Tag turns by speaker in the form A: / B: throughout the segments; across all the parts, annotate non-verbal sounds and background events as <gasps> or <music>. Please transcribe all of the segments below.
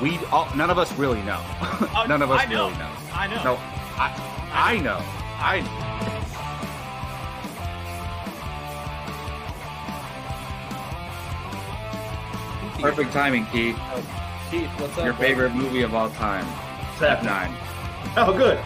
A: We all, none of us really know.
B: Oh,
A: none of us
B: I know.
A: really know.
B: I know.
A: No, I, I know. I know.
C: Perfect timing, Keith.
D: Oh, Keith, what's up?
C: Your
D: bro?
C: favorite movie of all time, Step
A: <laughs>
C: Nine.
E: Oh, good.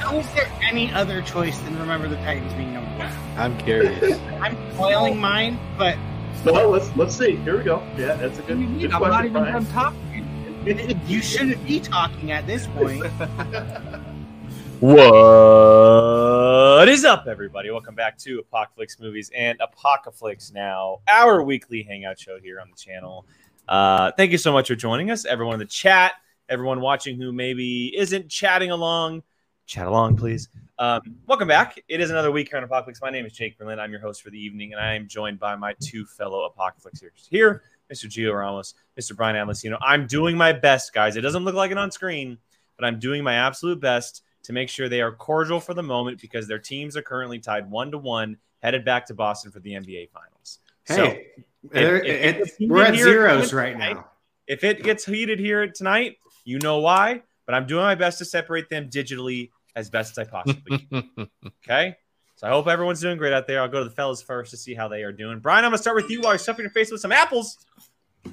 F: How is there any other choice than Remember the Titans being number one?
G: I'm curious.
F: I'm spoiling mine, but
E: Well, let's let's see. Here we go. Yeah, that's a good,
A: What do you mean?
E: good
A: I'm not
E: question,
A: even done talking.
E: Brian.
F: you shouldn't be talking at this point.
B: What is up, everybody? Welcome back to Apocalypse Movies and Apocalypse Now, our weekly hangout show here on the channel. Uh, thank you so much for joining us, everyone in the chat, everyone watching who maybe isn't chatting along. Chat along, please. Um, welcome back. It is another week here on Apocalypse. My name is Jake Berlin. I'm your host for the evening, and I am joined by my two fellow Apocalypsers here, Mr. Gio Ramos, Mr. Brian Adlesino. I'm doing my best, guys. It doesn't look like it on screen, but I'm doing my absolute best to make sure they are cordial for the moment because their teams are currently tied one to one, headed back to Boston for the NBA Finals. So
H: Hey, there-
B: if- if
H: it's-
B: it's
H: we're at
B: here-
H: zeros right now.
B: if it gets heated here tonight, you know why. But I'm doing my best to separate them digitally as best as I possibly can.
G: <laughs>
B: Okay. So I hope everyone's doing great out there. I'll go to the fellas first to see how they are doing. Brian, I'm gonna start with you while you're stuffing your face with some apples.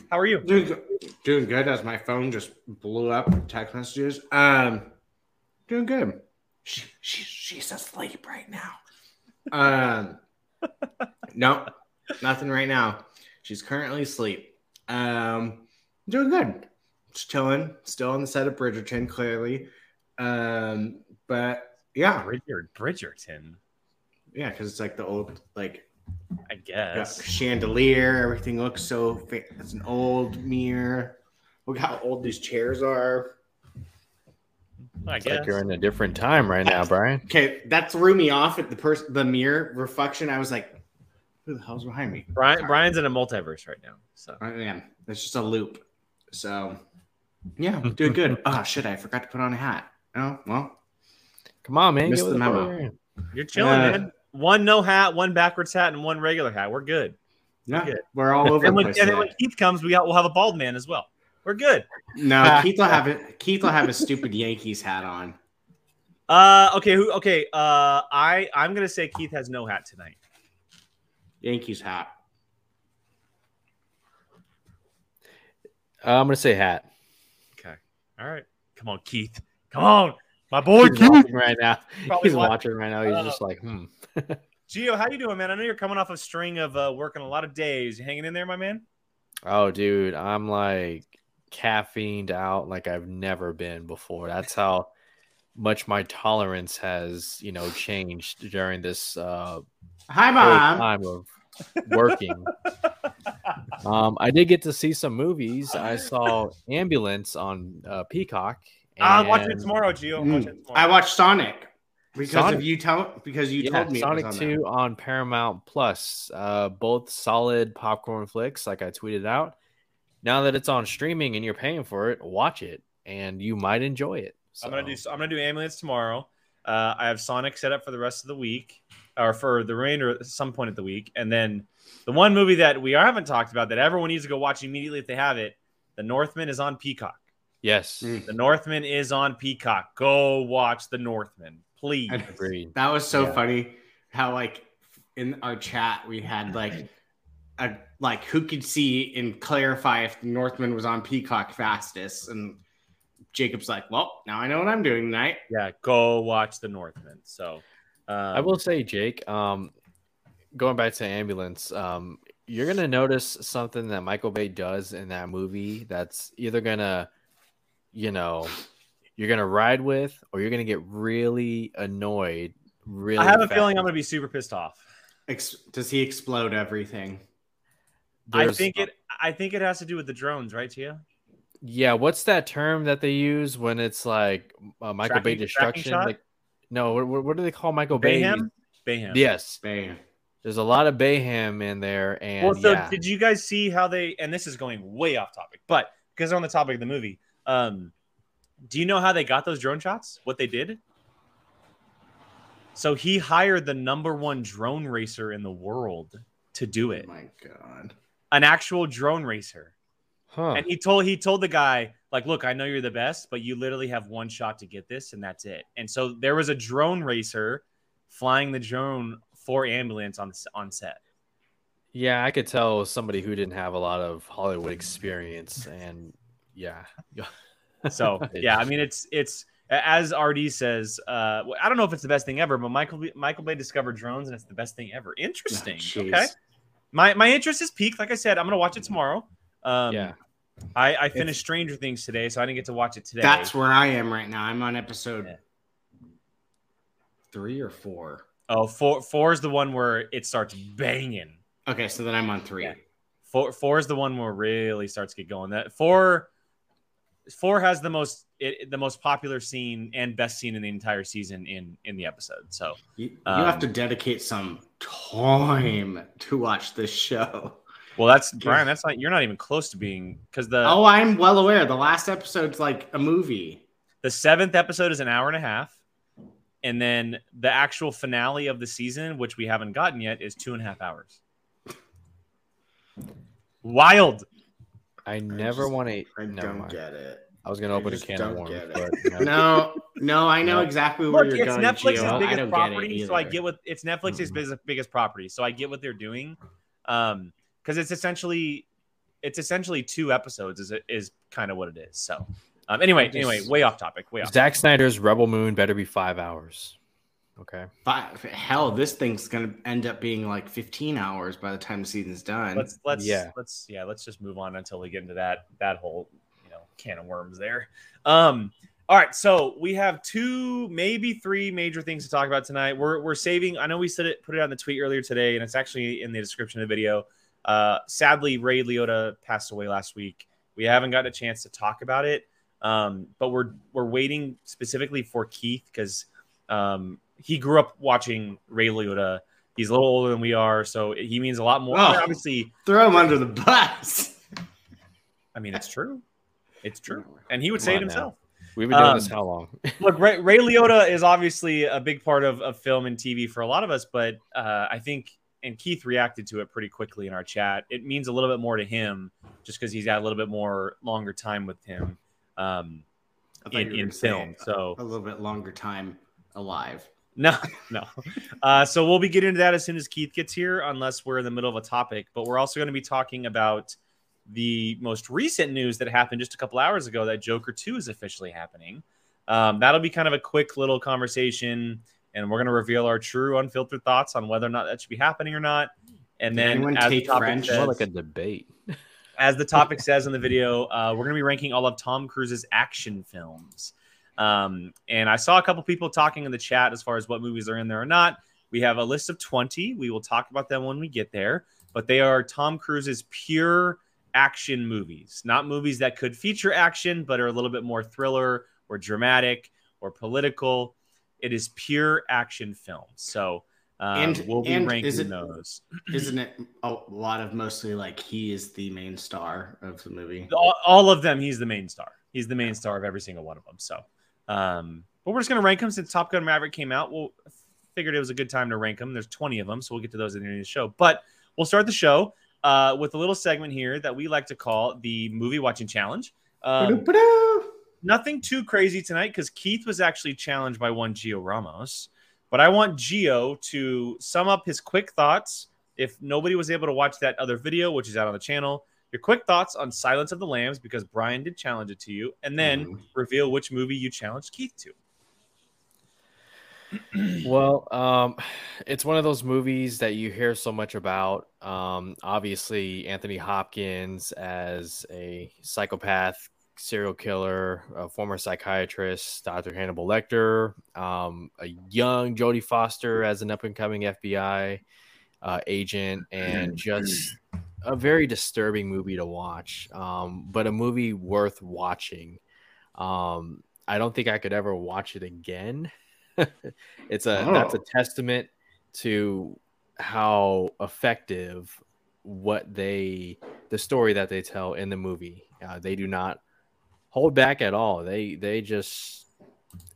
B: How are you?
H: Doing, go- doing good as my phone just blew up with text messages. Um, doing good. She, she, she's asleep right now. Um, <laughs> no, nothing right now. She's currently asleep. Um, doing good. Just chilling. Still on the set of Bridgerton, clearly. Um, but yeah,
B: Bridger, Bridgerton,
H: yeah, because it's like the old like
B: I
H: Yeah,
B: guess.
H: chandelier. Everything looks so. Fa- it's an old mirror. Look how old these chairs are.
B: I
G: It's like
B: guess.
G: you're in a different time right now, Brian.
H: Okay, that threw me off at the person, the mirror reflection. I was like, "Who the hell's behind me?"
B: Brian, Brian's in a multiverse right now. So
H: I am. It's just a loop. So, yeah, doing good. oh shit! I forgot to put on a hat. Oh well.
G: Come on, man.
H: Missed
G: get with
H: the memo.
G: program.
B: You're chilling,
H: Uh,
B: man. One no hat, one backwards hat, and one regular hat. We're good.
H: Yeah,
B: Good.
H: we're all over
B: And
H: the
B: when,
H: place.
B: and then when
H: today.
B: Keith comes, we got, we'll have a bald man as well. We're good.
G: <laughs>
H: No, Keith will have it. Keith will have a stupid Yankees hat on.
B: Uh, okay, who? Okay, uh, I I'm gonna say Keith has no hat tonight.
H: Yankees hat.
G: Uh, I'm gonna
B: <laughs>
G: say hat.
B: Okay, all right. Come on, Keith. Come on, my boy
G: He's
B: Keith.
G: watching right now.
B: <laughs> Probably
G: He's
B: watching.
G: watching right now. He's
B: Uh,
G: just like, hmm.
B: Geo, how you doing, man? I know you're coming off a string of uh, working a lot of days. You hanging in there, my man?
G: Oh, dude, I'm like caffeined out like I've never been before. That's how much my tolerance has, you know, changed during this uh
H: Hi,
G: whole
H: mom.
G: time of working. um, I did get to see some movies.
B: <laughs>
G: I saw Ambulance on uh, Peacock.
B: I'll watch it
G: and-
B: tomorrow, Geo.
H: Mm.
B: Watch it tomorrow.
H: I watched Sonic because
G: Sonic.
H: of you tell because you
G: yeah,
H: told me it was
G: Sonic
H: on there.
G: Two on Paramount Plus. Uh, both solid popcorn flicks, like I tweeted out. Now that it's on streaming and you're paying for it, watch it, and you might enjoy it.
B: I'm gonna do.
G: So,
B: I'm gonna do ambulance tomorrow. Uh, I have Sonic set up for the rest of the week, or for the remainder at some point of the week, and then the one movie that we haven't talked about that everyone needs to go watch immediately if they have it. The Northman is on Peacock.
G: yes,
H: Mm.
B: The Northman is on Peacock. Go watch The Northman, please.
H: <laughs> And-
G: agreed.
H: That was so
G: Yeah.
H: funny how like in our chat we had like a like who could see and clarify if Northman was on Peacock fastest and Jacob's like, well, now I know what I'm doing tonight.
B: Yeah, go watch The Northman. So um,
G: I will say, Jake, um, going back to ambulance, um, you're gonna notice something that Michael Bay does in that movie that's either gonna, you know, you're gonna ride with, or you're gonna get really annoyed. Really,
B: I have a
G: fast.
B: feeling I'm gonna be super pissed off.
H: Ex- does he explode everything?
B: I
G: There's-
B: think it. I think it has to do with the drones, right, Tia?
G: Yeah, what's that term that they use when it's like uh, Michael Bay
B: Tracking- tracking
G: destruction?
B: shot?
G: Like, no, what, what- what do they call Michael Bay?
B: Bayham. Bayham.
G: Yes,
H: Bam.
G: there's a lot of Bayham in there, and
B: well, so
G: yeah,
B: did you guys see how they? And this is going way off topic, but because we're on the topic of the movie, um, Do you know how they got those drone shots? What they did? So he hired the number one drone racer in the world to do
I: Oh
B: it,
I: my god.
B: an actual drone racer.
G: Huh.
B: And he told he told the guy like, "Look, I know you're the best, but you literally have one shot to get this, and that's it." And so there was a drone racer flying the drone for ambulance on on set.
G: yeah, I could tell it was somebody who didn't have a lot of Hollywood experience, and yeah,
B: So yeah, I mean it's it's as RD says, uh, well, I don't know if it's the best thing ever, but Michael Michael Bay discovered drones and it's the best thing ever. Interesting.
I: jeez.
B: okay, my my interest is peaked. Like I said, I'm gonna watch it tomorrow. Um,
G: yeah.
B: I, I finished Stranger Things today, so I didn't get to watch it today.
I: That's where I am right now. I'm on episode
B: Yeah.
I: three or four.
B: oh four four is the one where it starts banging.
I: Okay, so then I'm on three.
B: Yeah. Four four is the one where it really starts to get going. That four four has the most it, the most popular scene and best scene in the entire season in in the episode. So
I: You, you
B: Um,
I: have to dedicate some time to watch this show.
B: well, that's Brian. That's not you're not even close to being because the
I: oh, I'm well aware. The last episode's like a movie.
B: the seventh episode is an hour and a half, and then the actual finale of the season, which we haven't gotten yet, is two and a half hours. Wild.
G: I never
I: just-
G: want to.
I: I
G: Never
I: don't
G: mind.
I: get it.
G: I was gonna
I: I
G: open a
I: just
G: can of
I: don't
G: worms,
I: get it.
G: but no.
I: No, no, I know
G: No.
I: exactly where
B: Look,
I: you're
B: it's
I: going.
B: Netflix's
I: Gio. I
B: biggest
I: don't
B: property,
I: get it
B: so I
I: either.
B: get what it's Netflix's
I: Mhm.
B: biggest biggest property, so I get what they're doing, um, because it's essentially it's essentially two episodes is is kind of what it is. So, um, anyway,
I: I just-
B: anyway, way off topic, way off.
G: Zack Snyder's Rebel Moon better be five hours. Okay.
I: Five, hell, this thing's gonna end up being like 15 hours by the time the season's done.
B: let's let's yeah.
G: Yeah.
B: let's yeah let's just move on until we get into that that whole you know can of worms there um all right so we have two maybe three major things to talk about tonight we're we're saving i know we said it put it on the tweet earlier today and it's actually in the description of the video uh sadly ray liotta passed away last week we haven't gotten a chance to talk about it um but we're we're waiting specifically for keith because um he grew up watching ray liotta he's a little older than we are so he means a lot more
I: Oh.
B: obviously
I: throw him under the bus.
B: I mean, it's true. It's true. And he would say it
G: Come on now.
B: himself.
G: We've been doing
B: Um,
G: this how long? <laughs>
B: Look, Ray, Ray Liotta is obviously a big part of, of film and TV for a lot of us, but uh, I think, and Keith reacted to it pretty quickly in our chat. It means a little bit more to him just because he's got a little bit more longer time with him um,
I: I thought you
B: in,
I: were gonna
B: in
I: say
B: film. So
I: a little bit longer time alive.
B: No, <laughs> no. Uh, so we'll be getting into that as soon as Keith gets here, unless we're in the middle of a topic. But we're also going to be talking about the most recent news that happened just a couple hours ago that Joker 2 is officially happening. Um, that'll be kind of a quick little conversation, and we're going to reveal our true, unfiltered thoughts on whether or not that should be happening or not. And
I: Did
B: then,
I: anyone
B: as the,
I: take
B: topic
I: French?
G: It's more
B: says,
G: like a debate.
B: as the topic says in the video, uh, we're going to be ranking all of Tom Cruise's action films. Um, and I saw a couple people talking in the chat as far as what movies are in there or not. We have a list of 20. We will talk about them when we get there. But they are Tom Cruise's pure action movies, not movies that could feature action, but are a little bit more thriller or dramatic or political. It is pure action films. So um,
I: And-
B: we'll be
I: and is
B: ranking
I: it-
B: those.
I: Isn't it a lot of mostly like he is the main star of the movie?
B: all, all of them he's the main star he's the main star of every single one of them so um but we're just gonna rank them since top gun maverick came out we'll figured it was a good time to rank them there's 20 of them so we'll get to those at the end of the show but we'll start the show uh, with a little segment here that we like to call the movie watching challenge um,
I: Ba-do-ba-do.
B: nothing too crazy tonight because Keith was actually challenged by one Gio Ramos. But I want Gio to sum up his quick thoughts. If nobody was able to watch that other video, which is out on the channel, your quick thoughts on Silence of the Lambs because Brian did challenge it to you, and then
I: Mhm.
B: reveal which movie you challenged Keith to.
G: well, um, it's one of those movies that you hear so much about. Um, obviously, Anthony Hopkins as a psychopath, serial killer, a former psychiatrist, Dr. Hannibal Lecter, um, a young Jodie Foster as an up and coming FBI uh, agent, and just a very disturbing movie to watch, um, but a movie worth watching. Um, I don't think I could ever watch it again. <laughs> it's a that's a testament to how effective what they the story that they tell in the movie. Uh, they do not hold back at all. They they just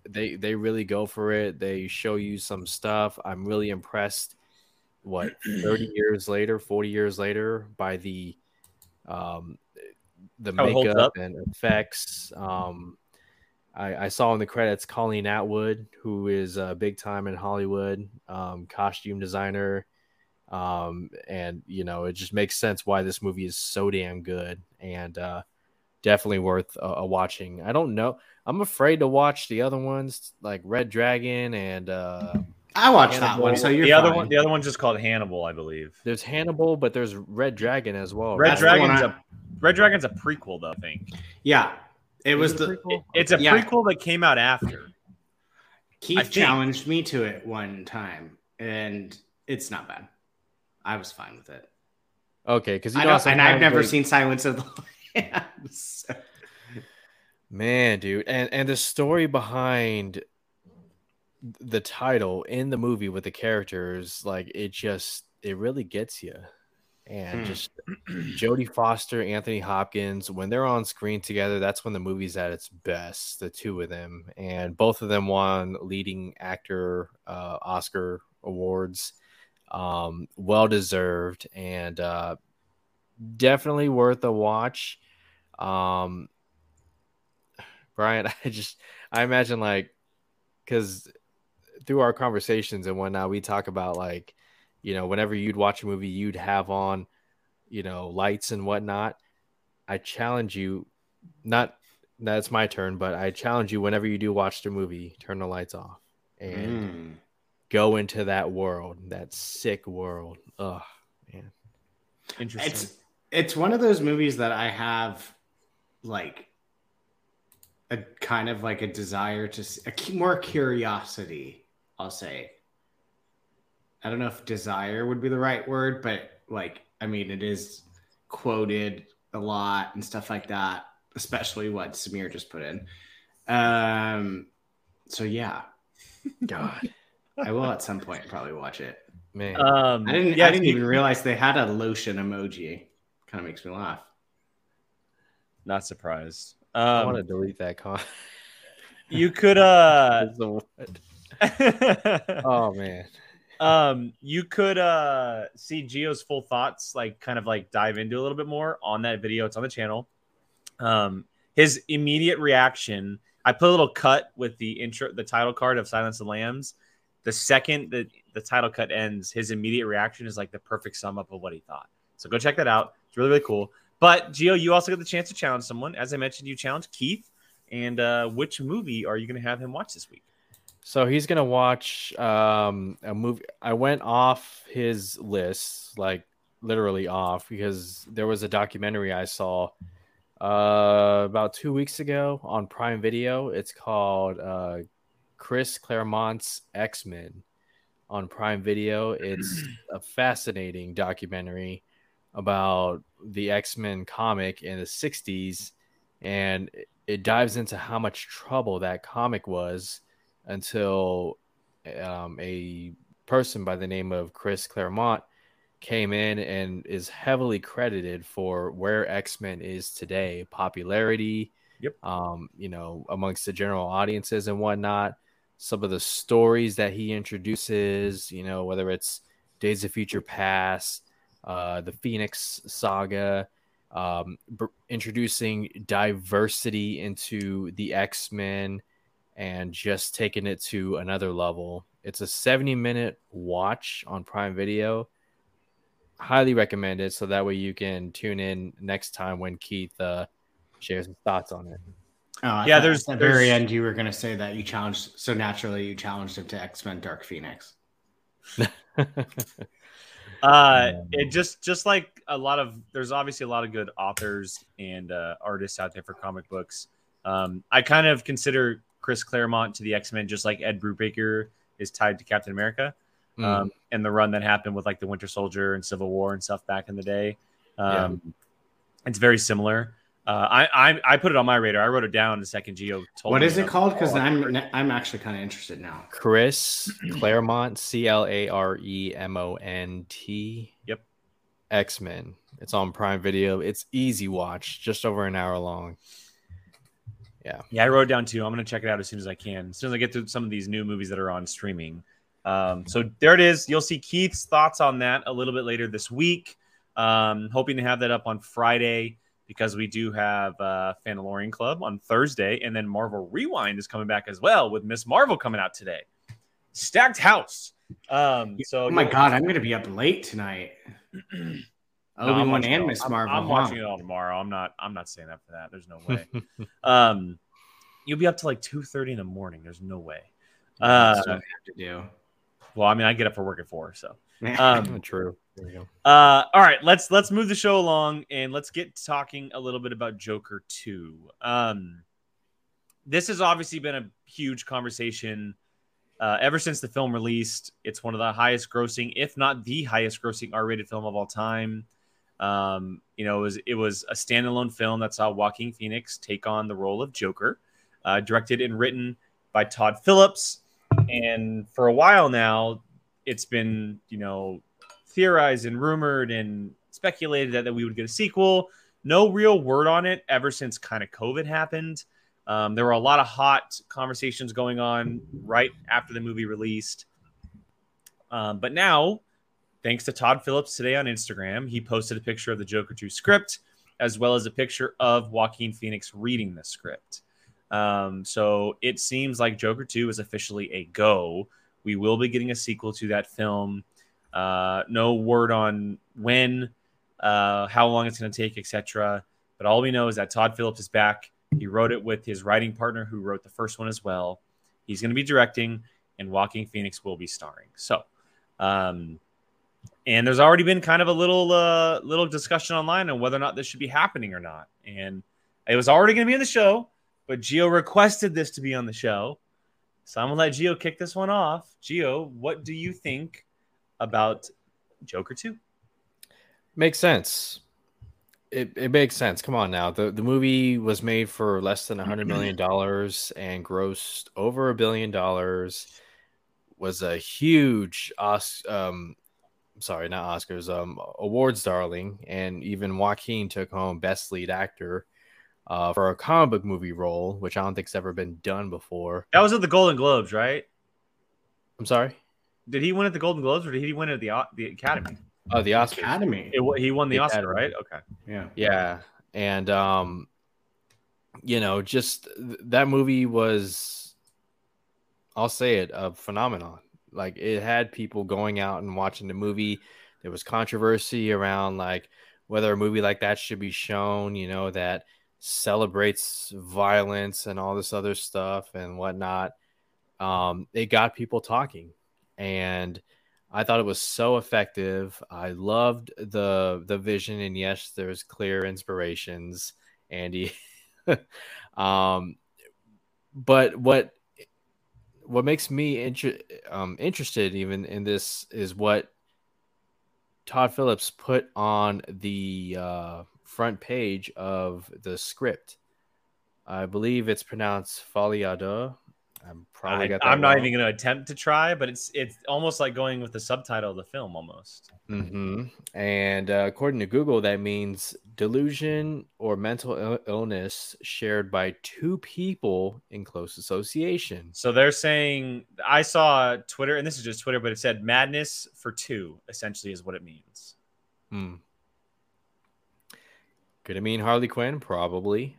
G: they they really go for it. They show you some stuff. I'm really impressed. What 30
B: <clears throat>
G: years later, 40 years later, by the um the
B: How it holds
G: makeup
B: up.
G: and effects. Um, I, I saw in the credits Colleen Atwood, who is uh, big time in Hollywood, um, costume designer. Um, and you know, it just makes sense why this movie is so damn good and uh, definitely worth a, a watching. I don't know, I'm afraid to watch the other ones like Red Dragon and uh,
I: I watched that
G: Hannibal.
I: one, so you're
B: the other
I: fine.
B: one, the other one's just called Hannibal, I believe.
G: there's Hannibal, but there's Red Dragon as well.
B: Red
G: right?
I: That's the one
B: Dragon's
I: I-
B: a Red Dragon's a prequel, though. I think
I: Yeah, it was
G: it
I: the
B: It- it's a
I: Yeah.
B: prequel that came out after. I
I: Keith
B: think-
I: challenged me to it one time, and it's not bad. I was fine with it.
G: okay, because
I: I don't, and I've never seen Silence of the <laughs> Lambs.
G: Man, dude, and and the story behind the title in the movie with the characters, like it just it really gets you. And
I: Hmm.
G: just <clears throat> Jodie Foster, Anthony Hopkins, when they're on screen together, that's when the movie's at its best, the two of them. And both of them won leading actor uh, Oscar awards. Um, well deserved and uh, definitely worth a watch. Um, Brian, <laughs> I just I imagine like because through our conversations and whatnot, we talk about like you know whenever you'd watch a movie, you'd have on you know lights and whatnot. I challenge you, not that's my turn, but I challenge you whenever you do watch the movie, turn the lights off and
I: Mm.
G: go into that world, that sick world. Ugh.
B: Interesting.
I: It's it's one of those movies that I have like a kind of like a desire to s- a cu- more curiosity, I'll say. I don't know if desire would be the right word, but like I mean it is quoted a lot and stuff like that, especially what Samir just put in. Um so yeah,
G: God,
I: I will at some point probably watch it.
G: man.
B: um,
I: I didn't
B: yeah,
I: I didn't
B: speak-
I: even realize they had a lotion emoji. Kind of makes me laugh.
B: not surprised.
G: I want to
B: Um,
G: delete that con. <laughs>
B: you could uh,
G: It's the one- oh man.
B: <laughs> um, you could uh, see Geo's full thoughts, like kind of like dive into a little bit more on that video. It's on the channel. Um, his immediate reaction. I put a little cut with the intro, the title card of Silence of the Lambs. The second that the title cut ends, his immediate reaction is like the perfect sum up of what he thought. So go check that out. It's really really cool. But Geo, you also get the chance to challenge someone. As I mentioned, you challenged Keith. And uh, which movie are you going to have him watch this week?
G: So he's gonna watch um a movie. I went off his list, like literally off, because there was a documentary I saw uh about two weeks ago on Prime Video. It's called uh Chris Claremont's X Men on Prime Video. It's a fascinating documentary about the X Men comic in the '60s, and it dives into how much trouble that comic was until um, a person by the name of Chris Claremont came in and is heavily credited for where X Men is today, popularity,
B: Yep.
G: um, you know, amongst the general audiences and whatnot. Some of the stories that he introduces, you know, whether it's Days of Future Past, uh, the Phoenix Saga, um, br- introducing diversity into the X Men, and just taking it to another level. It's a 70 minute watch on Prime Video. Highly recommend it. So that way you can tune in next time when Keith uh, shares his thoughts on it.
I: Oh, I
B: Yeah,
I: thought
B: there's-
I: at the
B: there's-
I: very end you were gonna say that you challenged so naturally you challenged him to X Men Dark Phoenix.
G: <laughs>
B: Uh, it just just like a lot of there's obviously a lot of good authors and uh, artists out there for comic books. Um, I kind of consider Chris Claremont to the X Men, just like Ed Brubaker is tied to Captain America,
G: Mm.
B: um, and the run that happened with like the Winter Soldier and Civil War and stuff back in the day. Um, It's very similar. Uh, I, I I put it on my radar. I wrote it down the second Geo told
I: what
B: me
I: is it
B: about
I: called? Because I'm I'm actually kind of interested now.
G: Chris Claremont, C L A R E M O N T.
B: Yep.
G: X Men. It's on Prime Video. It's easy watch, just over an hour long.
B: Yeah, I wrote it down too. I'm gonna check it out as soon as I can. As soon as I get to some of these new movies that are on streaming. Um, so there it is. You'll see Keith's thoughts on that a little bit later this week. Um, hoping to have that up on Friday because we do have uh, Mandalorian Club on Thursday, and then Marvel Rewind is coming back as well with Miss Marvel coming out today. Stacked house. Um, so
I: Oh my god, I'm gonna be up late <clears throat> tonight.
B: No, Oh, I'm
I: Obi Wan
B: watching it
I: and
B: all-
I: Miss
B: I'm-
I: Marvel.
B: I'm,
I: huh?
B: watching it all tomorrow. I'm not. I'm not staying up for that. There's no way. um, you'll be up to like two thirty in the morning. There's no way. Uh,
I: That's what I have to do.
B: well, I mean, I get up for work at four. So,
G: Oh,
B: um,
G: true. There you go.
B: uh, all right, let's let's move the show along and let's get talking a little bit about Joker Two. Um, this has obviously been a huge conversation uh, ever since the film released. It's one of the highest grossing, if not the highest grossing R-rated film of all time. Um, you know, it was it was a standalone film that saw Joaquin Phoenix take on the role of Joker, uh, directed and written by Todd Phillips. And for a while now, it's been you know theorized and rumored and speculated that, that we would get a sequel. No real word on it ever since kind of COVID happened. Um, there were a lot of hot conversations going on right after the movie released. Um, but now, thanks to Todd Phillips today on Instagram, he posted a picture of the Joker 2 script as well as a picture of Joaquin Phoenix reading the script. Um, so it seems like Joker 2 is officially a go. We will be getting a sequel to that film. Uh, no word on when, uh, how long it's going to take, etc. But all we know is that Todd Phillips is back. He wrote it with his writing partner, who wrote the first one as well. He's going to be directing, and Walking Phoenix will be starring. So, um, and there's already been kind of a little uh, little discussion online on whether or not this should be happening or not. And it was already going to be in the show, but Geo requested this to be on the show. So I'm gonna let Geo kick this one off. Geo, what do you think about Joker 2?
G: Makes sense. It, it makes sense. Come on now. The the movie was made for less than a hundred million dollars and grossed over a billion dollars. Was a huge Os- um sorry, not Oscars, um awards darling, and even Joaquin took home best lead actor uh for a comic book movie role, which I don't think's ever been done before.
B: That was at the Golden Globes, right?
G: I'm sorry.
B: Did he win at the Golden Globes or did he win at the the Academy?
G: Oh, the Oscars.
I: Academy.
B: It, wa- he won the
G: The
B: Oscar,
G: Academy.
B: right? Okay.
I: Yeah.
G: Yeah. And um you know, just th- that movie was I'll say it, a phenomenon. Like it had people going out and watching the movie. There was controversy around like whether a movie like that should be shown, you know, that celebrates violence and all this other stuff and whatnot. Um, it got people talking. And I thought it was so effective. I loved the the vision, and yes, there's clear inspirations, Andy. <laughs> um, but what what makes me inter- um, interested even in this is what Todd Phillips put on the uh, front page of the script. I believe it's pronounced Foliado. I'm probably
B: I,
G: got. That
B: I'm not
G: wrong.
B: even going to attempt to try, but it's it's almost like going with the subtitle of the film almost.
G: hmm And uh, according to Google, that means delusion or mental Ill- illness shared by two people in close association.
B: So they're saying I saw Twitter, and this is just Twitter, but it said madness for two essentially is what it means.
G: Hmm. Could it mean Harley Quinn? Probably.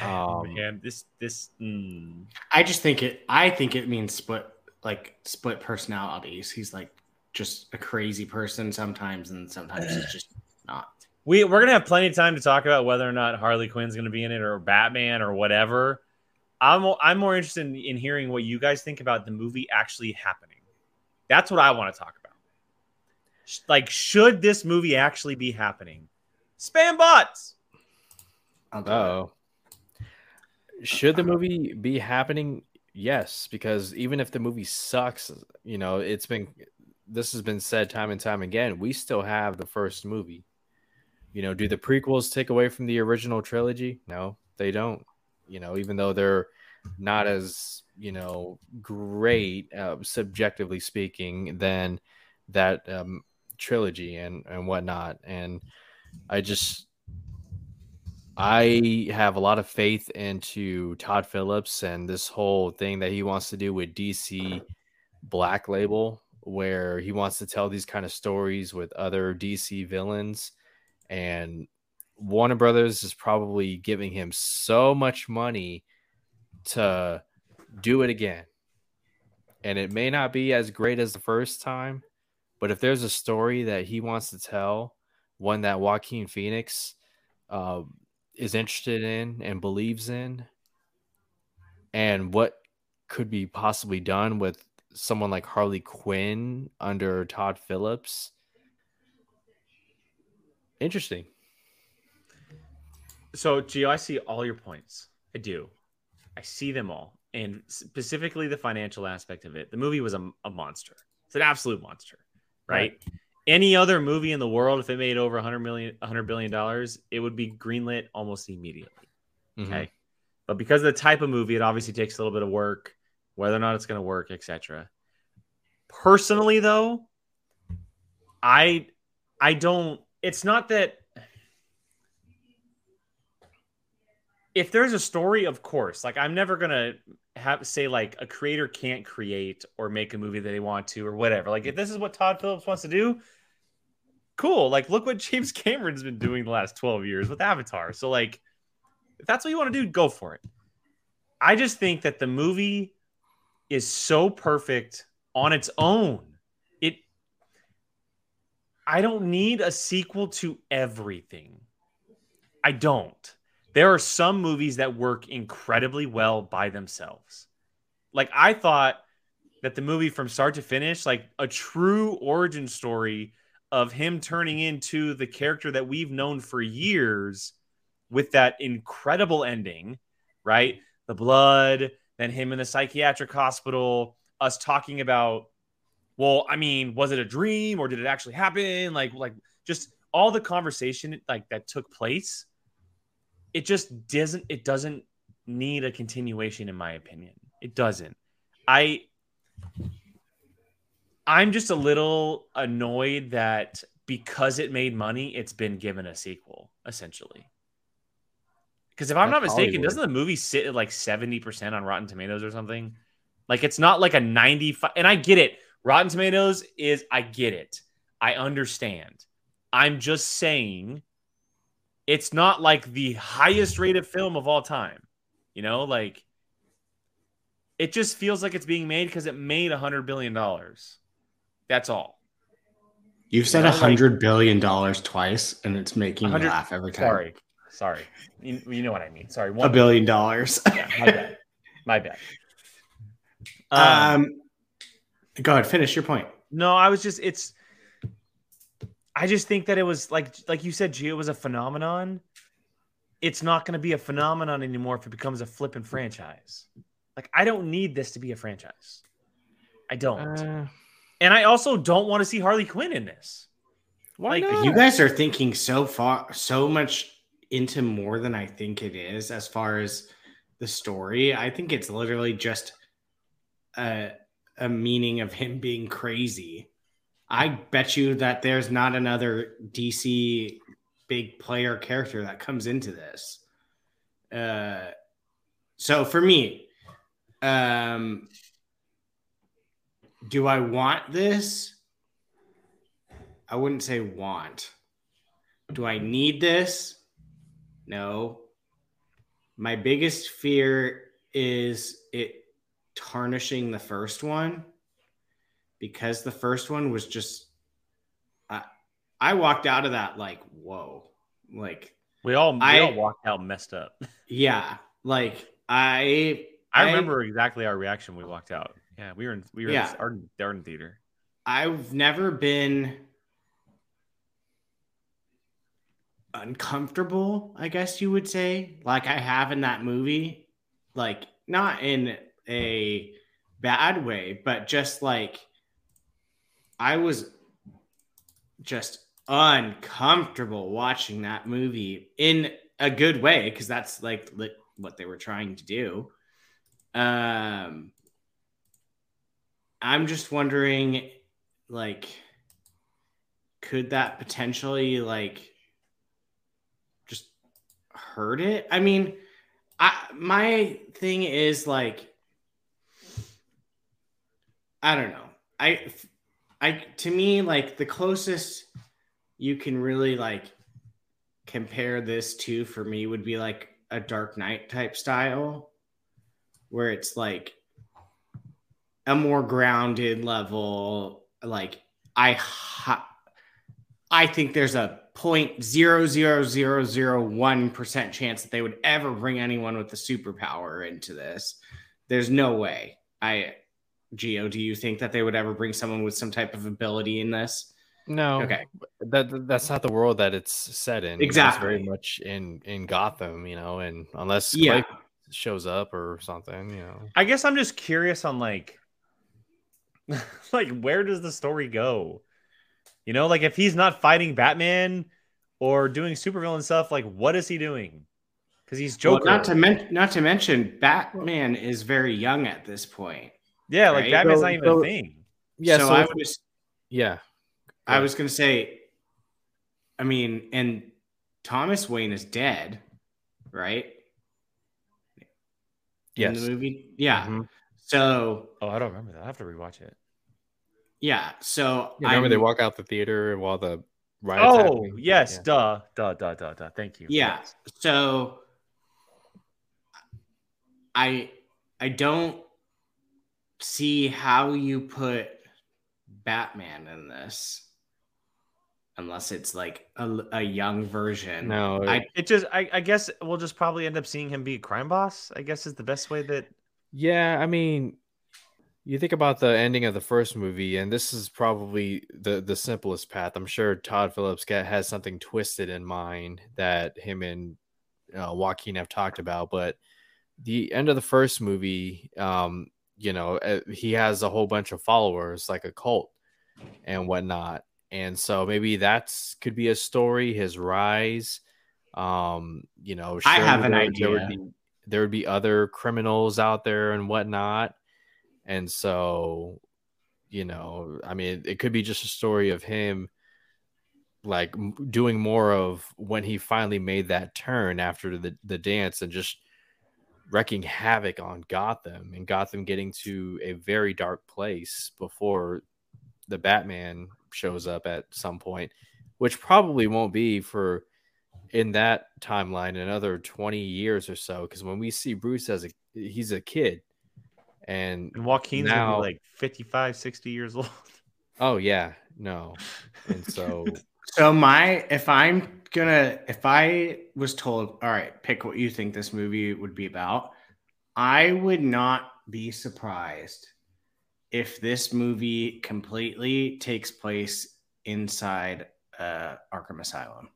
G: Um,
B: Man, this this mm.
I: I just think it. I think it means split, like split personalities. He's like just a crazy person sometimes, and sometimes he's just not.
B: we we're gonna have plenty of time to talk about whether or not Harley Quinn's gonna be in it or Batman or whatever. I'm I'm more interested in, in hearing what you guys think about the movie actually happening. That's what I want to talk about. Sh- Like, should this movie actually be happening? Spam bots.
I: I'll do it.
G: Oh. Should the movie be happening? Yes, because even if the movie sucks, you know, it's been this has been said time and time again, we still have the first movie. You know, do the prequels take away from the original trilogy? No, they don't. You know, even though they're not as, you know, great uh, subjectively speaking than that um, trilogy and and whatnot and I just I have a lot of faith into Todd Phillips and this whole thing that he wants to do with DC Black Label, where he wants to tell these kind of stories with other DC villains. And Warner Brothers is probably giving him so much money to do it again. And it may not be as great as the first time, but if there's a story that he wants to tell, one that Joaquin Phoenix uh, is interested in and believes in, and what could be possibly done with someone like Harley Quinn under Todd Phillips. Interesting.
B: So, Gio, I see all your points. I do. I see them all, and specifically the financial aspect of it. The movie was a, a monster. It's an absolute monster, right? Any other movie in the world, if it made over 100 million, 100 billion dollars, it would be greenlit almost immediately.
H: Mm-hmm.
G: Mhm.
B: Okay, but because of the type of movie, it obviously takes a little bit of work, whether or not it's going to work, etc. Personally, though, I, I don't. It's not that if there's a story, of course, like I'm never gonna have say like a creator can't create or make a movie that they want to or whatever. Like if this is what Todd Phillips wants to do, cool. Like look what <laughs> James Cameron's been doing the last 12 years with Avatar. So like if that's what you want to do, go for it. I just think that the movie is so perfect on its own. It I don't need a sequel to everything. I don't there are some movies that work incredibly well by themselves. Like I thought that the movie from start to finish, like a true origin story of him turning into the character that we've known for years with that incredible ending, right? The blood, then him in the psychiatric hospital, us talking about well, I mean, was it a dream or did it actually happen? Like like just all the conversation like that took place it just doesn't it doesn't need a continuation in my opinion it doesn't i i'm just a little annoyed that because it made money it's been given a sequel essentially because if i'm not
G: That's
B: mistaken
G: Hollywood.
B: doesn't the movie sit at like 70% on rotten tomatoes or something like it's not like a 95 and i get it rotten tomatoes is i get it i understand i'm just saying it's not like the highest rated film of all time. You know, like it just feels like it's being made because it made a hundred billion dollars. That's all.
H: You've said
B: Yeah,
H: a
B: like-
H: hundred billion dollars twice, and it's making me
B: 100
H: laugh every time.
B: Sorry, sorry. You, you know what I mean. Sorry,
H: a
B: one
H: billion dollars.
B: Yeah, my bad. My
H: <laughs>
B: bad. Um,
H: Um, go ahead, finish your point.
B: No, I was just it's I just think that it was like like you said, Gio was a phenomenon. It's not gonna be a phenomenon anymore if it becomes a flippin' franchise. Like I don't need this to be a franchise. I don't.
G: Uh,
B: and I also don't want to see Harley Quinn in this.
G: why
B: Like,
G: not?
H: You guys are thinking so far, so much into more than I think it is as far as the story. I think it's literally just a, a meaning of him being crazy. I bet you that there's not another DC big player character that comes into this. Uh, so for me, um, do I want this? I wouldn't say want. Do I need this? No. My biggest fear is it tarnishing the first one because the first one was just I I walked out of that like whoa. Like
B: We all we
H: I-
B: all walked out messed up. <laughs>
H: yeah, like I
B: I remember exactly our reaction when we walked out. Yeah, we were in we were in
H: Yeah.
B: Arden, Arden Theater.
H: I've never been uncomfortable, I guess you would say, like I have in that movie. Like, not in a bad way, but just like I was just uncomfortable watching that movie in a good way, because that's like li- what they were trying to do. Um, I'm just wondering, like, could that potentially like just heard it. I mean, I my thing is like I don't know. I I to me like the closest you can really like compare this to for me would be like a Dark Knight type style where it's like a more grounded level like I hi- I think there's a 0.00001% chance that they would ever bring anyone with a superpower into this. There's no way. I Geo, do you think that they would ever bring someone with some type of ability in this?
G: No,
H: Okay.
G: that that's not the world that it's set in. you know, it's very
H: Exactly.
G: much in in Gotham, you know, and unless
H: Yeah.
G: Clay shows up or something, you know.
B: I guess I'm just curious on like, <laughs> like where does the story go? You know, like if he's not fighting Batman or doing supervillain stuff, like what is he doing? Because he's
H: Well,
B: Joker.
H: not to mention not to mention Batman is very young at this point.
B: yeah, like
H: right?
B: Batman's
G: So-
B: not even
G: so-
B: a thing.
G: Yeah, so,
H: so I
G: if-
H: would just
G: yeah,
H: I was gonna say, I mean, and Thomas Wayne is dead, right? In
G: yes,
H: the movie, yeah. Mm-hmm.
G: Mhm.
H: So
B: Oh, I don't remember that. I have to rewatch it.
H: yeah, so
G: Yeah, remember they
H: I'm-
G: walk out the theater while the riots
B: Oh,
G: happening?
B: yes,
G: Yeah.
B: duh, duh, duh, duh, duh. Thank you.
H: Yeah. So I I don't see how you put Batman in this unless it's like a, a young version.
G: No,
H: I-
B: It just, I, I guess we'll just probably end up seeing him be a crime boss. I guess is the best way that.
G: Yeah, I mean, you think about the ending of the first movie, and this is probably the the simplest path. I'm sure Todd Phillips got, has something twisted in mind that him and uh, Joaquin have talked about, but the end of the first movie, um, you know, uh, he has a whole bunch of followers, like a cult and whatnot, and so maybe that's could be a story, his rise. Um, you know,
H: I have
G: surely
H: an
G: there would
H: idea.
G: be there would be other criminals out there and whatnot. And so, you know, I mean, it could be just a story of him like m- doing more of when he finally made that turn after the, the dance and just wrecking havoc on Gotham and Gotham getting to a very dark place before the Batman shows up at some point, which probably won't be for in that timeline another 20 years or so because when we see bruce as a he's a kid and
B: And Joaquin's
G: Now-
B: gonna be like 55, 60 years <laughs> old.
G: oh yeah no and so
H: So my if I'm gonna if I was told, all right, pick what you think this movie would be about, I would not be surprised if this movie completely takes place inside uh, Arkham Asylum.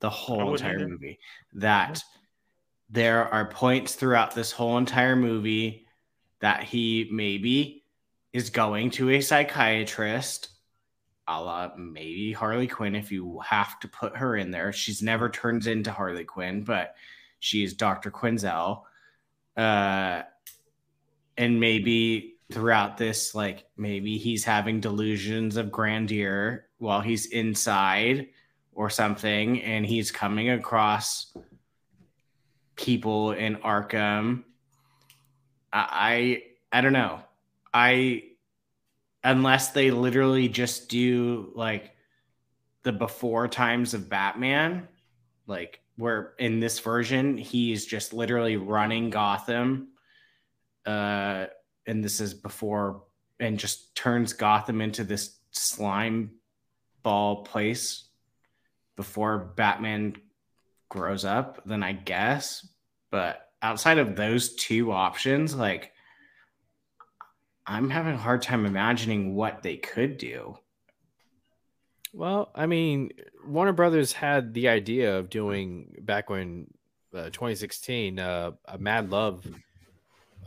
H: The whole
B: wouldn't
H: entire
B: either.
H: movie. That there are points throughout this whole entire movie that he maybe is going to a psychiatrist a la maybe Harley Quinn if you have to put her in there. She's never turns into Harley Quinn, but she is Dr. Quinzel. Uh, and maybe throughout this, like maybe he's having delusions of grandeur while he's inside or something, and he's coming across people in Arkham. I I, I don't know. I unless they literally just do like the before times of Batman, like where in this version he's just literally running Gotham, uh, and this is before and just turns Gotham into this slime ball place before Batman grows up, then I guess. But outside of those two options, like I'm having a hard time imagining what they could do.
G: well i mean warner brothers had the idea of doing back when uh, 2016 uh, a mad love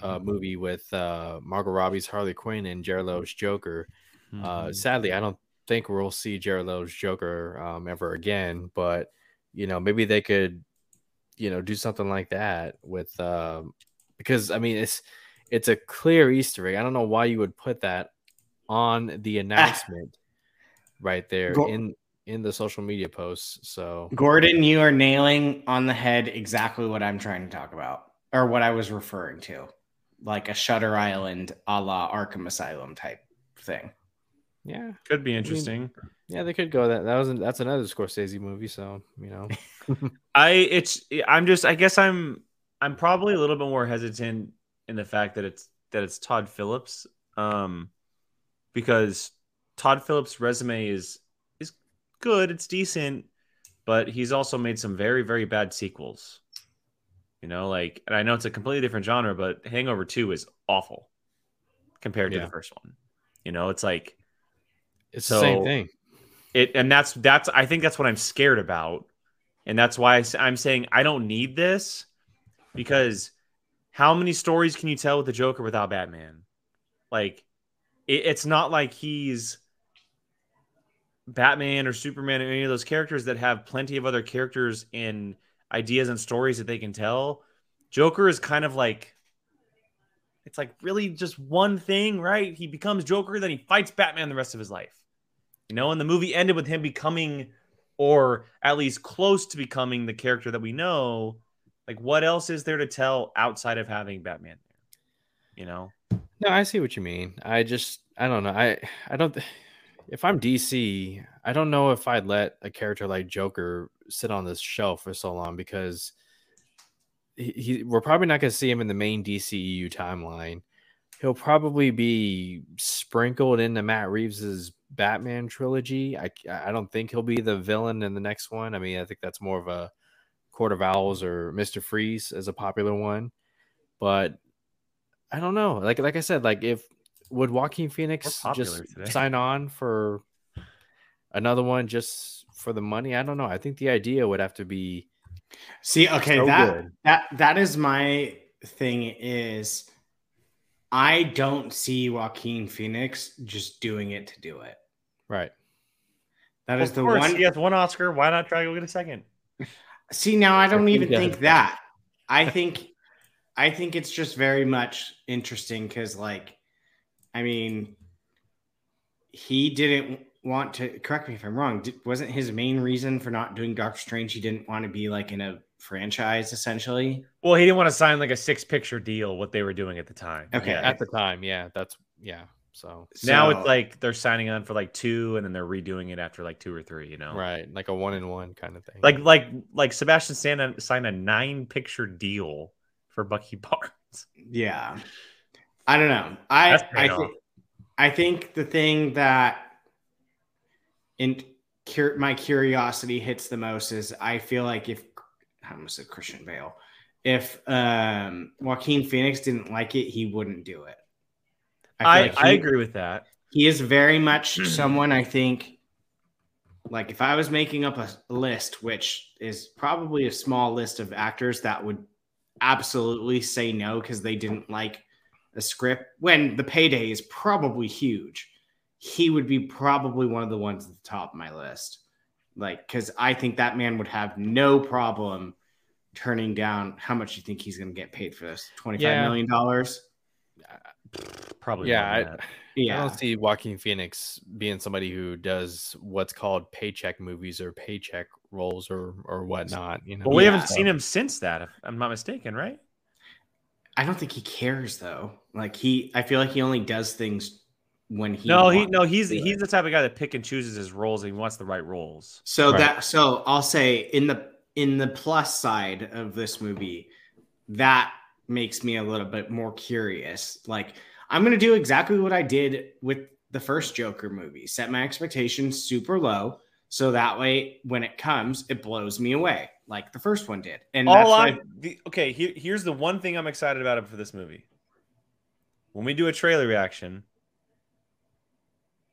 G: uh, movie with uh, margot robbie's harley quinn and jared leto's joker
B: Mm-hmm.
G: Uh,
H: Mm-hmm.
G: sadly, I don't think we'll see Jared Leto's Joker um, ever again. But you know, maybe they could, you know, do something like that with um, because I mean, it's it's a clear Easter egg. I don't know why you would put that on the announcement right there
H: Go-
G: in in the social media posts. So
H: Gordon, you are nailing on the head exactly what I'm trying to talk about or what I was referring to, like a Shutter Island a la Arkham Asylum type thing.
G: yeah,
B: Could be interesting.
G: yeah, they could go that. That was that's another Scorsese movie. So you know,
B: I it's I'm just I guess I'm I'm probably a little bit more hesitant in the fact that it's that it's Todd Phillips um because Todd Phillips resume is is good, it's decent, but he's also made some very very bad sequels. You know, like and I know it's a completely different genre, but Hangover 2 is awful compared to
G: Yeah.
B: the first one. You know, it's like
G: it's the same
B: So-
G: thing.
B: it and that's that's i think that's what i'm scared about and that's why I, am saying i don't need this because how many stories can you tell with the joker without batman like it, it's not like he's batman or superman or any of those characters that have plenty of other characters and ideas and stories that they can tell joker is kind of like it's like really just one thing right he becomes joker then he fights batman the rest of his life you know, and the movie ended with him becoming, or at least close to becoming, the character that we know. Like, what else is there to tell outside of having Batman there? You know,
G: No, I see what you mean. I just I don't know. I I don't. If I'm DC, I don't know if I'd let a character like Joker sit on this shelf for so long because he, he we're probably not going to see him in the main DCEU timeline. He'll probably be sprinkled into Matt Reeves's Batman trilogy. I I don't think he'll be the villain in the next one. I mean, I think that's more of a Court of Owls or Mister Freeze as a popular one, but I don't know. Like like I said, like if would Joaquin Phoenix
B: We're popular
G: just
B: today.
G: sign on for another one just for the money? I don't know. I think the idea would have to be
H: See, okay,
G: so
H: that
G: good.
H: that that is my thing is I don't see Joaquin Phoenix just doing it to do it.
G: Right.
H: That is
B: of
H: the
B: course,
H: one
B: he has one Oscar. Why not try to go get a second?
H: See, now I don't
G: think
H: even
G: that-
H: think that. I think I think it's just very much interesting cuz like I mean he didn't want to correct me if I'm wrong. Did, wasn't his main reason for not doing Doctor Strange he didn't want to be like in a franchise essentially?
B: Well, he didn't want to sign like a six-picture deal. What they were doing at the time.
H: Okay.
B: Yeah.
G: At the time, yeah. That's yeah. So
B: now
H: So-
B: it's like they're signing on for like two, and then they're redoing it after like two or three. You know,
G: right. Like a one in one kind of thing.
B: Like like like Sebastian Stan signed a nine-picture deal for Bucky <laughs> Barnes.
H: Yeah. I don't know. I
B: That's
H: I,
B: right
H: thi-
B: on.
H: I think the thing that in cur- my curiosity hits the most is I feel like if I almost said Christian Bale, if um Joaquin Phoenix didn't like it, he wouldn't do it.
B: I,
H: feel like
B: I
H: he-
B: agree with that.
H: He is very much someone I think like if I was making up a list, which is probably a small list of actors that would absolutely say no because they didn't like a script when the payday is probably huge, he would be probably one of the ones at the top of my list. Like, because I think that man would have no problem turning down how much you think he's going to get paid for this twenty five
G: Yeah.
H: million dollars.
B: Probably.
G: Yeah,
B: more than
G: I-
B: that.
G: I
H: Yeah,
G: don't see Joaquin Phoenix being somebody who does what's called paycheck movies or paycheck roles or or whatnot. You know,
B: But we
H: Yeah.
B: haven't seen him since that, if I'm not mistaken, right?
H: I don't think he cares though. Like he, I feel like he only does things when he.
B: no, he
H: wants
B: no, he's
H: to do it.
B: he's the type of guy that pick and chooses his roles and he wants the right roles.
H: So
G: Right.
H: that so I'll say in the in the plus side of this movie, that makes me a little bit more curious. Like I'm gonna do exactly what I did with the first Joker movie. Set my expectations super low, so that way when it comes, it blows me away, like the first one did. And that's
B: All
H: what I-
B: I'm the, okay. Here, here's the one thing I'm excited about for this movie. When we do a trailer reaction,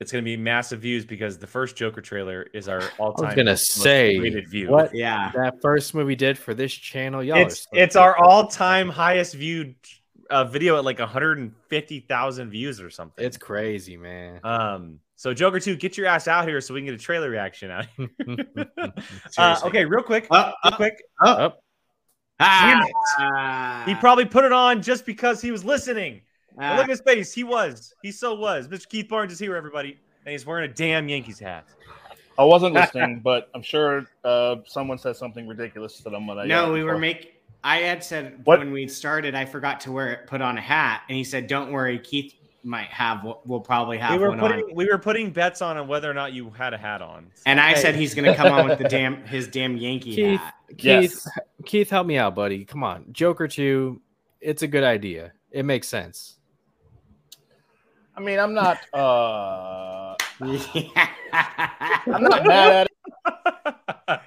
B: it's going to be massive views because the first Joker trailer is our
G: I
B: all-time
G: was gonna
B: most
G: say
B: rated view.
G: what
H: yeah.
G: that first movie did for this channel. Y'all, are
B: It's
G: so
B: it's our
G: stupid.
B: all-time highest viewed uh, video at like 150,000 views or something.
G: It's crazy, man.
B: Um, so Joker 2, get your ass out here so we can get a trailer reaction out.
E: <laughs>
B: uh,
H: Seriously.
B: okay, real quick,
H: Oh,
B: real
H: oh,
B: quick.
H: ah,
B: Damn
E: uh.
B: He probably put it on just because he was listening. But
H: ah.
B: Look at his face. He was. He so was. Mr. Keith Barnes is here, everybody, and he's wearing a damn Yankees hat.
E: I wasn't listening, <laughs> but I'm sure uh, someone said something ridiculous that I'm gonna.
H: No,
E: yell
H: we were
E: for.
H: make. I had said
E: What?
H: when we started, I forgot to wear it, put on a hat, and he said, "Don't worry, Keith might have. We'll, we'll probably have
B: We were
H: one on."
B: putting we were putting bets on on whether or not you had a hat on. <laughs>
H: And I said he's going to come on with the damn his damn Yankee
G: Keith.
H: hat.
G: Keith,
E: Yes.
G: Keith, help me out, buddy. Come on, Joker two. It's a good idea. It makes sense.
E: I mean, I'm not. Uh, I'm not mad at it.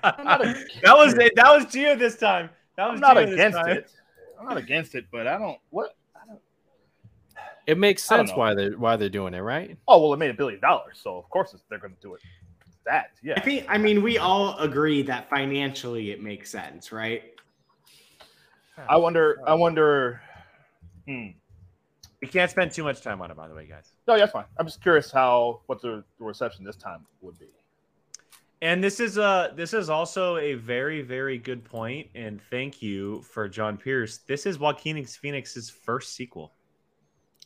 E: I'm not against,
B: That was it. That was Gio this time. That was
E: I'm not
B: Gio this
E: against
B: time.
E: it. I'm not against it, but I don't. What?
G: It makes
E: I don't
G: sense
E: know.
G: why they are why they're doing it, right?
E: Oh well, it made a billion dollars, so of course it's, they're going to do it. That
H: <laughs> I
E: yeah.
H: think. I mean, we all agree that financially it makes sense, right?
E: I wonder. I wonder. Hmm.
B: We can't spend too much time on it, by the way, guys.
E: No, yeah, that's fine. I'm just curious how what the, the reception this time would be.
B: And this is a this is also a very very good point, and thank you for John Pierce. This is Joaquin Phoenix's first sequel.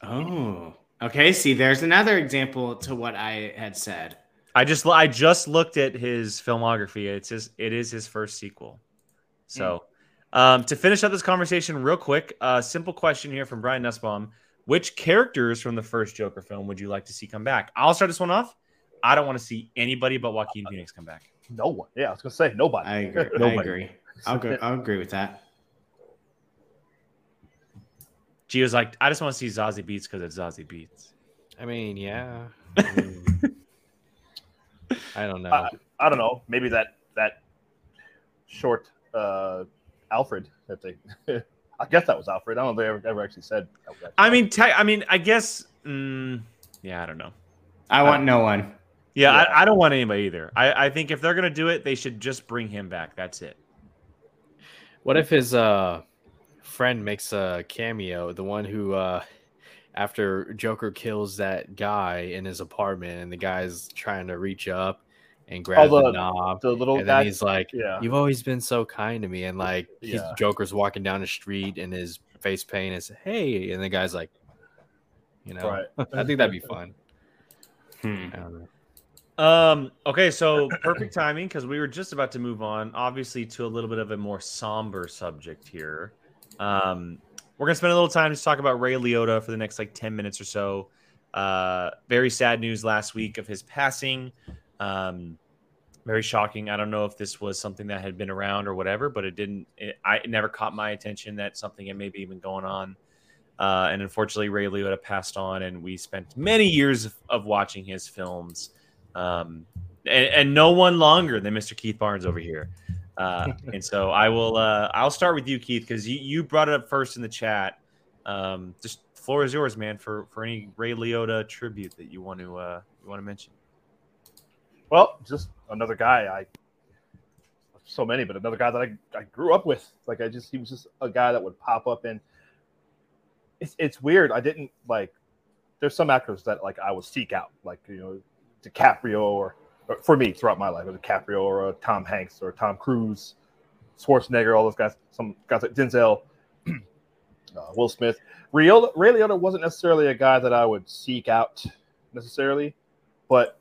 H: Oh, okay. See, there's another example to what I had said.
B: I just I just looked at his filmography. It's his it is his first sequel. So, um, to finish up this conversation real quick, a uh, simple question here from Brian Nussbaum: Which characters from the first Joker film would you like to see come back? I'll start this one off. I don't want to see anybody but Joaquin Phoenix come back.
E: No one. Yeah, I was going to say nobody.
H: I agree. I
E: Nobody.
H: agree. I'll go. I'll agree with that.
B: Gio's like, I just want to see Zazie Beats because it's Zazie Beats.
G: I mean, yeah. I,
E: <laughs>
G: mean, I don't know.
E: I don't know. Maybe that that short uh, Alfred that they. <laughs> I guess that was Alfred. I don't know if they ever, ever actually said. That was actually
B: I mean, te- I mean, I guess. Mm, yeah, I don't know.
H: I want no one.
B: Yeah,
E: Yeah.
B: I, I don't want anybody either. I, I think if they're gonna do it, they should just bring him back. That's it.
G: What if his uh friend makes a cameo? The one who uh after Joker kills that guy in his apartment, and the guy's trying to reach up and grab the,
E: the-
G: knob,
E: the little
G: and then
E: guy.
G: he's like,
E: yeah.
G: "You've always been so kind to me," and like he's
E: Yeah.
G: Joker's walking down the street, and his face paint is, "Hey," and the guy's like, "You know,
E: Right.
G: <laughs> I think that'd be fun."
H: Hmm.
G: I don't know.
B: Um, okay, so perfect timing because we were just about to move on, obviously, to a little bit of a more somber subject here. Um, we're gonna spend a little time just talk about Ray Liotta for the next like 10 minutes or so. Uh, very sad news last week of his passing. Um, very shocking. I don't know if this was something that had been around or whatever, but it didn't, it, I, it never caught my attention that something had maybe even going on. Uh, and unfortunately, Ray Liotta passed on, and we spent many years of, of watching his films um, and, and no one longer than Mr. Keith Barnes over here. Uh, and so I will. Uh, I'll start with you, Keith, because you, you brought it up first in the chat. Um, just floor is yours, man. For for any Ray Liotta tribute that you want to uh, you want to mention.
E: Well, just another guy. I so many, but another guy that I, I grew up with. Like I just he was just a guy that would pop up and it's it's weird. I didn't like. There's some actors that like I would seek out, like you know, DiCaprio or, or for me throughout my life, a DiCaprio or a Tom Hanks or Tom Cruise, Schwarzenegger, all those guys. Some guys like Denzel, <clears throat> uh, Will Smith. Real, Ray Liotta wasn't necessarily a guy that I would seek out necessarily, but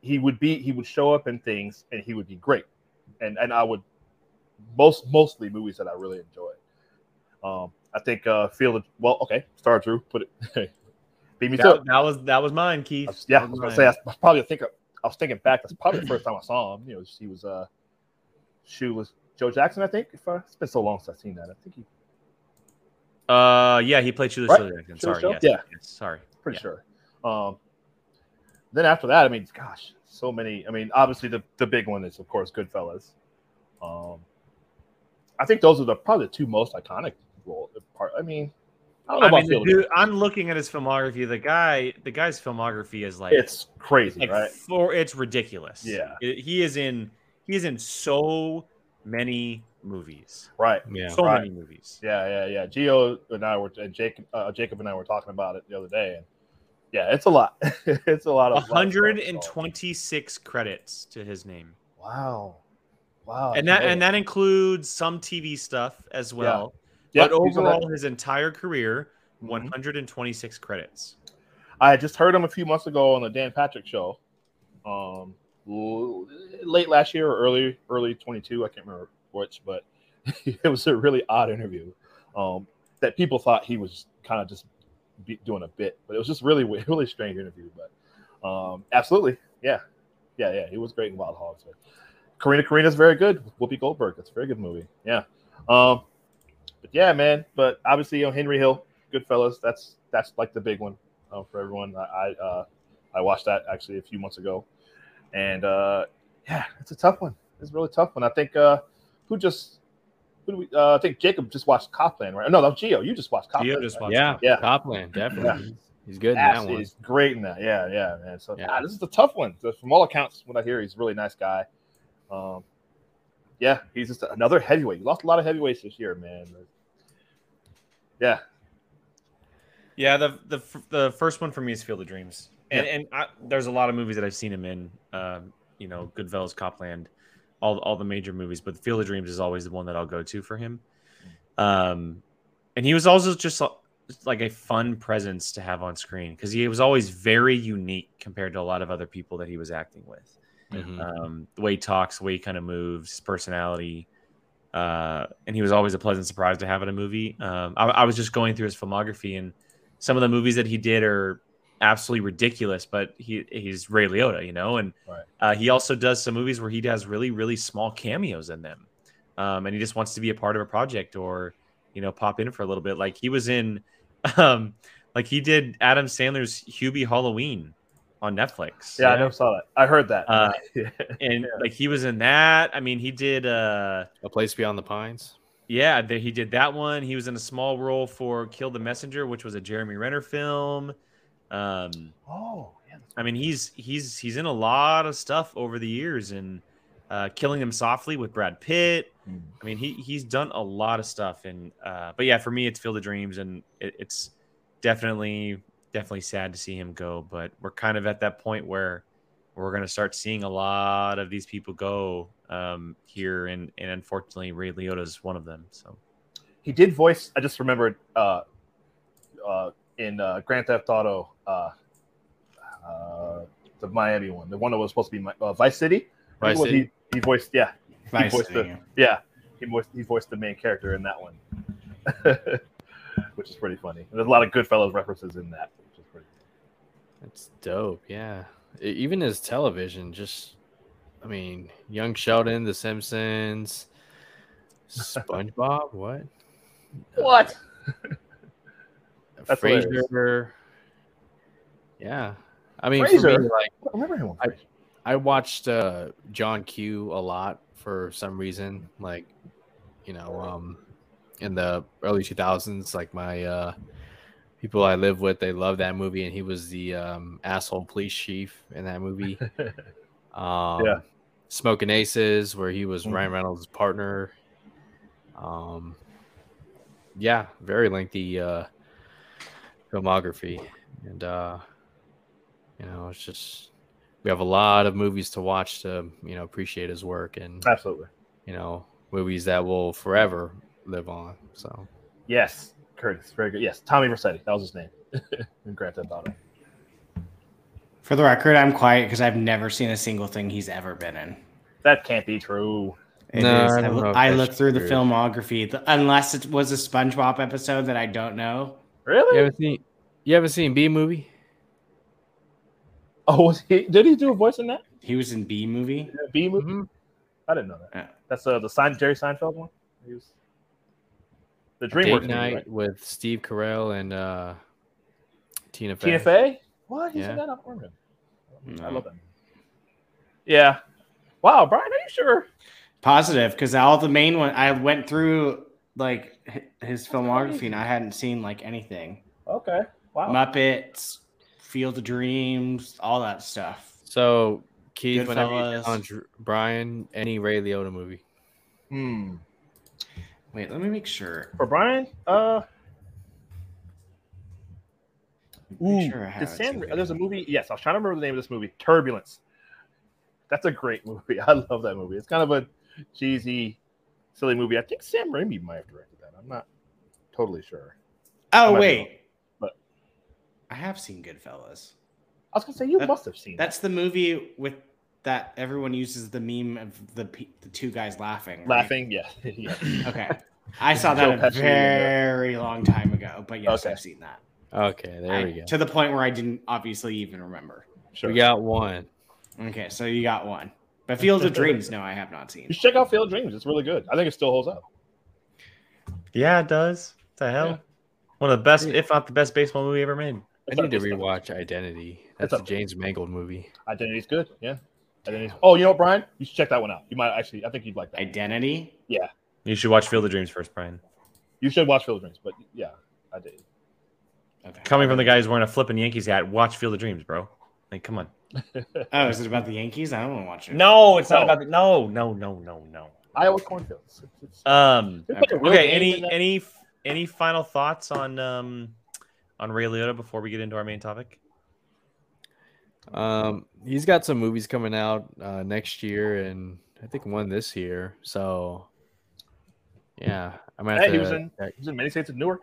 E: he would be he would show up in things and he would be great and and i would most mostly movies that i really enjoy um i think uh field of well okay star drew put it <laughs> beat me to it
B: That, that was that was mine, Keith.
E: I was- yeah
B: That
E: i was
B: was
E: gonna
B: mine.
E: say that's probably I think i was thinking back that's probably the first time i saw him you know he was uh shoeless joe jackson i think if I, it's been so long since i've seen that i think he
B: Uh, yeah, he played Shoeless
E: Right?
B: Joe Jackson.
E: Shoeless
B: Sorry,
E: Joe?
B: yes,
E: Yeah.
B: yes, sorry.
E: pretty
B: Yeah.
E: sure. Um, then after that, I mean, gosh, so many. I mean, obviously the the big one is of course Goodfellas. Um, I think those are the probably the two most iconic role part. I mean, I don't know
B: I
E: about
B: mean, the
E: Field of
B: dude, I'm looking at his filmography. The guy, the guy's filmography is like
E: It's crazy,
B: like
E: right?
B: four it's ridiculous
E: Yeah.
B: It- he is in he is in so many movies
E: Right.
G: Yeah.
B: so
E: Right.
B: many movies
E: Yeah, yeah, yeah. Geo and I were and Jacob, uh, Jacob and I were talking about it the other day, and yeah, it's a lot. <laughs> it's a lot of a lot of stuff.
B: 126 credits to his name
E: Wow, wow,
B: and that and that includes some tv stuff as well
E: Oh, Yeah,
B: but
E: he's on that- Mm-hmm.
B: overall his entire career 126 credits
E: I had just heard him a few months ago on the Dan Patrick show. Um, l- late last year or early early 22. I can't remember which, but <laughs> it was a really odd interview um, that people thought he was kind of just be, doing a bit, but it was just really <laughs> weird, really strange interview. But um, absolutely, yeah, yeah, yeah. He was great in Wild Hogs. But Karina Karina's very good. Whoopi Goldberg. That's a very good movie. Yeah. Um, but yeah, man. But obviously, you know, Henry Hill, Goodfellas. That's that's like the big one uh, for everyone. I I, uh, I watched that actually a few months ago, and uh, yeah, it's a tough one. It's a really tough one. I think uh, who just who do we? Uh, I think Jacob just watched Copland, right? No, that was Geo. You just watched Copland.
B: Geo just
E: right?
B: watched.
G: Yeah.
E: Yeah.
G: Copland, definitely. He's good in that
E: Ass
G: one.
E: is great in that. Yeah, yeah, man. So
G: Yeah.
E: ah, this is a tough one. So From all accounts, what I hear, he's a really nice guy. Um, yeah, he's just another heavyweight. He lost a lot of heavyweights this year, man. Yeah,
B: Yeah, the the f- the first one for me is Field of Dreams, and and I, there's a lot of movies that I've seen him in. Um, you know, Goodfellas, Copland, all all the major movies, but Field of Dreams is always the one that I'll go to for him. Um, and he was also just a- like a fun presence to have on screen because he was always very unique compared to a lot of other people that he was acting with.
E: Mm-hmm.
G: Mhm.
B: Um, the way he talks, the way he kind of moves, his personality. Uh, and he was always a pleasant surprise to have in a movie. Um, I, I was just going through his filmography, and some of the movies that he did are absolutely ridiculous. But he he's Ray Liotta, you know, and
E: Right.
B: uh, he also does some movies where he does really really small cameos in them, um, and he just wants to be a part of a project or you know pop in for a little bit. Like he was in, <laughs> um, like he did Adam Sandler's Hubie Halloween on Netflix.
E: yeah. I never saw that. I heard that.
B: Uh,
E: <laughs> yeah.
B: and like he was in that. I mean, he did. uh
G: A Place Beyond the Pines.
B: yeah, th- he did that one. He was in a small role for Kill the Messenger, which was a Jeremy Renner film. Um,
E: Oh, yeah.
B: I mean, he's he's he's in a lot of stuff over the years, and uh, Killing Him Softly with Brad Pitt.
E: Hmm.
B: I mean, he he's done a lot of stuff, and uh, but yeah, for me, it's Field of Dreams, and it, it's definitely definitely sad to see him go. But we're kind of at that point where we're going to start seeing a lot of these people go um, here, and and unfortunately, Ray Liotta is one of them. So.
E: He did voice. I just remembered uh, uh, in uh, Grand Theft Auto, uh, uh, the Miami one, the one that was supposed to be Mi- uh, Vice City.
G: Vice
E: He-
G: City.
E: He, voiced. Yeah,
H: Vice
E: voiced
H: City.
E: the- yeah. He voiced. He voiced the main character in that one, <laughs> which is pretty funny. And there's a lot of Goodfellas references in that. Which is pretty.
G: That's dope. Yeah. E- Even his television, just, I mean, Young Sheldon, The Simpsons, SpongeBob, what? <laughs>
E: What?
G: Uh,
E: That's hilarious.
G: Frasier. Yeah. I mean, for
E: Frasier?
G: me, like,
E: I remember him.
G: I- I watched uh, John Q a lot for some reason, like you know, um, in the early two thousands. Like my uh, people I live with, they love that movie, and he was the um, asshole police chief in that movie. um,
E: Yeah.
G: Smoking Aces, where he was
E: Mhm.
G: Ryan Reynolds' partner. Um, yeah, very lengthy uh, filmography, and uh, you know, it's just we have a lot of movies to watch to you know appreciate his work and
E: Absolutely.
G: you know movies that will forever live on. So
E: Yes, Curtis. Very good. Yes, Tommy Vercetti. That was his name. <laughs> in Grand Theft Auto.
H: For the record, I'm quiet because I've never seen a single thing he's ever been in.
E: That can't be true.
H: It is.
G: No, I
H: I,
G: don't know if
H: I
G: that's
H: looked through the
G: true.
H: filmography, th- unless it was a SpongeBob episode that I don't know.
E: Really?
G: you haven't seen you haven't seen B movie?
E: Oh, was he? Did he do a voice in that
H: He was in B movie.
E: B movie?
G: Mhm.
E: I didn't know that.
H: Yeah.
E: That's uh, the Sein- Jerry Seinfeld one. He was the DreamWorks
G: Date
E: movie,
G: Night
E: right?
G: with Steve Carell and uh, Tina Fey.
E: Tina Fey. What? He's
G: Yeah.
E: in that. I don't remember him. I
H: No.
E: love that. Yeah. Wow, Brian, are you sure?
H: Positive, because all the main one I went through like h- his filmography and I hadn't seen like anything.
E: Okay. Wow.
H: Muppets, Field of Dreams, all that stuff.
G: So Keith, whenever you
H: Goodfellas.
G: challenge Brian, any Ray Liotta movie.
E: Hmm.
H: Wait, let me make sure.
E: For Brian, uh,
H: Make sure I
E: Did
H: have it
E: Sam,
H: somewhere.
E: there's a movie. Yes, I was trying to remember the name of this movie. Turbulence. That's a great <laughs> movie. I love that movie. It's kind of a cheesy, silly movie. I think Sam Raimi might have directed that. I'm not totally sure. I might
H: Oh
E: be
H: wait,
E: wrong,
H: I have seen Goodfellas.
E: I was gonna say you
H: That-
E: must have seen that.
H: That's the movie with that everyone uses the meme of the pe- the two guys laughing. right?
E: Laughing, yeah. <laughs> yeah.
H: Okay, I saw that
E: Joe
H: a
E: Pesci, yeah.
H: very long time ago, but yes,
E: Okay.
H: I've seen that.
G: Okay, there
H: I-
G: we go.
H: To the point where I didn't obviously even remember.
E: Sure.
G: We got one.
H: Okay, so you got one. But Field of Dreams, no, I have not seen.
E: You should check out Field of Dreams. It's really good. I think it still holds up.
B: Yeah, it does. What the hell?
E: Yeah.
B: One of the best, if not the best, baseball movie ever made.
G: I need to
E: It's-
G: rewatch Identity.
E: It's
G: That's
E: a-
G: a James Mangold movie.
E: Identity's good. Yeah. Identity's. Oh, you know what, Brian? You should check that one out. You might actually. I think you'd like that.
H: Identity.
B: You should watch Field of Dreams first, Brian.
E: You should watch Field of Dreams. But yeah, I did.
H: Okay.
B: Coming from the guy who's wearing a flipping Yankees hat, watch Field of Dreams, bro. Like, come on.
H: Oh, is it about the Yankees? I don't want to watch it.
B: No, it's
E: No.
B: not about the, no, no, no, no, no.
E: Iowa cornfields. It's-
B: Um,
E: it's like a real
B: okay.
E: game
B: Any
E: in that-
B: any any final thoughts on um on Ray Liotta before we get into our main topic?
G: Um, he's got some movies coming out uh, next year, and I think one this year. So, yeah, I'm gonna have
E: Hey, he was
G: to
E: in-
G: check-
E: He's in many states of Newark.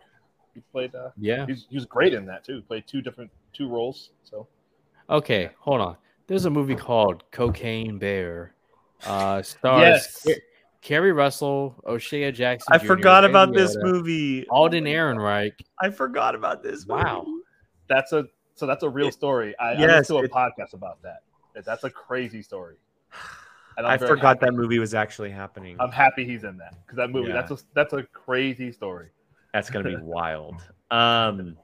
E: He played. Uh,
G: Yeah.
E: he's, he was great in that too. He played two different two roles. So
G: Okay, hold on. There's a movie called Cocaine Bear.
B: <laughs>
G: Uh, stars
E: Yes.
G: Car- Carrie Russell, O'Shea Jackson.
B: I
G: Jr.,
B: forgot
G: Ray
B: about this
G: Liotta,
B: movie.
G: Alden Ehrenreich.
B: I forgot about this.
G: Wow.
B: movie.
E: that's a so that's a real story. I, I
B: Yes,
E: listened to a
B: it-
E: podcast about that. That's a crazy story. And I'm
B: I
E: very
B: forgot
E: happy-
B: that movie was actually happening.
E: I'm happy he's in that because that movie
B: Yeah.
E: that's a that's a crazy story.
B: That's gonna be wild. Um,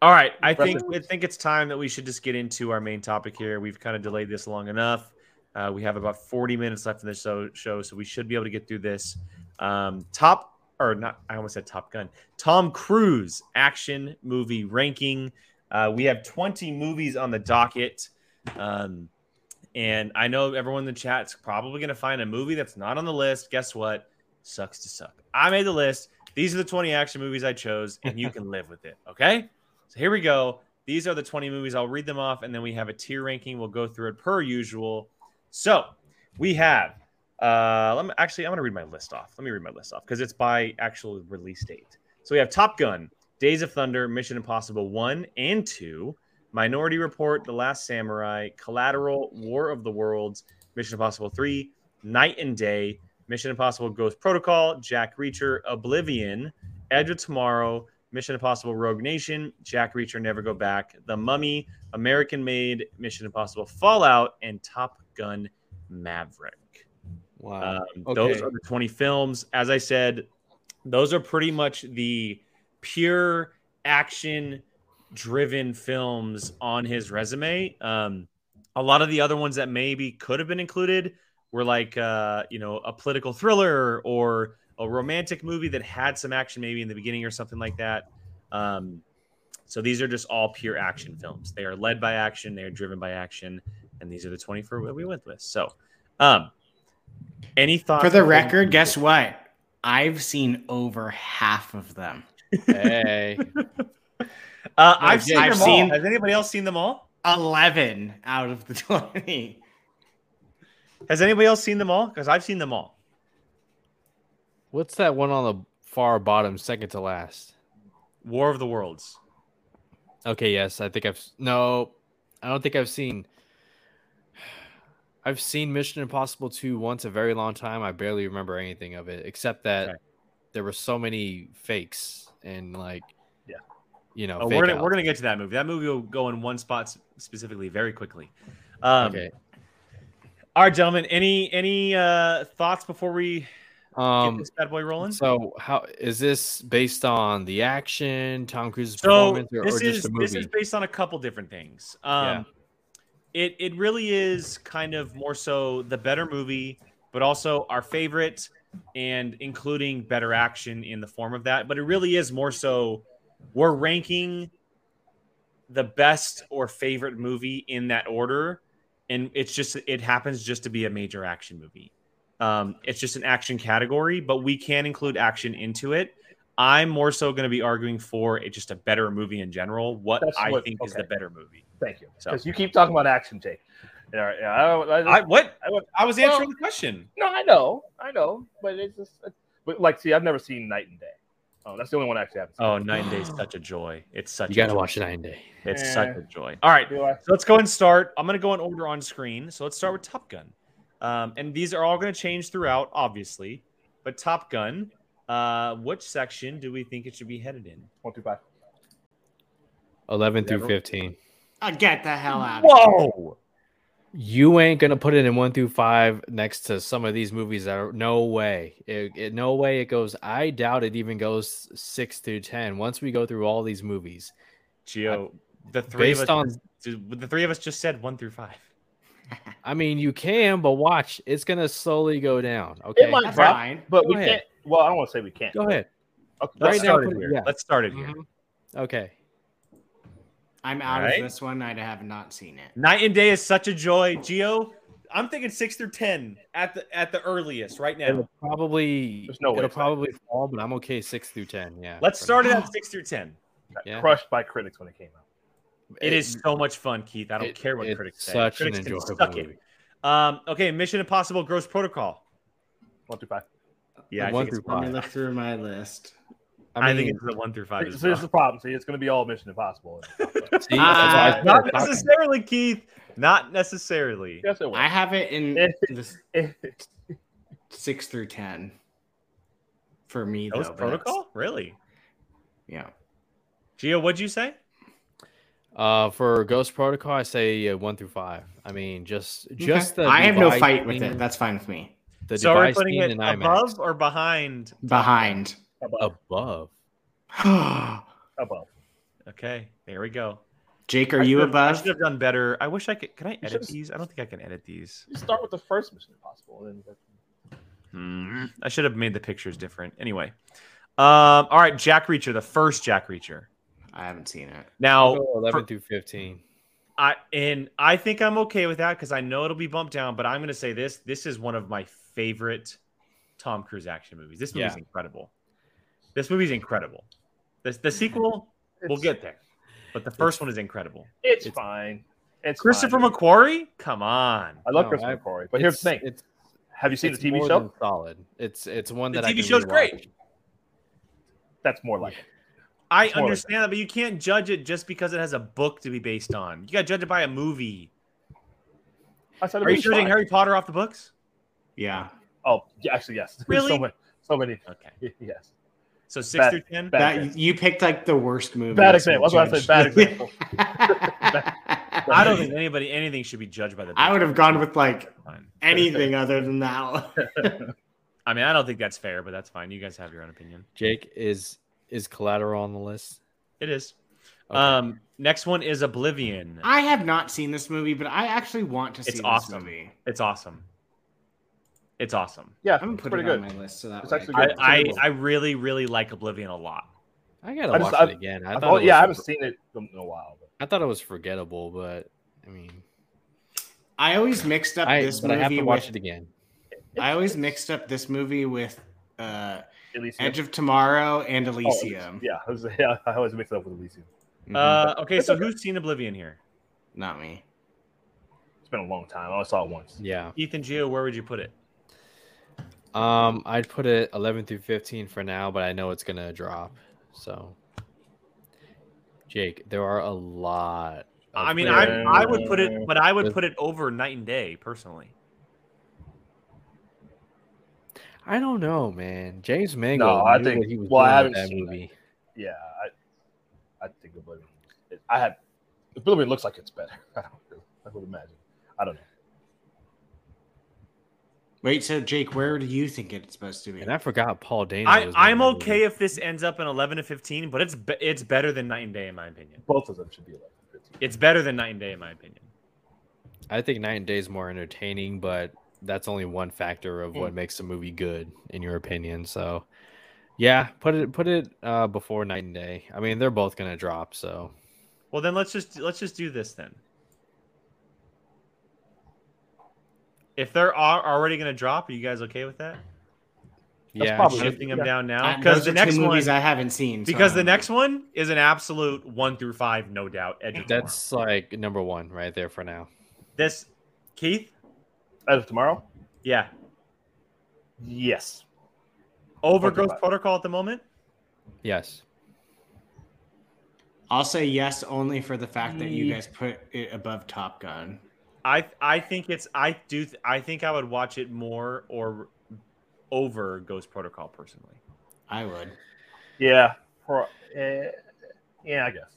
B: all right, I think I
E: Impressive.
B: think it's time that we should just get into our main topic here. We've kind of delayed this long enough. Uh, we have about 40 minutes left in this show, show, so we should be able to get through this. Um, top or not? I almost said Top Gun. Tom Cruise action movie ranking. Uh, we have 20 movies on the docket. Um, and I know everyone in the chat's probably going to find a movie that's not on the list. Guess what? Sucks to suck. I made the list. These are the 20 action movies I chose, and you can live with it. Okay. So here we go. These are the 20 movies. I'll read them off, and then we have a tier ranking. We'll go through it per usual. So we have, uh, let me actually, I'm going to read my list off. Let me read my list off because it's by actual release date. So we have Top Gun, Days of Thunder, Mission Impossible 1 and 2, Minority Report, The Last Samurai, Collateral, War of the Worlds, Mission Impossible 3, Night and Day, Mission Impossible Ghost Protocol, Jack Reacher, Oblivion, Edge of Tomorrow, Mission Impossible Rogue Nation, Jack Reacher Never Go Back, The Mummy, American Made, Mission Impossible Fallout, and Top Gun Maverick. <laughs>
G: Wow.
B: Um,
G: okay.
B: Those are the 20 films. As I said, those are pretty much the pure action driven films on his resume. Um, a lot of the other ones that maybe could have been included were like, uh, you know, a political thriller or a romantic movie that had some action maybe in the beginning or something like that. Um, so these are just all pure action films. They are led by action, they are driven by action, and these are the 24 that we went with. So, um, any thoughts
H: For the record, guess what? I've seen over half of them.
G: hey,
B: Uh, I've
G: Jake,
B: seen.
H: I've
B: them all.
H: seen-
B: Has anybody else seen them all?
H: Eleven out of the <laughs> twenty.
B: Has anybody else seen them all? Because I've seen them all.
G: what's that one on the far bottom, second to last?
B: War of the Worlds.
G: Okay, yes, I think I've s- no, I don't think I've seen. I've seen Mission Impossible 2 once a very long time. I barely remember anything of it except that
B: Okay.
G: there were so many fakes and like
E: Yeah.
G: You know,
B: Oh,
G: fake
B: we're gonna we're
G: outs.
B: gonna get to that movie. That movie will go in one spot s- specifically very quickly. Um,
G: okay.
B: All right, gentlemen. Any any uh, thoughts before we get
G: Um
B: this bad boy rolling?
G: so how is this based on the action, Tom Cruise's
B: So
G: performance or,
B: this
G: or
B: is
G: just the
B: this is
G: movie?
B: based on a couple different things. Um, It it really is kind of more so the better movie, but also our favorite, and including better action in the form of that. But it really is more so we're ranking the best or favorite movie in that order, and it's just it happens just to be a major action movie. Um, it's just an action category, but we can include action into it. I'm more so going to be arguing for it just a better movie in general. What
E: That's
B: I
E: what-
B: think is
E: okay.
B: the better movie.
E: Thank you.
B: So-
E: Because you keep talking about action, Jake. All right. Yeah, I don't, I,
B: I
E: just-
B: what
E: I would-
B: I was
E: well-
B: answering the question.
E: uh, no, I know, I know, but it's just, but like, see, I've never seen Night and Day. Oh, that's the only one I actually haven't seen.
B: Oh, Nine Days, such a joy. It's such.
G: You
B: a
G: gotta
B: joy.
G: watch Nine Day.
B: It's
E: Eh.
B: such a joy. All right,
E: Do I?
B: so let's go and start. I'm gonna go in order on screen. So let's start with Top Gun, um, and these are all gonna change throughout, obviously. But Top Gun, uh, which section do we think it should be headed in?
E: One, two, five.
G: Eleven through
B: Never-
G: fifteen.
H: Uh, get the hell out of here.
B: Whoa!
G: You ain't gonna put it in one through five next to some of these movies that are no way. It, it- no way it goes. I doubt it even goes six through ten. Once we go through all these movies,
B: Geo, the three of us.
G: based on
B: the three of us just said one through five.
G: I mean, you can, but watch, it's gonna slowly go down. Okay,
E: might-
H: That's
E: Drop.
H: fine.
E: But
G: Go
E: we
G: ahead.
E: can't. Well, I don't want to say we can't.
G: go ahead.
E: Okay,
B: Let's
G: Right now,
B: start it
G: put-
B: here. Mm-hmm.
G: yeah.
B: Let's start it here.
H: Mhm.
G: Okay,
H: I'm out
B: Alright.
H: of this one. I have not seen it.
B: Night and day is such a joy, Geo. I'm thinking six through ten at the at the earliest right now.
G: it'll probably
E: There's no way
G: it'll
E: it's that
G: probably fall, but I'm okay six through ten. Yeah,
B: Let's
G: for
B: start
G: now.
B: it at six through ten.
E: got
G: yeah.
E: Crushed by critics when it came out.
B: It is so much fun, Keith. I don't
G: it-
B: care what
G: it's
B: critics say.
G: Such
B: critics
G: an
B: can
G: enjoyable
B: suck it.
G: movie.
B: Um, okay, Mission Impossible: Gross Protocol.
E: One, two, five.
B: Yeah, I
G: One
B: think, it's
G: through
H: Let me
B: one.
H: look through my list.
G: I
B: I,
G: mean,
B: think it's the one through five.
E: So
B: As
E: this is the
B: well.
E: problem. See, it's going to be all Mission
G: <laughs>
E: Impossible.
G: see, that's why I
B: Not
G: said Top Gun.
B: necessarily, Keith. Not necessarily.
E: yes, it will.
H: I
E: <laughs>
H: have it in the s-
E: It's
H: six through ten. For me,
B: Ghost
H: though, but that's-
B: Protocol, really?
H: Yeah.
B: Geo, what'd you say?
G: Uh, for Ghost Protocol, I say uh, one through five. I mean, just just
H: Okay.
G: the
H: I have no
G: Dubai
H: fight with
G: scene-
H: it. That's fine with me.
G: The
B: so are we
G: Dubai
B: putting
G: scene
B: it
G: in
B: above
G: IMAX.
B: or behind?
H: Behind. <gasps>
G: Oh. above.
E: above.
B: Okay, there we go.
H: Jake, are
B: I
H: you
B: should've- I
H: above?
B: should have done better. I wish I could. Can I edit
E: should've-
B: these? I don't think I can edit these.
E: You start with the first Mission Impossible, and then
G: Mm-hmm.
B: I should have made the pictures different. Anyway, um, all right, Jack Reacher, the first Jack Reacher.
H: I haven't seen it.
B: Now,
G: Go Oh, eleven
B: Oh, for-
G: through fifteen.
B: I and I think I'm okay with that because I know it'll be bumped down. But I'm going to say this: this is one of my favorite Tom Cruise action movies. This movie's
G: Yeah.
B: incredible. This movie's incredible. This the sequel
E: it's,
B: we'll get there, but the first one is incredible.
E: It's,
G: It's-
E: fine. It's
B: Christopher
E: fine.
B: McQuarrie, come on.
E: I love
G: No,
E: Christopher
G: I-
E: McQuarrie, but here's the
G: It's-
E: thing:
G: It's,
E: Have you seen the
G: it's
E: TV
G: more
E: show?
G: than solid. It's it's one
B: The
G: that I
B: TV
G: can
B: show's great.
G: rewatch.
E: That's more like it.
B: I
E: It's more like
B: understand that, but you can't judge it just because it has a book to be based on. You got to judge it by a movie.
E: I said it
B: Are you
E: was
B: judging
E: fine.
B: Harry Potter off the books?
H: Yeah.
E: Oh, yeah, actually, yes. <laughs>
B: Really?
E: so many, so many. <laughs>
B: Okay.
E: Yes.
B: So six
E: Bad-
B: through ten.
E: Bad
H: That
E: example.
H: you picked like the worst movie.
E: Bad example. That's what I said. Bad example.
B: I don't think anybody anything should be judged by the.
H: <laughs> I would have gone with like
B: That's fine.
H: anything other than that. one.
B: I mean, I don't think that's fair, but that's fine. You guys have your own opinion.
G: Jake is is Collateral on the list.
B: It is.
G: Okay.
B: Um, next one is Oblivion.
H: I have not seen this movie, but I actually want to see
B: It's
H: this
B: awesome.
H: movie.
B: it's awesome. It's awesome.
E: Yeah,
H: I'm gonna
E: it's
H: put
E: pretty
H: it on
E: good.
H: my list so that
E: It's
H: way
E: actually
H: I,
B: I,
E: good.
B: I, I really really like Oblivion a lot.
G: I gotta
E: I
G: watch
E: just-
G: it
E: I've-
G: again. I
E: I've
G: thought
E: al-
G: it
E: yeah, I
G: was,
E: haven't seen it in a while. But
G: I thought it was forgettable, but I mean,
H: I always mixed up
G: I,
H: this
G: but I
H: movie
G: have to watch
H: with
G: it again.
H: I always mixed up this movie with uh,
E: at least Oh,
H: Edge of Tomorrow and Elysium.
E: yeah, I, was, yeah, <laughs> I always mix it up with Elysium.
H: Mhm.
B: Uh, okay, so who's seen Oblivion here?
H: Not me.
E: It's been a long time. I only saw it once.
G: Yeah.
B: Ethan Geo, where would you put it?
G: Um, I'd put it 11 through 15 for now, but I know it's gonna drop. So, Jake, there are a lot. of
B: I mean,
G: great
B: I
E: Yeah.
B: I would put it, but I would
G: With-
B: put it over Night and Day personally.
G: I don't know, man. James Mangold.
E: No, I
G: knew
E: think-
G: what he was
E: well, I
G: doing with
E: haven't
G: that
E: seen
G: movie.
E: Yeah, I, I think Oblivion. It, I had Oblivion looks like it's better. <laughs> I don't. know. I would imagine. I don't know.
H: Wait, so Jake, where do you think it's supposed to be?
G: And I forgot Paul Dana.
B: I
G: was in
B: I'm
G: that
B: okay
G: movie.
B: if this ends up in 11 to 15, but it's be- it's better than Night and Day in my opinion.
E: Both of them should be like. 15.
B: It's better than Night and Day in my opinion.
G: I think Nine Days more entertaining, but that's only one factor of what makes a movie good, in your opinion. So, yeah, put it put it uh, before Night and Day. I mean, they're both gonna drop. So,
B: Well, then let's just let's just do this then. If they're al- already going to drop, are you guys okay with that?
G: yeah,
E: probably-
B: Shifting them
E: Yeah.
B: down now
H: I-
B: because
H: Uh, those
B: the
H: are two
B: next one
H: movies I haven't seen. so
B: because
H: I
B: the
H: don't know.
B: next one is an absolute one through five, no doubt. Edge of Tomorrow.
G: that's like number one right there for now.
B: this, Keith.
E: Edge of Tomorrow.
B: Yeah,
E: Yes.
B: over
E: One through
B: Ghost
E: five.
B: Protocol at the moment.
G: Yes.
H: I'll say yes only for the fact that you guys put it above Top Gun.
B: I I think it's I do th- I think I would watch it more or over Ghost Protocol personally.
H: I would.
E: Yeah. Pro- eh, yeah, I guess.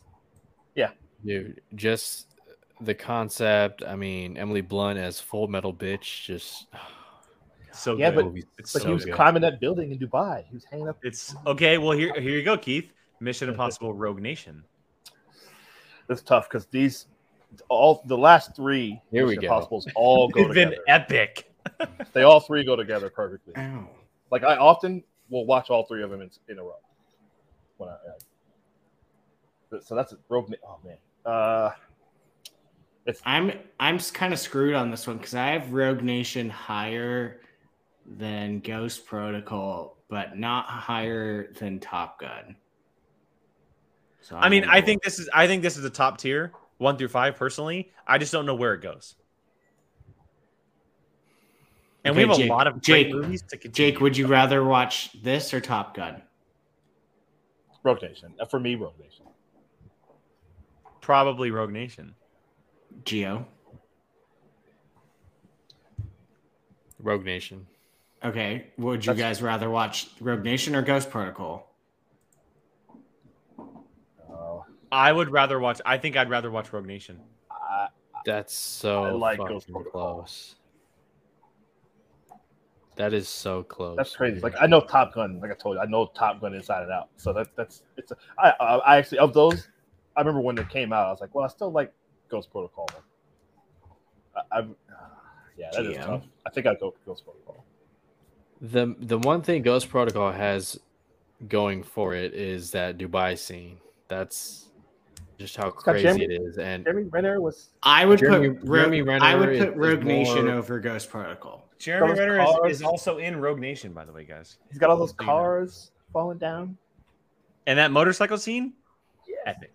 G: Dude, just the concept. I mean, Emily Blunt as Full Metal Bitch. Just
B: So
E: Yeah,
B: good.
E: but-
G: movie's
B: it's
E: But
B: so
E: he was
B: good.
E: climbing that building in Dubai. He was hanging up.
B: It's okay. Well, here here you go, Keith. Mission Impossible Rogue Nation.
E: It's tough because these, all the last three
G: Here we
E: Mission
G: go.
E: Impossibles
B: <laughs>
E: all go
B: It's been
E: together.
B: epic.
E: They all three go together perfectly.
H: Ow.
E: Like I often will watch all three of them in, in a row. When I, I- so that's a rogue. Na- Oh man, uh,
H: I'm I'm kind of screwed on this one because I have Rogue Nation higher than Ghost Protocol, but not higher than Top Gun. So
B: I mean,
H: I'm
B: I think this is I think this is a top tier one through five personally. I just don't know where it goes. And we
H: Okay,
B: have
H: Jake-
B: a lot of great
H: Jake-
B: movies to continue.
H: Jake, would you rather watch this or Top Gun?
E: Rogue Nation Uh, for me, Rogue Nation.
B: probably Rogue Nation.
H: Geo.
G: Rogue Nation.
H: Okay. Would you guys rather watch Rogue Nation or Ghost Protocol?
E: Uh,
B: I would rather watch. I think I'd rather watch Rogue Nation.
E: I,
G: That's so
E: I like Ghost
G: fucking
E: Protocol.
G: close. That is so close.
E: that's crazy.
G: dude.
E: Like I know Top Gun. Like I told you, I know Top Gun inside and out. So that that's it's. A, I I I actually of those, I remember when it came out. I was like, well, I still like Ghost Protocol. I, I'm, yeah, that is
H: GM.
E: tough. I think I go Ghost Protocol.
G: the the one thing Ghost Protocol has going for it is that Dubai scene. That's just how
E: got
G: crazy
E: Jeremy-
G: it is, and
E: Jeremy Renner was
H: I would
G: Jeremy-
H: put Rogue,
G: Jeremy Renner
H: I would
G: is-
H: put
G: is
H: Rogue Nation
G: more-
H: over Ghost Protocol.
B: Jeremy
E: Those
B: Renner is,
E: cars-
B: is also in Rogue Nation, by the way, guys.
E: He's got all those
B: Big
E: cars falling down.
B: And that motorcycle scene, epic,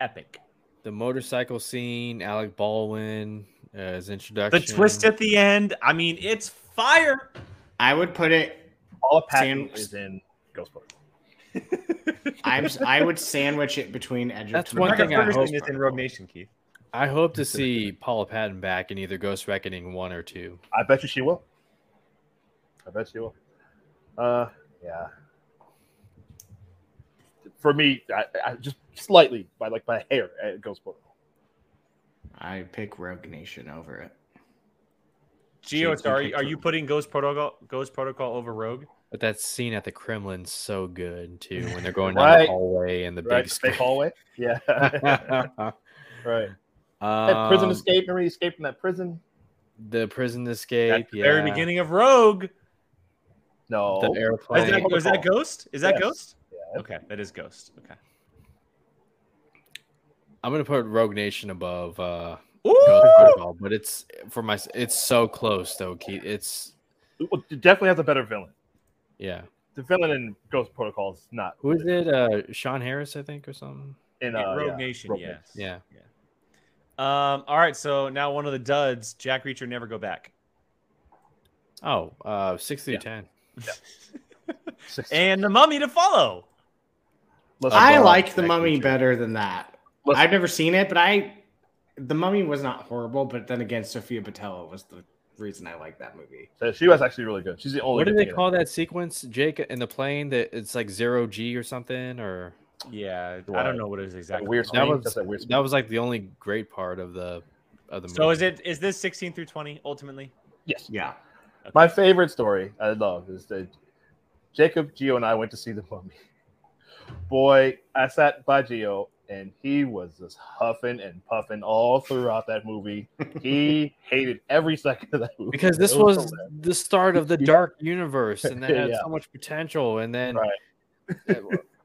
B: epic.
G: the motorcycle scene, Alec Baldwin, uh, his
B: The
G: introduction,
B: twist at the end. I mean, it's fire.
H: I would put it.
E: All of Patton
H: Sam-
E: is in Ghost Protocol.
H: I'm. I would sandwich it between Edge
G: That's
H: of
G: one
H: Tomorrow.
G: thing I hope-
B: is in Rogue Nation, Keith.
G: I hope to see Paula Patton back in either Ghost Reckoning one or two.
E: I bet you she will. I bet she will. Uh, yeah. For me, I, I just slightly by like by a hair uh, at Ghost Protocol.
H: I pick Rogue Nation over it.
B: Geo,
G: Jake, you
B: are,
G: picked
B: are you
G: Rogue.
B: putting Ghost Protocol Ghost Protocol over Rogue?
G: But that scene at the Kremlin's so good too, when they're going down the
E: Right.
G: hallway and the
E: Right,
G: big
E: the fake hallway.
G: <laughs>
E: Yeah, <laughs>
G: um,
E: right. That prison escape. Remember, he escaped from that prison.
G: the prison escape,
B: At the very
G: yeah.
B: beginning of Rogue.
E: No,
G: the airplane.
B: Is that, was that Ghost? Is that
E: Yes.
B: Ghost?
E: Yeah.
B: Okay, that is Ghost. Okay.
G: I'm gonna put Rogue Nation above uh, Ghost
B: Ooh!
G: Protocol, but it's for my. It's so close though, Keith. It's
E: Well, it definitely has a better villain.
G: yeah.
E: The villain in Ghost Protocol is not
G: Who is it? Uh, Sean Harris, I think, or something.
E: in uh,
B: Rogue
E: yeah,
B: Nation,
E: Rogue
B: yes.
G: Yeah.
B: Um, all right, so now one of the duds, Jack Reacher never go back.
G: Oh, uh, six through ten.
E: Nation.
B: And the mummy to follow.
E: Let's
H: I
E: go.
H: like the
G: Jack
H: Mummy
G: Reacher.
H: better than that.
E: Let's-
H: I've never seen it, but I. The Mummy was not horrible, but then again, Sophia Boutella was the reason I like that movie.
E: So she was actually really good. She's the only.
G: What do
E: good
G: they
E: thing in it.
G: call that sequence, Jake, in the plane? That it's like zero G or something, or
B: Yeah, I
E: Right.
B: don't know what it is
E: That
B: exactly.
E: weird
B: called.
G: That
E: swing.
G: was-
E: That's that weird swing.
G: that was like the only great part of the of the movie.
B: So is it is this 16 through 20 ultimately?
E: Yes.
H: Yeah.
E: My favorite story I love is that Jacob, Geo, and I went to see the mummy. Boy, I sat by Geo and he was just huffing and puffing all throughout that movie. He hated every second of that movie.
G: Because this
E: It
G: was,
E: hilarious.
G: the start of the dark universe,
B: <laughs>
G: and that had
E: Yeah.
G: so much potential. And then,
E: Right.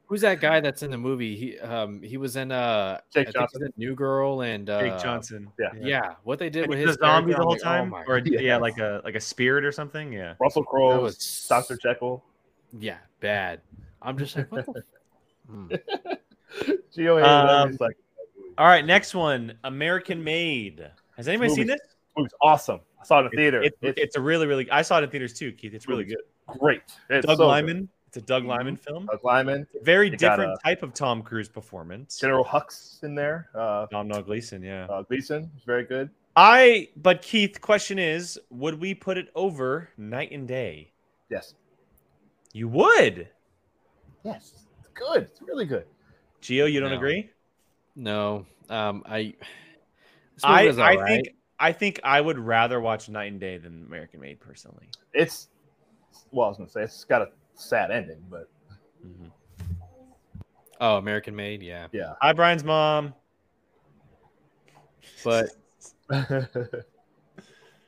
G: who's <laughs> that guy that's in the movie? He um he was in uh I
E: Jake
G: think
E: Johnson.
G: he's in New Girl and uh,
B: Jake Johnson.
E: yeah.
G: Yeah. what they did
B: And
G: with
B: he's
G: his
B: a zombie the
G: character, I'm
B: whole
G: like, oh
B: time,
G: my
B: or
G: God.
B: yeah, like a like a spirit or something. Yeah.
E: Russell
G: That
E: Crowe,
B: <laughs>
G: was-
E: Dr. Jekyll.
G: yeah, bad. I'm just like, what the? f- <laughs> Hmm.
E: Geo hated
B: Um,
E: every second.
B: All right, next one, American Made. Has anybody seen
E: Movie.
B: this?
E: It was awesome. I saw it in the theater.
B: It-
E: it's
B: it's a really, really. I saw it in theaters too, Keith. It's really good.
E: great. It's
B: Doug
E: so good.
B: Lyman, It's a Doug Lyman film.
E: Doug Lyman,
B: Very
E: They got uh,
B: different type of Tom Cruise performance.
E: General Hux in there. Uh,
B: Domhnall Gleeson, yeah.
E: uh, Gleason was very good.
B: I but Keith, question is, would we put it over night and day?
E: Yes,
B: You would.
E: yes, it's good. It's really good.
B: Geo, you don't
G: No.
B: agree?
G: No, um, I. this
B: I,
G: movie was
B: I
G: alright.
B: think I think I would rather watch Night and Day than American Made personally.
E: It's well, I was gonna say it's got a sad ending, but Mm-hmm.
G: Oh, American Made, yeah,
E: yeah.
B: Hi, Brian's mom.
G: but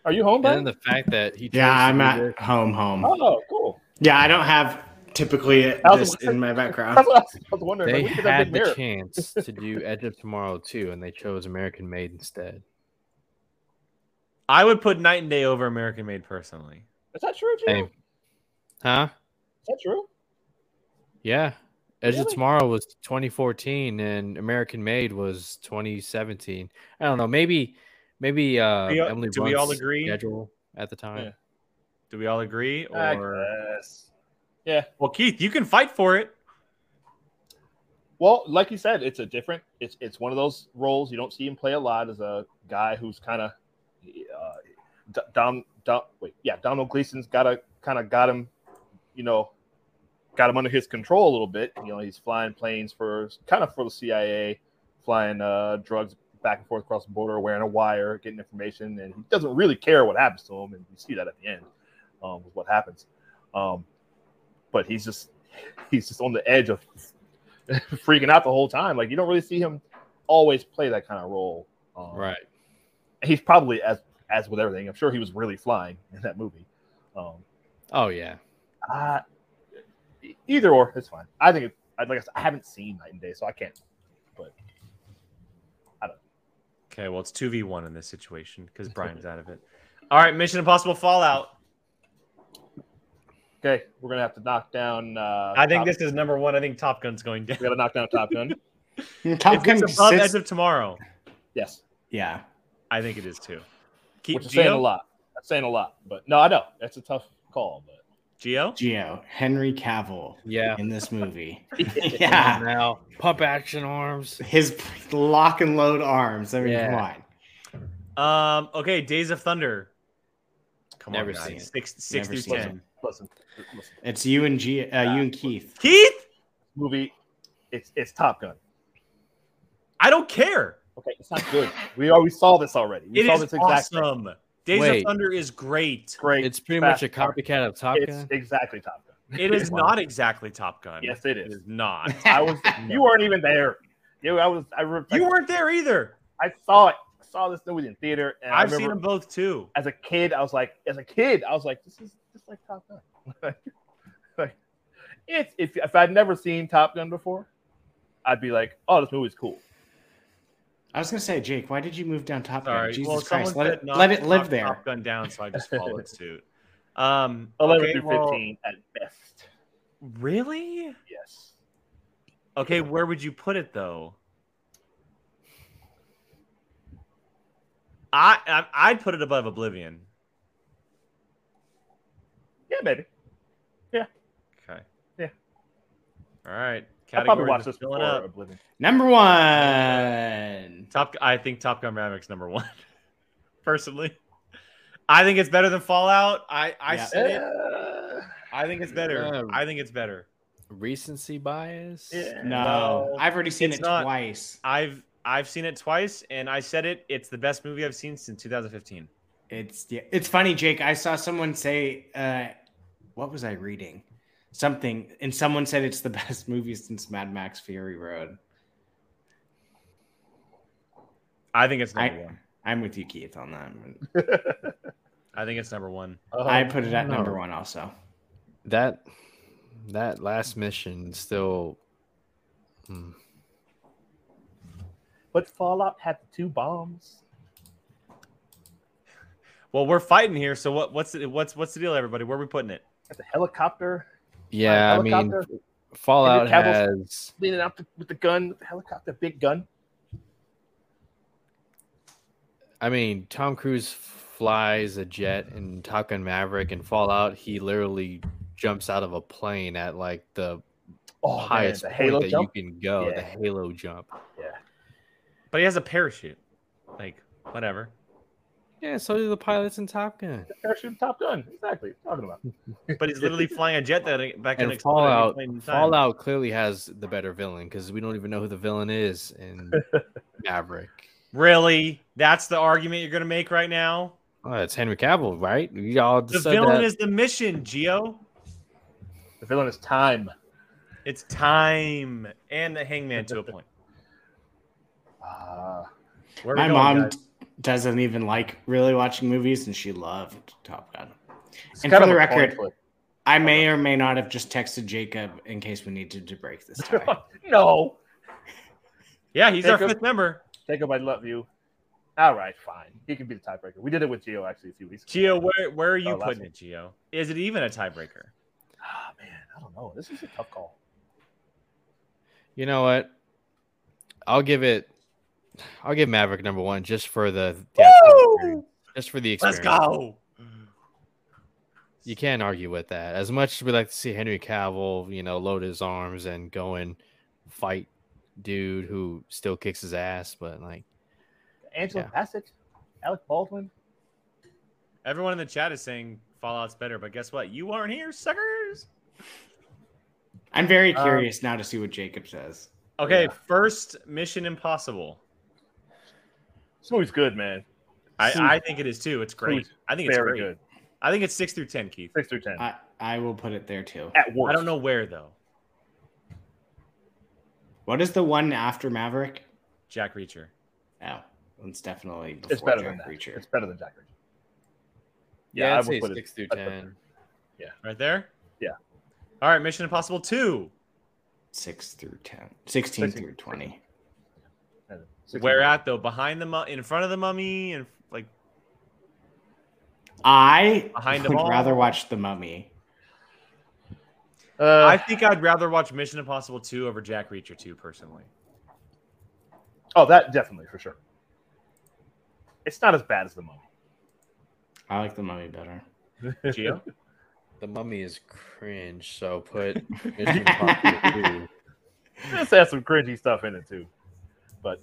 E: Are you home,
G: and then
E: Brian?
G: the fact that he
H: Yeah,
G: chose to
H: I'm
G: do
H: at home, home.
E: oh, cool.
H: Yeah, I don't have typically
E: was-
H: this in my background.
E: That's what I was, I was wondering.
G: They
E: like, look at that big
G: had the
E: mirror.
G: chance to do Edge of Tomorrow too, and they chose American Made instead.
B: I would put Night and Day over American Made personally.
E: Is that true, Jim?
G: Same. Huh?
E: Is that true?
G: Yeah. Edge of
E: Really?
G: Tomorrow was 2014, and American Made was 2017. I don't know. Maybe, maybe uh,
B: we all-
G: Emily.
B: do we all
G: Blunt's
B: agree?
G: Schedule at the time.
E: Yeah.
B: Do we all agree?
E: I
B: Or
E: guess.
B: well, Keith, you can fight for it.
E: Well, like you said, it's a different. It's it's one of those roles you don't see him play a lot as a guy who's kind of uh, D- Dom Dom. Wait, yeah, Donald Gleason's got a kind of got him, you know, got him under his control a little bit. You know, he's flying planes for kind of for the CIA, flying uh, drugs back and forth across the border, wearing a wire, getting information, and he doesn't really care what happens to him. And you see that at the end um, with what happens. Um, but he's just he's just on the edge of <laughs> freaking out the whole time. Like you don't really see him always play that kind of role. Um,
G: Right.
E: He's probably as as with everything. I'm sure he was really flying <laughs> in that movie. Um,
B: <laughs>
G: Oh yeah.
E: I, either or, it's fine. I think it, I- like I, said, I haven't seen Night and Day, so I can't.
B: Okay, well, it's 2v1 in this situation because Brian's out of it. All right, Mission Impossible Fallout.
E: Okay, we're gonna have to knock down. Uh,
B: I think
E: Top-
B: this is number one. I think Top Gun's going down.
E: we gotta knock down Top Gun.
B: <laughs>
H: Top
B: If it's
H: Gun
B: above
H: sits-
B: Edge of Tomorrow,
E: yes,
H: yeah,
B: I think it is too. Keith,
E: which is saying a
B: Geo,
E: lot. That's saying a lot, but no, I know that's a tough call. But
B: Geo,
H: Geo Henry Cavill
G: Yeah.
H: in this movie. <laughs>
G: Come
H: yeah,
G: on Now pump action arms.
H: his lock and load arms. I mean,
G: Yeah.
H: come on.
B: Um, okay, Days of Thunder. Come
G: Never
B: on, guys.
G: seen it.
B: six six
H: Never
B: through
H: seen
B: ten.
E: listen, listen,
H: It's you and G, uh, you and Keith.
B: Keith,
E: movie, it's it's Top Gun.
B: I don't care.
E: Okay, it's not good. we always saw this already. We
B: It
E: saw
B: is
E: this exact thing.
B: awesome. Days of
G: Wait.
B: Thunder is
E: <laughs>
B: great.
E: Great.
G: It's pretty
E: fast
G: much a copycat of Top
E: it's
G: Gun.
E: exactly Top Gun.
B: It is not exactly Top Gun.
E: Yes, it
B: it
E: is.
B: is not.
E: <laughs>
G: <laughs>
E: I was. You weren't even there. You, I was. I, re-
B: You weren't there either.
E: I saw it. I saw this movie in theater, and
B: I've
E: I
B: seen
E: remember
B: them both too.
E: as a kid, I was like, as a kid, I was like, this is just like Top Gun. <laughs> like, like, it's if if I'd never seen Top Gun before, I'd be like, oh, this movie's cool.
H: I was gonna say, Jake, why did you move down Top Gun?
B: Sorry.
H: Jesus
B: well, someone
H: Christ, let
B: said
H: it
B: not
H: let it
B: to
H: live
B: knock
H: there.
B: Top Gun down, so I just
H: <laughs>
B: followed suit. Um,
E: Eleven
B: okay,
E: through
B: well,
E: fifteen at best.
B: really?
E: Yes.
B: Okay, where would you put it though? I, I I'd put it above Oblivion.
E: Yeah, maybe.
B: Okay.
E: Yeah.
B: All right.
E: I probably
B: Categories
E: watched
B: are
E: this
B: filling
E: before
B: up.
E: Oblivion.
H: Number one.
B: Top. I think Top Gun Maverick's number one. <laughs> Personally, I think it's better than Fallout. I I
H: Yeah.
B: said it.
E: Uh,
B: I think it's better.
G: Yeah.
B: I think it's better.
G: Recency bias.
E: yeah.
H: No, I've already seen
B: it's
H: it
B: not.
H: twice.
B: I've I've seen it twice, and I said it. It's the best movie I've seen since 2015.
H: It's yeah, it's funny, Jake. I saw someone say, uh, "What was I reading?" Something, and someone said it's the <laughs> best movie since Mad Max Fury Road.
B: I think it's number
H: I,
B: one.
H: I'm with you, Keith, on that. one.
B: I think it's number one.
E: Uh-huh.
H: I put it at number
G: no.
H: one, also.
G: That that last mission still. Hmm.
E: But Fallout had the two bombs.
B: Well, we're fighting here. So what what's the, what's what's the deal, everybody? Where are we putting it?
E: Had the helicopter.
G: Yeah, I mean,
E: helicopter
G: Fallout
E: Cavill's-
G: has
E: leaning out the, with the gun, with the helicopter, big gun.
G: I mean, Tom Cruise flies a jet in Top Gun Maverick and Fallout. He literally jumps out of a plane at like the
E: Oh, man,
G: highest
E: the
G: point
E: Halo
G: that
E: jump.
G: you can go,
E: Yeah.
G: the halo jump.
B: But he has a parachute. Like, whatever.
G: Yeah, so do the pilots in Top Gun.
E: Parachute in Top Gun. Exactly. What are you Talking about.
B: But he's
G: <laughs>
B: literally flying a jet that uh, back in
G: And Fallout, Fallout clearly has the better villain because we don't even know who the villain is
E: <laughs>
G: in Maverick.
B: Really? That's the argument you're gonna make right now?
G: Oh, it's Henry Cavill, right? Y'all
B: The
G: said
B: villain
G: that.
B: is the mission, Geo.
E: The villain is time.
B: It's time and the hangman to a point.
E: Ah,
B: Where are we
H: My
B: going,
H: mom
B: guys?
H: d- doesn't even like really watching movies, and she loved Top Gun.
E: it's
H: And
E: kind
H: for
E: of
H: the
E: a coin
H: record-
E: flip.
H: I may or may not have just texted Jacob in case we needed to
E: <laughs>
H: break this
E: Um,
H: time.
E: no.
B: Yeah, he's our
E: Jacob.
B: fifth member.
E: Jacob, I love you. All right, fine. He can be the tiebreaker. We did it with Geo actually a few weeks ago.
B: Geo, where where are you
E: Oh, last
B: putting
E: one.
B: it, Geo? Is it even a tiebreaker?
E: Ah, man, I don't know. This is a tough call.
G: You know what? I'll give it. I'll give Maverick number one just for the, the actual experience. just for the
B: Let's
G: experience.
B: go.
G: You can't argue with that. As much as we like to see Henry Cavill, you know, load his arms and go and fight dude who still kicks his ass, but like,
E: Angela
G: Yeah.
E: Bassett, Alec Baldwin.
B: Everyone in the chat is saying Fallout's better, but guess what? You aren't here, suckers.
H: I'm very
E: Um,
H: curious now to see what Jacob says.
G: Oh,
B: Okay,
E: Yeah.
B: first Mission Impossible.
E: This movie's good, man. This
B: I, I
E: movie's
B: think it is too. It's great. I think it's
E: very
B: great.
E: good.
B: I think it's six through ten, Keith.
E: Six through ten.
H: I, I will put it there too.
E: At worst.
B: I don't know where though.
H: What is the one after Maverick?
B: Jack Reacher.
H: Oh, it's definitely before
E: It's better
H: Jack
E: than that.
H: Reacher.
E: It's better than Jack Reacher.
G: yeah,
E: I would
G: I'd say
E: put it-
G: six through
E: I'd put it
G: ten.
B: Right there?
E: Yeah.
B: All right, Mission Impossible 2.
H: Six through ten. Sixteen
E: Sixteen.
H: through twenty.
E: Six
B: Where
E: through-
B: at though? Behind the mu- in front of the mummy and like
H: I
B: Behind 'em
H: would
B: all.
H: rather watch The Mummy.
E: Uh,
B: I think I'd rather watch Mission Impossible 2 over Jack Reacher 2 personally.
E: Oh, that definitely for sure. It's not as bad as the mummy.
H: I like The Mummy better.
B: Gio?
G: The mummy is cringe, so put
E: <laughs>
G: Mission Impossible two.
E: This has some cringy stuff in it too. But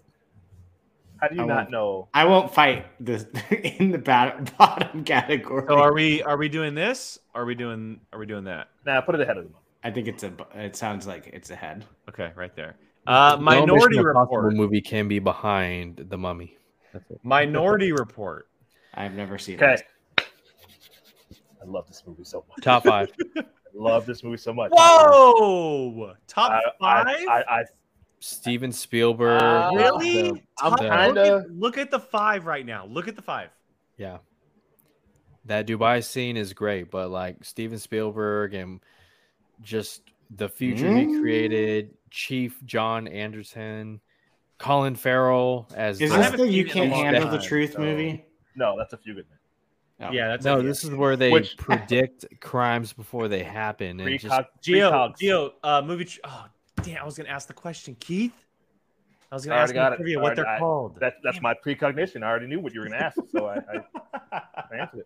E: how do you
H: I
E: not
H: won't-
E: know?
H: I won't fight the <laughs> in the bat- <laughs> bottom category.
B: So are we are we doing this? Are we doing are we doing that?
E: Nah, put it ahead of the mummy.
H: I think it's a. bu- It sounds like it's a head.
B: Okay, right there. Uh,
G: No
B: Minority
G: Mission Impossible
B: Report.
G: movie can be behind the mummy.
B: Minority Report.
H: I've never seen.
E: Okay.
H: it.
E: I love this movie so much.
G: Top five.
E: <laughs> I love this movie so much.
B: Whoa! Top
E: I,
B: five?
E: I, I, I,
G: Steven Spielberg.
E: Uh,
B: really?
G: the-
B: Top-
G: the-
B: look,
E: kinda-
B: at, look at the five right now. Look at the five.
G: Yeah. That Dubai scene is great, but like Steven Spielberg and just the future he created, Chief John Anderson, Colin Farrell as
H: Is
G: the-
H: this
G: <laughs>
B: haven't
H: the
B: seen it
H: You
B: in a
H: Can't
B: long
H: Handle the
E: time,
H: Truth
E: so-
H: movie?
E: no, that's a few good men.
H: No.
B: Yeah, that's
G: no, this is where they
E: Which-
G: predict crimes before they happen and just
E: Precog,
B: Geo,
E: precogs.
B: Geo, uh, movie. Tr- oh, damn! I was gonna ask the question, Keith. I was gonna
E: I
B: ask
E: already
B: you
E: got it.
B: trivia
E: I
B: what they're
E: already- I-
B: called.
E: That, that's my precognition. I already knew what you were going to ask, so I, I, I answered
G: <laughs>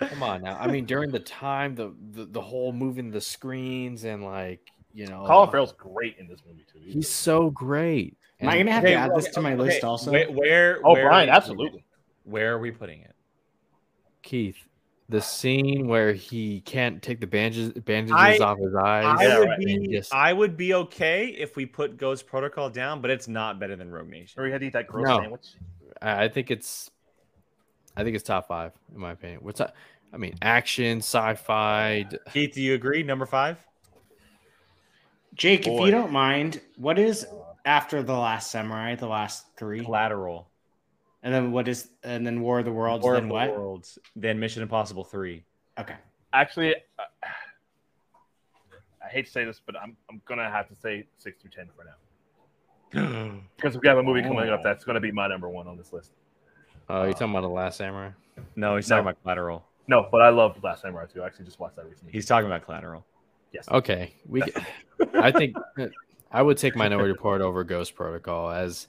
E: it.
G: come on now. I mean, during the time the the, the whole moving the screens and like you know
E: Colin Farrell's great in this movie too.
G: he's so great.
H: Am I
G: And-
H: gonna have
B: Okay,
H: to add
B: well,
H: this to my
B: okay,
H: list also?
B: Where? where
E: oh,
B: where are
E: Brian,
B: we putting
E: absolutely.
B: it? Where are we putting it?
G: Keith, the scene where he can't take the bandages bandages
B: I-
G: off his eyes.
B: I would
E: right.
B: be,
G: And just-
B: I would be okay if we put Ghost Protocol down, but it's not better than Rogue Nation.
E: Or he had to eat that gross
G: No.
E: sandwich.
G: I I think it's, I think it's top five in my opinion. What's that? I mean, action, sci-fi. d-
B: Keith, do you agree? Number five.
H: Jake, if
E: Boy.
H: you don't mind, what is after the last samurai? The last three,
B: Collateral.
H: and then what is, and then War of the Worlds,
B: War of
H: then
B: the
H: what?
B: Worlds. Then Mission Impossible Three.
H: Okay,
E: Actually, I, <sighs> I hate to say this, but I'm, I'm going to have to say 6 through 10 for now.
B: <gasps>
E: Because we have a movie coming up that's going to be my number one on this list.
G: Oh, you're talking about the Last Samurai?
B: No, he's
E: No.
B: talking about Collateral.
E: No, but I love Last Samurai too. I actually just watched that recently.
B: He's talking about Collateral.
E: yes.
G: Okay, we. ca- I think I would take
E: <laughs>
G: Minority Report over Ghost Protocol as,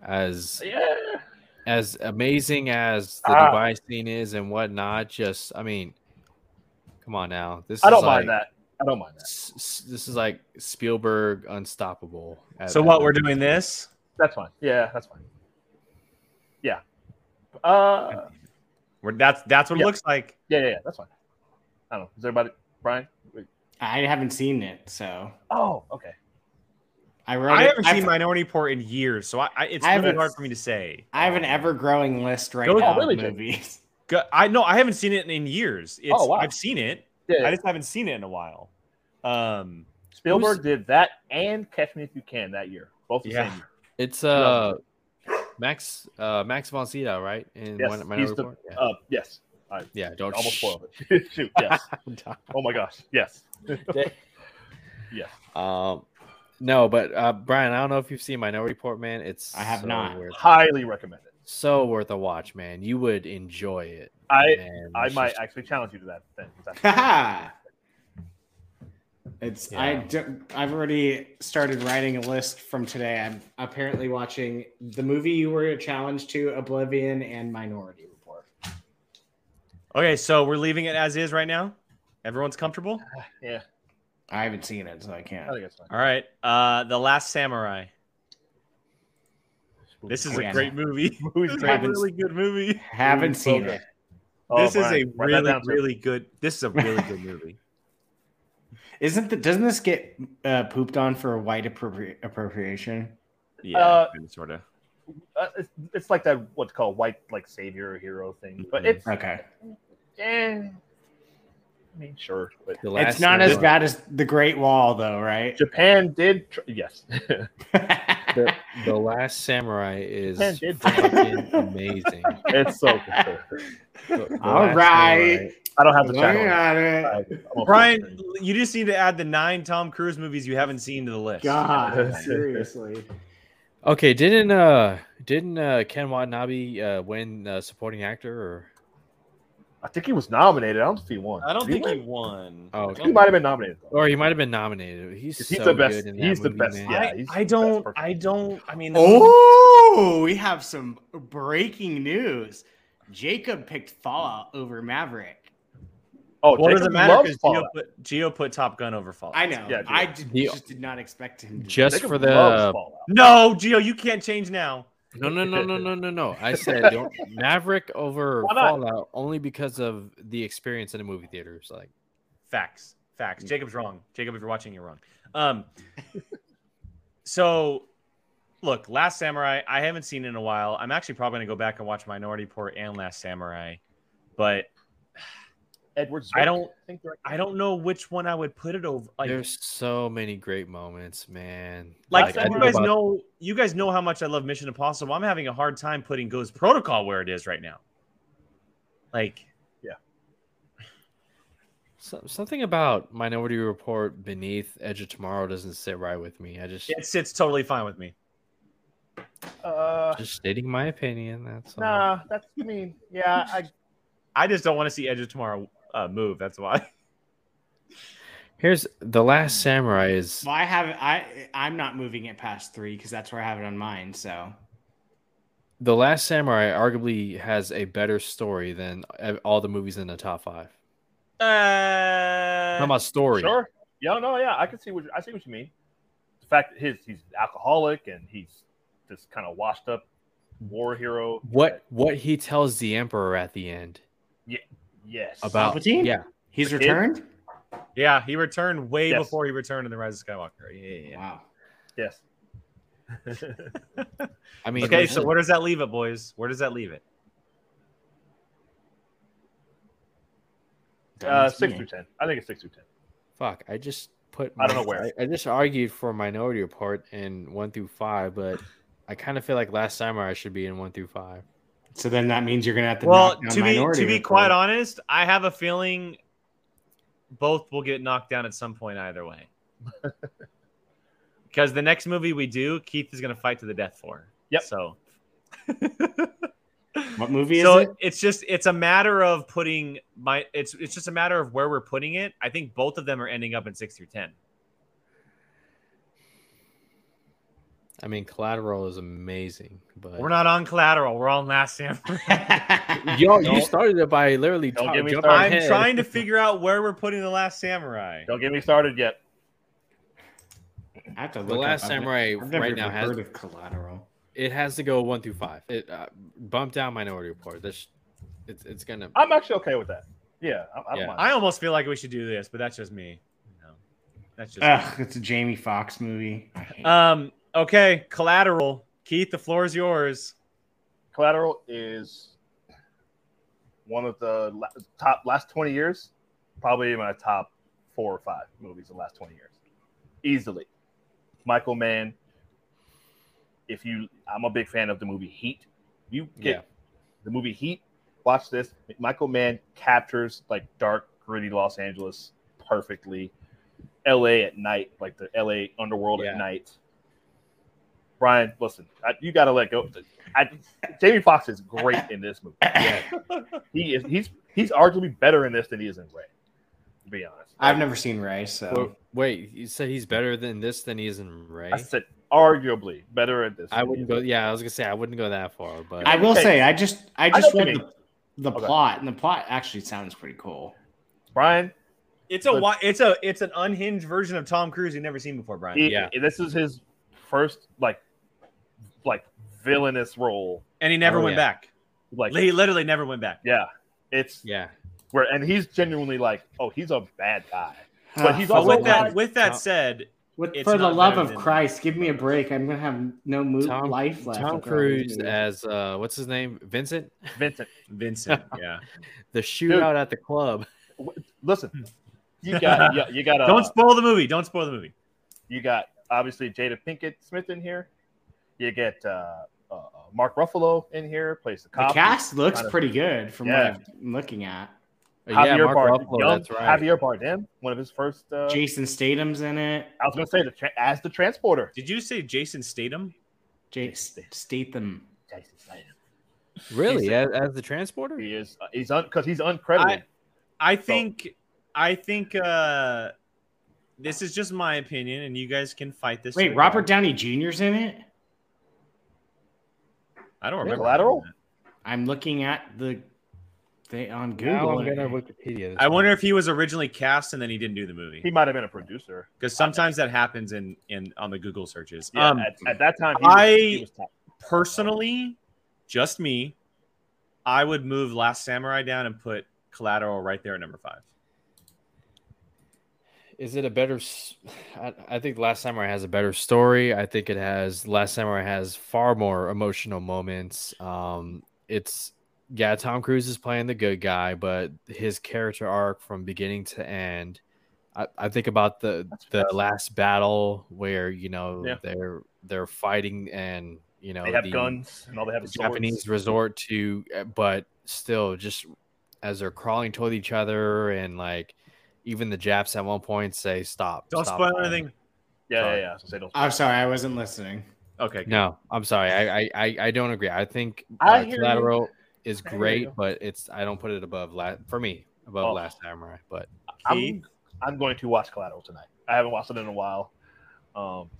G: as
E: Yeah.
G: as amazing as the
E: Ah.
G: Dubai scene is and whatnot. Just, I mean, Come on now. This
E: I
G: is
E: don't
G: like,
E: mind that. I don't mind that.
G: s- s- This is like Spielberg unstoppable. at-
B: So
G: at
B: what
G: the-
B: we're doing this?
E: That's fine. Yeah, that's fine. Yeah. Uh,
B: We're that's that's what it
E: Yeah.
B: looks like.
E: yeah, yeah, yeah, that's fine. I don't know. Is everybody Brian?
H: I haven't seen it, so
E: Oh, okay.
H: I wrote.
B: I
H: it-
B: haven't
H: I've-
B: seen Minority Report in years, so I, I it's
H: I
B: really
H: haven't-
B: hard for me to say.
H: I have an ever-growing list right
B: Go-
H: now
E: Oh, really,
H: of
E: Jake?
H: <laughs> movies.
B: Go- I no, I haven't seen it in years. It's,
E: Oh, wow.
B: I've seen it.
E: Yeah,
B: I just haven't seen it in a while. Um,
E: Spielberg did that and Catch Me If You Can that year, both the
B: Yeah.
E: same year.
G: It's uh Max uh Max von Sydow, right? In
E: Yes,
G: Min- Minority
E: he's the,
G: Report? yeah.
E: uh, yes,
G: yeah, don't
E: almost spoiled it. <laughs> Shoot,
B: <laughs>
E: yes. Oh my gosh, yes.
G: Um, no, but uh, Brian, I don't know if you've seen Minority Report, man. It's
H: I have
G: so
H: not.
G: worth,
E: Highly recommend it.
G: so worth a watch, man. You would enjoy it.
E: I
G: man.
E: I
G: It's
E: might
G: just-
E: actually challenge you to that
B: <laughs>
E: then. 'cause that's-
H: Haha. It's I
G: Yeah.
H: do, I've already started writing a list from today. I'm apparently watching the movie you were challenged to, Oblivion and Minority Report.
B: okay, so we're leaving it as is right now. Everyone's comfortable.
H: I haven't seen it, so I can't.
B: Oh,
E: I think it's fine.
B: All right. Uh, the Last Samurai. This is a <laughs>
H: Yeah.
B: great movie.
E: Movie's
B: This is a
E: great.
B: really good movie.
H: Haven't seen it.
E: Oh,
B: this is a
E: Brian, write that
B: really,
E: down, too.
B: really good. This is a really good movie. <laughs>
H: Isn't the doesn't this get uh, pooped on for a white appropri- appropriation?
B: Yeah,
E: Uh,
B: sort of.
E: Uh, it's, it's like that what's called white like savior or hero thing, but
B: Mhm.
E: it's
H: Okay,
E: eh, I mean sure, but
G: The
H: it's not as
G: Samurai.
H: bad as the Great Wall, though, <laughs> right?
E: Japan did tr- yes, <laughs>
G: The, the Last Samurai is
E: Japan did. Bring it.
G: fucking <laughs> amazing.
E: it's so good.
G: The- the
H: All
G: Last
H: right.
G: Samurai-
E: I don't have the
B: <laughs>
H: Look
E: channel.
H: at it.
E: I'm off the
B: Brian,
E: screen.
B: you just need to add the nine Tom Cruise movies you haven't seen to the list.
H: God, seriously.
G: Okay, didn't uh didn't uh Ken Watanabe uh win uh, supporting actor or
E: I think he was nominated. I don't know if he won.
B: I don't
E: Did
B: think he
E: win?
B: won.
G: oh
E: He might have been nominated. though.
G: or he might have been nominated. He's,
E: He's
G: so
E: the best-
G: Good in that
E: he's the
G: movie,
E: best,
G: man.
E: yeah.
B: I,
E: he's
B: I
E: the best
B: don't.
E: person.
B: I don't. I mean,
H: Oh, we have some breaking news. Jacob picked Fallout over Maverick.
E: Oh,
B: what does
E: Jacob
B: it matter?
E: loves
B: Because Geo,
E: Fallout.
B: put- Geo put Top Gun over Fallout.
H: I know.
E: Yeah, dude.
H: I did,
G: The-
H: just did not expect him. To.
G: Just
E: Jacob
G: for
E: loves
G: the
E: Fallout.
B: No, Geo, you can't change now.
G: No, no, no, no, no, no, no.
E: <laughs>
G: I said don't- Maverick over
E: Why not?
G: Fallout only because of the experience in the movie theaters. Like,
B: Facts. Facts.
G: Mm.
B: Jacob's wrong. Jacob, if you're watching, you're wrong. Um. <laughs> so, look, Last Samurai. I haven't seen in a while. I'm actually probably gonna go back and watch Minority Report and Last Samurai, but
E: Edward. Zwick,
B: I don't.
E: think they're-
B: I don't know which one I would put it over. Like,
G: there's so many great moments, man.
B: like,
G: I
B: you
G: don't
B: guys
G: about-
B: know, you guys know how much I love Mission Impossible. I'm having a hard time putting Ghost Protocol where it is right now. Like,
G: so- something about Minority Report, Beneath, Edge of Tomorrow doesn't sit right with me. I just
B: it sits totally fine with me.
E: Uh,
G: just stating my opinion. That's all.
E: nah, that's I mean. Yeah, I,
B: I just don't want to see Edge of Tomorrow uh, move. That's why.
G: Here's the Last Samurai is
H: Well, I have I I'm not moving it past three because that's where I have it on mine. So
G: the Last Samurai arguably has a better story than ev- all the movies in the top five. How
B: Uh,
G: about story?
E: sure. Yeah, no, yeah, I can see what I see what you mean. The fact that his he's alcoholic and he's this kind of washed up war hero.
G: What what he tells the Emperor at the end
E: Yes.
G: about
H: Palpatine?
G: yeah
H: he's
E: The kid?
H: returned.
B: yeah, he returned way
E: Yes.
B: before he returned in the Rise of Skywalker. Yeah, yeah, yeah.
H: <laughs> Wow.
E: Yes.
G: I mean
B: Okay,
G: listen.
B: so where does that leave it, boys? Where does that leave it?
E: Uh, six through ten. I think it's six through ten.
G: Fuck, I just put.
E: I don't know where.
G: I, I just argued for Minority Report in one through five, but I kind of feel like Last Samurai should be in one through five.
H: So then that means you're gonna have to.
B: Well,
H: knock down
B: to be
H: Minority
B: to be
H: Report.
B: quite honest, I have a feeling both will get knocked down at some point either
H: <laughs>
B: way. Because the next movie we do, Keith is going to fight to the death for.
E: Yep.
B: So,
H: what movie is
B: so <laughs>
H: it?
B: it's just it's a matter of putting my it's it's just a matter of where we're putting it. I think both of them are ending up in six through ten.
G: I mean, Collateral is amazing, but
J: We're not on collateral. We're on Last Samurai.
G: Yo, you
B: Don't-
G: started it by literally
E: Don't
G: talk-
E: get me
G: jumping
E: started.
B: I'm
G: ahead.
B: trying to figure out where we're putting the Last Samurai.
E: Don't get me started yet.
H: I have to look
G: The
H: up-
G: Last
H: I've ne-
G: Samurai
H: I've never
G: right now
H: even
G: has
H: heard of collateral.
G: it has to go one through five. It uh, bumped down Minority Report. This, it's it's gonna.
E: I'm actually okay with that. Yeah, I, I don't
G: Yeah.
E: mind.
B: I almost feel like we should do this, but that's just me. No, that's just.
H: Ugh, it's a Jamie Foxx movie. I hate
B: me. Um. Okay. Collateral. Keith, the floor is yours.
E: Collateral is one of the la- top last 20 years, probably my top four or five movies in the last 20 years. Easily. Michael Mann, if you, I'm a big fan of the movie Heat. You get
G: Yeah.
E: the movie Heat, watch this. Michael Mann captures like dark, gritty Los Angeles perfectly. LA at night, like the LA underworld
G: Yeah.
E: at night. Brian, listen, I, you got to let go. I, Jamie Foxx is great in this
G: <laughs>
E: movie. He is he's he's arguably better in this than he is in Ray. To be honest,
H: I've never seen Ray, so
G: Wait, wait, you said he's better than this than he is in Ray.
E: I said arguably better at this.
G: I
E: than he
G: wouldn't
E: is
G: go.
E: in-
G: Yeah, I was gonna say I wouldn't go that far, but
H: I will
E: Okay.
H: say I just I
E: know
H: just
E: what
H: read
E: you
H: the, the
E: Okay.
H: plot, and the plot actually sounds pretty cool.
E: Brian.
B: It's a
E: But-
B: wi- it's a it's an unhinged version of Tom Cruise you've never seen before, Brian.
E: He,
G: Yeah.
E: this is his first like like villainous role.
B: and he never
G: Oh,
B: went
G: yeah.
B: back.
E: Like
B: He literally never went back.
E: yeah, it's
G: yeah,
E: where and he's genuinely like oh he's a bad
G: <laughs>
E: guy, but he's
B: But
E: also
B: with that
E: like,
B: with that
G: Tom-
B: said,
H: With,
B: It's
H: for the
B: not
H: love
B: better
H: of
B: than-
H: Christ, give me a break. I'm gonna have no mo-
G: Tom-
H: life left. after
G: Tom
H: all these
G: Cruise
H: movies.
G: as uh, what's his name, Vincent,
E: Vincent.
B: Vincent, yeah.
G: the shootout at the club. Hmm.
E: Listen, you
G: <laughs>
E: got you, you got uh,
B: Don't spoil the movie. Don't spoil the movie.
E: you got obviously Jada Pinkett Smith in here. You get uh, uh, Mark Ruffalo in here plays the
H: the
E: cop.
H: cast looks
E: Kind of-
H: pretty good from
E: Yeah.
H: what I'm looking at.
G: Uh,
E: Javier
G: yeah, Mark
E: Bard-
G: Ruffalo.
E: young
G: that's right.
E: Javier Bardem, one of his first. Uh,
H: Jason Statham's in it.
E: I was going to say the tra- as the transporter.
B: Did you say Jason Statham?
H: J- Statham.
E: Jason Statham.
G: Really, as, as the transporter?
E: He is. Uh, he's un because he's uncredited.
B: I think I think uh this is just my opinion and you guys can fight this.
H: Wait, Robert Downey Jr.'s in it.
B: I don't
E: Yeah,
B: remember.
E: Collateral?
B: that.
H: I'm looking at the thing on
G: Now
H: Google.
G: I'm gonna Wikipedia. this
B: I
G: one.
B: wonder if he was originally cast and then he didn't do the movie
E: he might have been a producer.
B: because sometimes that happens in in on the Google searches.
E: Yeah,
B: um
E: at, at that time, he
B: I-
E: was, he was top.
B: personally, just me, I would move Last Samurai down and put Collateral right there at number five.
G: Is it a better? s- <sighs> I, I think Last Samurai has a better story. I think it has Last Samurai has far more emotional moments. Um, it's yeah, Tom Cruise is playing the good guy, but his character arc from beginning to end. I, I think about the the last battle where you know
E: Yeah.
G: they're they're fighting and you know
E: They have
G: the-
E: guns and all they have
G: the
E: is swords.
G: Japanese resort to, eh, but still, just as they're crawling toward each other, and like even the Japs at one point say, "Stop!"
B: Don't
G: stop
B: spoil
G: fighting."
B: anything.
E: Yeah, yeah, yeah. I was gonna say, don't-
H: I'm sorry, I wasn't
G: <laughs>
H: listening. <laughs>
B: Okay. good.
G: No, I'm sorry, I I, I, I don't agree. I think uh,
E: I hear you.
G: Collateral is
E: I hear
G: great,
E: you.
G: but it's I don't put it above last for me above
E: Oh.
G: Last Samurai, but
E: I'm, I'm going to watch Collateral tonight. I haven't watched it in a while. Um,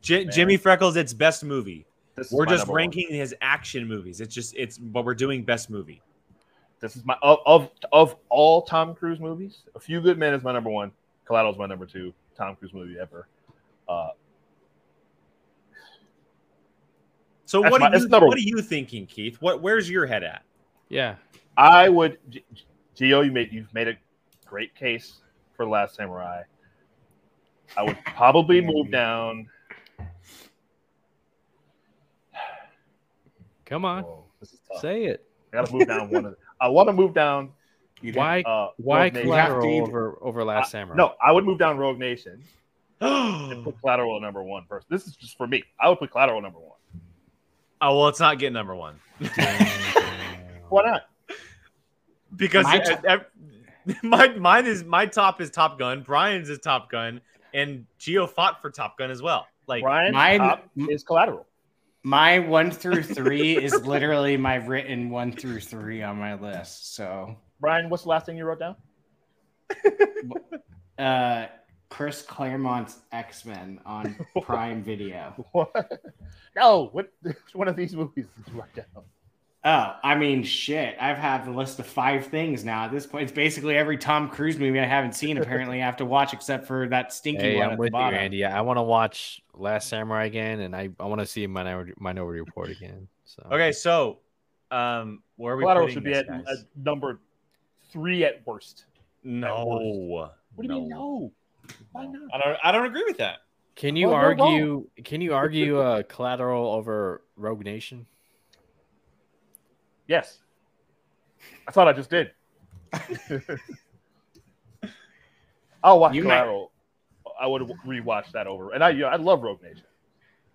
B: J-
E: Man.
B: Jimmy Freckles, it's best movie.
E: this is
B: We're
E: my
B: just
E: number one.
B: ranking his action movies. It's just it's but we're doing best movie.
E: This is my of, of of all Tom Cruise movies. A Few Good Men is my number one. Collateral is my number two. Tom Cruise movie ever. Uh,
B: So
E: That's
B: what
E: my-
B: are
E: that's
B: you
E: number
B: what are you thinking, Keith? What where's your head at?
G: yeah,
E: I would, G- Gio, you made you've made a great case for Last Samurai. I would probably move down.
G: come on,
E: Whoa, this is tough.
G: say it.
E: I gotta move down one. Of, I want to move down.
G: why
E: Uh,
G: why
E: Rogue Nation.
G: Collateral
H: You'd have to-
G: over over Last Samurai?
E: No, I would move down Rogue Nation and
B: oh
E: put Collateral at number one first. This is just for me. I would put Collateral at number one.
B: Oh, well, it's not getting number one
E: Why not?
B: because
H: My
B: my, <laughs> my mine is my top is Top Gun, Brian's is Top Gun, and Geo fought for Top Gun as well. Like
E: Brian
H: mine-
E: top is Collateral.
H: My one through three is literally my written one through three on my list. So
E: Brian, what's the last thing you wrote down?
H: uh Chris Claremont's X Men on Prime Video.
E: <laughs> What? No, what? <laughs> which One of these movies did you write down?
H: Oh, I mean, shit. I've had a list of five things now. At this point, it's basically every Tom Cruise movie I haven't seen. Apparently, I have to watch except for that stinky
G: Hey,
H: one
G: I'm
H: at the
G: with you,
H: bottom.
G: Andy. I want to watch Last Samurai again, and I, I want to see Minority, Minority Report again. So
B: Okay, so um, where are we?
E: Collateral
B: putting
E: should be
B: this,
E: at,
B: guys?
E: at number three at worst.
B: no.
E: What do you mean no? Why not?
B: I don't. I don't agree with that.
G: can you
E: Well, we're wrong.
G: argue? Can you argue uh, Collateral over Rogue Nation?
E: Yes. I thought I just did. I'll watch
H: You might-
E: Collateral. I would rewatch that over, and I, you know, I love Rogue Nation.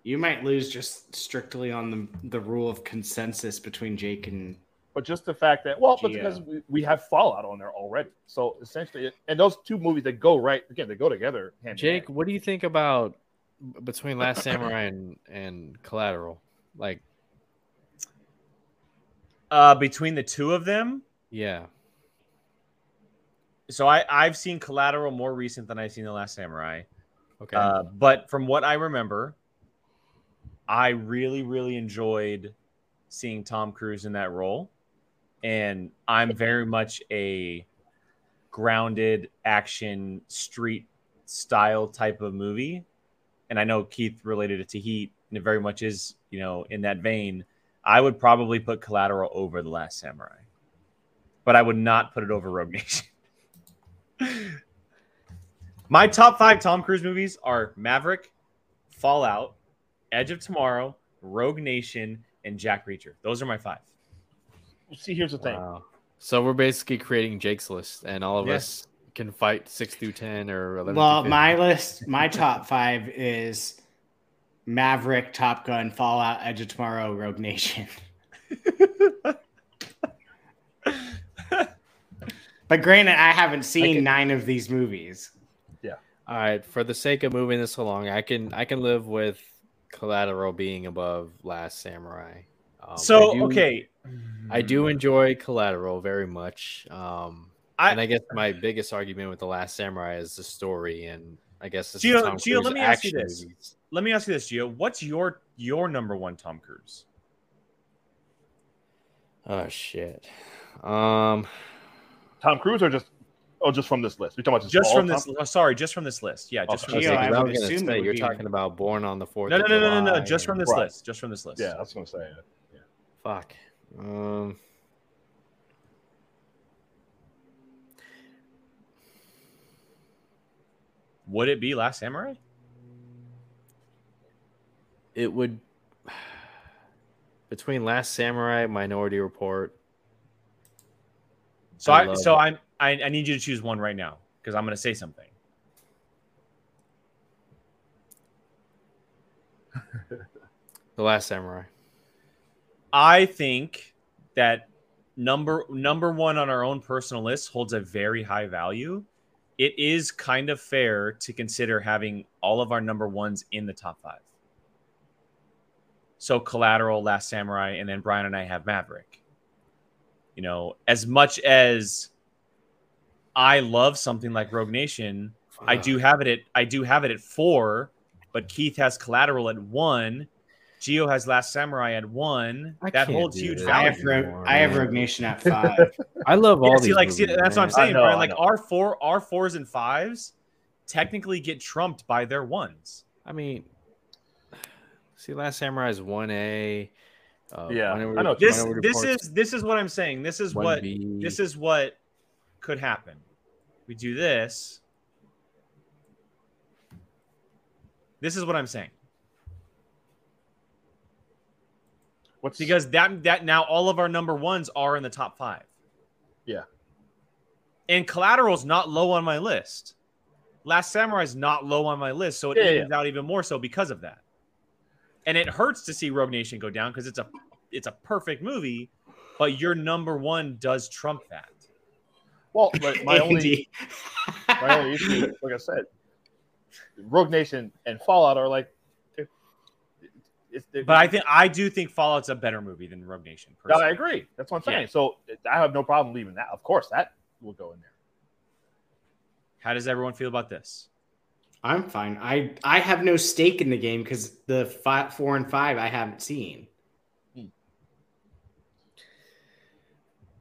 H: You might lose just strictly on the the rule of consensus between Jake and
E: But just the fact that, well, but
H: Yeah.
E: because we, we have Fallout on there already, so essentially, and those two movies that go right again, they go together. hand in
G: Jake,
E: hand.
G: what do you think about b- between Last Samurai and, and Collateral? Like,
B: Uh, between the two of them,
G: yeah,
B: so I I've seen Collateral more recent than I've seen The Last Samurai.
G: okay,
B: Uh, but from what I remember, I really, really enjoyed seeing Tom Cruise in that role. And I'm very much a grounded action street style type of movie. And I know Keith related it to Heat, and it very much is, you know, in that vein. I would probably put Collateral over The Last Samurai, but I would not put it over Rogue Nation. My top five Tom Cruise movies are Maverick, Fallout, Edge of Tomorrow, Rogue Nation, and Jack Reacher. Those are my five.
E: see, here's the thing.
G: wow. So we're basically creating Jake's list, and all of us can fight six through ten or eleven.
H: Well,
G: through
H: my list, my top five is Maverick, Top Gun, Fallout, Edge of Tomorrow, Rogue Nation. but granted, I haven't seen nine of these movies.
G: 50. all right. For the sake of moving this along, I can I can live with Collateral being above Last Samurai. Um,
B: so
G: I do-
B: okay,
G: I do enjoy Collateral very much. Um,
B: Mm. I-
G: and I guess my biggest argument with The Last Samurai is the story, and I guess this
B: Gio-
G: is Tom
B: Gio,
G: Cruise
B: let me ask you
G: action
B: this.
G: movies.
B: Let me ask you this, Gio. What's your your number one Tom Cruise?
G: Oh shit. Um,
E: Tom Cruise or just oh, just from this list? You're talking about just,
B: Just
E: all
B: from
E: Tom-
B: this. oh, sorry, just from this list. Yeah, just
E: Okay.
B: from this
H: Gio,
B: list.
H: I
G: because I
H: would
G: was gonna
H: assume that
G: say
H: would
G: you're
H: be-
G: talking about Born on the Fourth.
B: No, no,
G: of
B: no, no, no, no.
G: July
B: Just from
G: and-
B: this
E: Right.
B: list. Just from this list.
E: Yeah, that's what I'm saying.
G: Fuck. Um.
B: Would it be Last Samurai?
G: it would between Last Samurai, Minority Report.
B: So
G: I
B: I,
G: love
B: so
G: it.
B: I'm I, I need you to choose one right now because I'm going to say something.
G: The Last Samurai.
B: I think that number number one on our own personal list holds a very high value. It is kind of fair to consider having all of our number ones in the top five. So Collateral, Last Samurai, and then Brian and I have Maverick. You know, as much as I love something like Rogue Nation, I do have it at I do have it at four, but Keith has Collateral at one. Geo has Last Samurai at one.
G: I
B: that
G: can't
B: holds
G: do
B: huge
G: this.
B: value.
H: I have Ro- I have
G: Wow.
H: Rogue Nation at five.
G: I love all
B: Yeah,
G: these
B: see, like, see,
G: movies,
B: that's what I'm
G: man.
B: saying,
E: know,
B: Brian.
E: I
B: Like
E: know.
B: our four, our fours and fives, technically get trumped by their ones.
G: I mean, <sighs> see, Last Samurai is one A. Uh,
E: Yeah,
G: Minority-
E: I know.
B: This,
G: Minority
B: this
G: Report's
B: is, this is what I'm saying. This is what,
G: 1B.
B: this is what could happen. We do this. This is what I'm saying
E: What's
B: because that that now all of our number ones are in the top five.
E: Yeah.
B: And Collateral's not low on my list. Last Samurai's not low on my list, so it
E: Yeah, yeah,
B: evens out even more so because of that. And it hurts to see Rogue Nation go down because it's a it's a perfect movie, but your number one does trump that.
E: well, my,
B: <laughs>
E: my only
H: Andy.
E: my only issue, like I said, Rogue Nation and Fallout are like, they're- it's, they're-
B: But I think I do think Fallout's a better movie than Rogue Nation.
E: No,
B: personally.
E: I agree. That's what I'm saying.
B: Yeah.
E: So I have no problem leaving that. Of course, that will go in there.
B: How does everyone feel about this?
H: I'm fine. I I have no stake in the game because the five, four and five I haven't seen.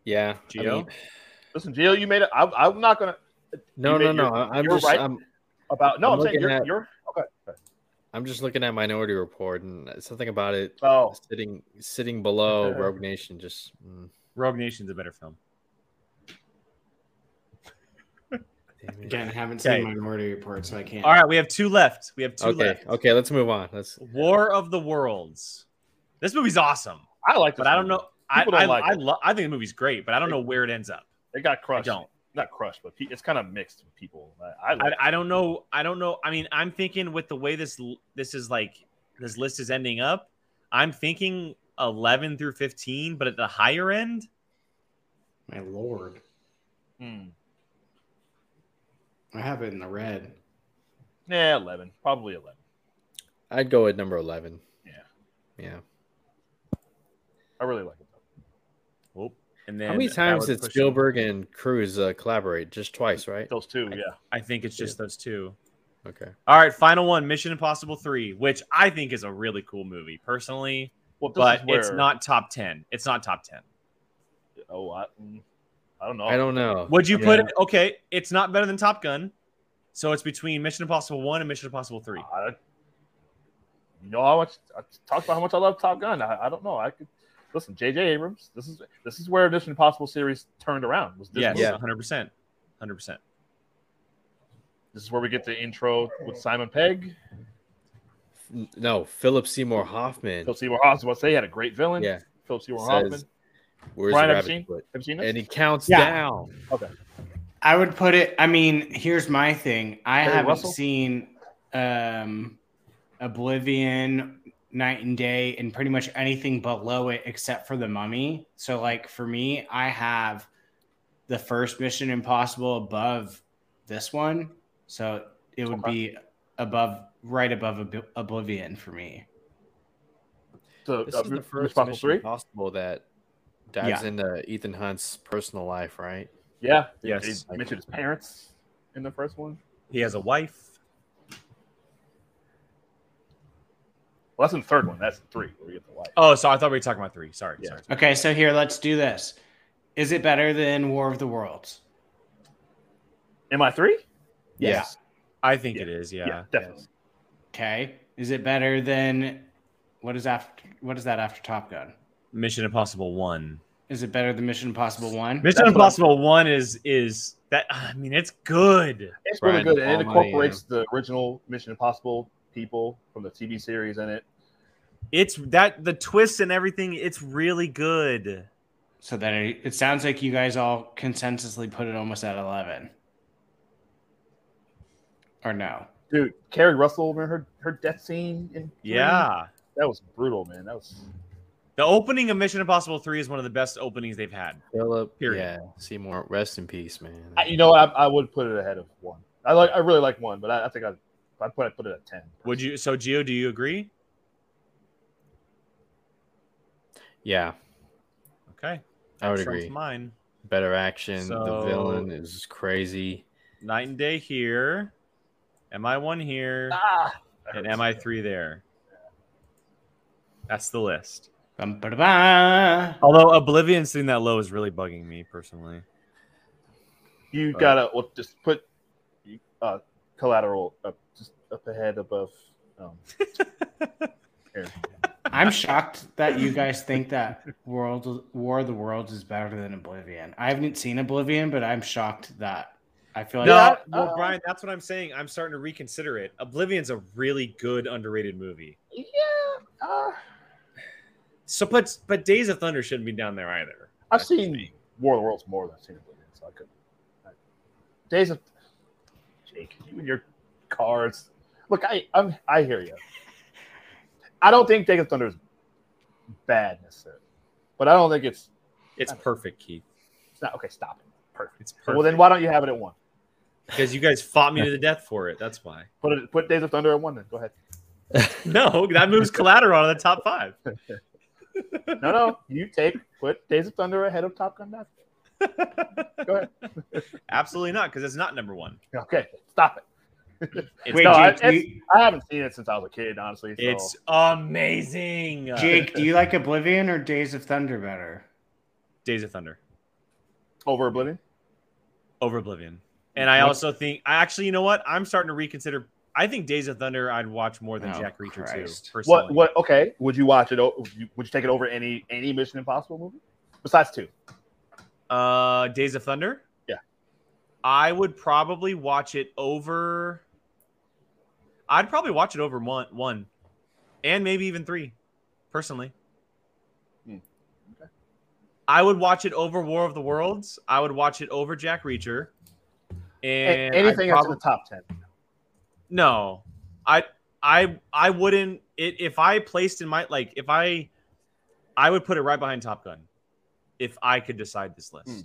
G: Yeah. I
E: Gio?
G: mean,
E: Listen, Gio, you made it. I'm, I'm not gonna.
G: no,
E: you
G: no,
E: made
G: no.
E: your-
G: I'm
E: you're
G: just
E: right.
G: I'm,
E: About no,
G: I'm
E: I'm, saying
G: looking
E: you're,
G: at-
E: you're okay. okay.
G: I'm just looking at Minority Report and something about it
E: Oh,
G: sitting sitting below Rogue Nation. Just mm,
B: Rogue Nation's a better film.
G: damn it.
H: Again, I haven't
B: Okay.
H: seen Minority Report, so I can't.
B: All right, we have two left. We have two
G: okay,
B: left.
G: okay. Let's move on. Let's
B: War of the Worlds. This movie's awesome,
E: I like, this
B: but I don't
E: movie.
B: know. I
E: People
B: I,
E: don't like
B: I,
E: it.
B: lo- I think the movie's great, but I don't know where it ends up.
E: It got
B: I
E: crushed.
B: don't.
E: Not crushed, but pe- it's kind of mixed with people. I, I, like
B: I,
E: it.
B: I don't know. I don't know. I mean, I'm thinking with the way this l- this is like this list is ending up. I'm thinking 11 through 15, but at the higher end,
H: My lord,
E: Hmm.
H: I have it in the red.
E: Nah, eleven, probably eleven.
G: I'd go with number eleven.
E: Yeah.
G: Yeah.
E: I really like it. Though.
B: and then
G: How many
B: that
G: times
B: would
G: did
B: push it-
G: Spielberg and Cruz uh, collaborate? Just twice, right?
E: Those two, yeah.
B: I think it's just those two.
G: Okay.
B: All right, final one, Mission Impossible 3, which I think is a really cool movie personally,
E: Well, this
B: but
E: is where-
B: it's not top 10. It's not top 10.
E: Oh, I, mm, I don't know.
G: I don't know.
B: Would you
G: Yeah.
B: put it Okay, it's not better than Top Gun. So it's between Mission Impossible 1 and Mission Impossible 3.
E: I, you know how much I talked about how much I love Top Gun. I, I don't know. I could listen. J.J. Abrams. This is this is where Mission Impossible series turned around. Was this?
B: Yes,
E: movie.
G: Yeah.
B: 100%. 100%.
E: This is where we get the intro with Simon Pegg.
G: No, Philip Seymour Hoffman.
E: Philip Seymour Hoffman. What say? He had a great villain.
G: Yeah.
E: Philip Seymour
G: Says-
E: Hoffman.
G: Where's
E: Brian,
G: the
E: have you
G: rabbit foot?
E: Have you seen this?
G: And he counts
H: Yeah.
G: down.
H: I would put it. I mean, here's my thing. I
E: Barry
H: haven't
E: Russell?
H: seen um, Oblivion, Night and Day, and pretty much anything below it except for The Mummy. So, like for me, I have the first Mission Impossible above this one. So it would be above, right above Ob- Oblivion for me.
E: The-
G: This
E: uh,
G: is the
E: Mission
G: first
E: Impossible
G: Mission
E: three.
G: Impossible that dives into Ethan Hunt's personal life, right?
E: Yeah.
B: Yes.
E: They mentioned his parents in the first one.
B: He has a wife.
E: Well, that's in the third one. That's three. Where we get the wife.
B: Oh, so I thought we were talking about three. Sorry,
E: Yeah.
B: sorry.
H: Okay, so here, let's do this. Is it better than War of the Worlds?
E: Am I three?
G: Yes.
B: I think it is. Yeah.
E: definitely.
H: Okay. Is it better than what is after what is that after Top Gun?
B: Mission Impossible One.
H: Is it better than Mission Impossible One?
B: Mission Impossible One is is that I mean it's good.
E: It's
G: Brian
E: really good,
G: De
E: and it
G: Palma,
E: incorporates the original Mission Impossible people from the TV series in it.
B: It's that the twists and everything. It's really good.
H: So that it, it sounds like you guys all consensusly put it almost at eleven. Or no.
E: Dude, Carrie Russell, remember her, her death scene? In three?
B: Yeah.
E: that was brutal, man. That was
B: The opening of Mission Impossible Three is one of the best openings they've had.
G: Philip.
B: Period.
G: Yeah. Seymour, rest in peace, man.
E: I, you know I, I would put it ahead of one. I like I really like one, but I, I think I I put I put it at ten.
B: Would you? So Gio, do you agree?
G: yeah,
B: Okay,
G: I would
B: Sounds
G: agree.
B: Mine
G: Better action.
B: So-
G: The villain is crazy.
B: night and day here. Mi one here
E: Ah, that
B: and
E: hurts.
B: Mi three there. That's the list.
H: Bum, ba, da, ba.
B: Although Oblivion sitting that low is really bugging me personally.
E: you gotta well, just put uh, collateral up just up ahead above. <laughs> Um, here.
H: I'm shocked that you guys think that World War of the Worlds is better than Oblivion. I haven't seen Oblivion, but I'm shocked that I feel like
B: No,
E: Yeah,
B: well,
E: uh,
B: Brian, that's what I'm saying. I'm starting to reconsider it. Oblivion's a really good underrated movie.
E: Yeah, uh,
B: So, but but Days of Thunder shouldn't be down there either.
E: I've seen War of the Worlds more than I've seen Oblivion, so I could. I, Days of Jake, you and your cards. Look, I I'm, I hear you. I don't think Days of Thunder is bad necessarily, but I don't think it's
B: It's perfect, Keith.
E: it's not okay. Stop it. Perfect.
B: It's perfect.
E: Well, then why don't you have it at one?
B: Because you guys fought me to the death for it. That's why. <laughs>
E: Put it put Days of Thunder at one. Then go ahead.
B: No, that moves Collateral out of the top five.
E: No, <laughs> no, you take put Days of Thunder ahead of Top Gun. Maverick. Go ahead.
B: Absolutely not, because it's not number one.
E: Okay, stop it.
B: It's
H: Wait,
E: no, I,
H: Jake, do
E: it's-
H: you-
E: I haven't seen it since I was a kid, honestly. So.
B: It's amazing.
H: <laughs> Jake, do you like Oblivion or Days of Thunder better?
B: Days of Thunder
E: over Oblivion.
B: over Oblivion. And I also think I actually, you know what? I'm starting to reconsider. I think Days of Thunder I'd watch more than
H: Oh,
B: Jack Reacher
H: Christ.
B: too. Personally.
E: What? What? Okay. Would you watch it? o- Would you, would you take it over any any Mission Impossible movie besides two?
B: Uh, Days of Thunder.
E: Yeah.
B: I would probably watch it over. I'd probably watch it over one, one, and maybe even three, personally.
E: Hmm. Okay.
B: I would watch it over War of the Worlds. I would watch it over Jack Reacher.
E: A-
B: And I'd
E: anything
B: prob-
E: that's in the top ten?
B: no, I I I wouldn't. It if I placed in my like if I, I would put it right behind Top Gun, if I could decide this list.
E: Hmm.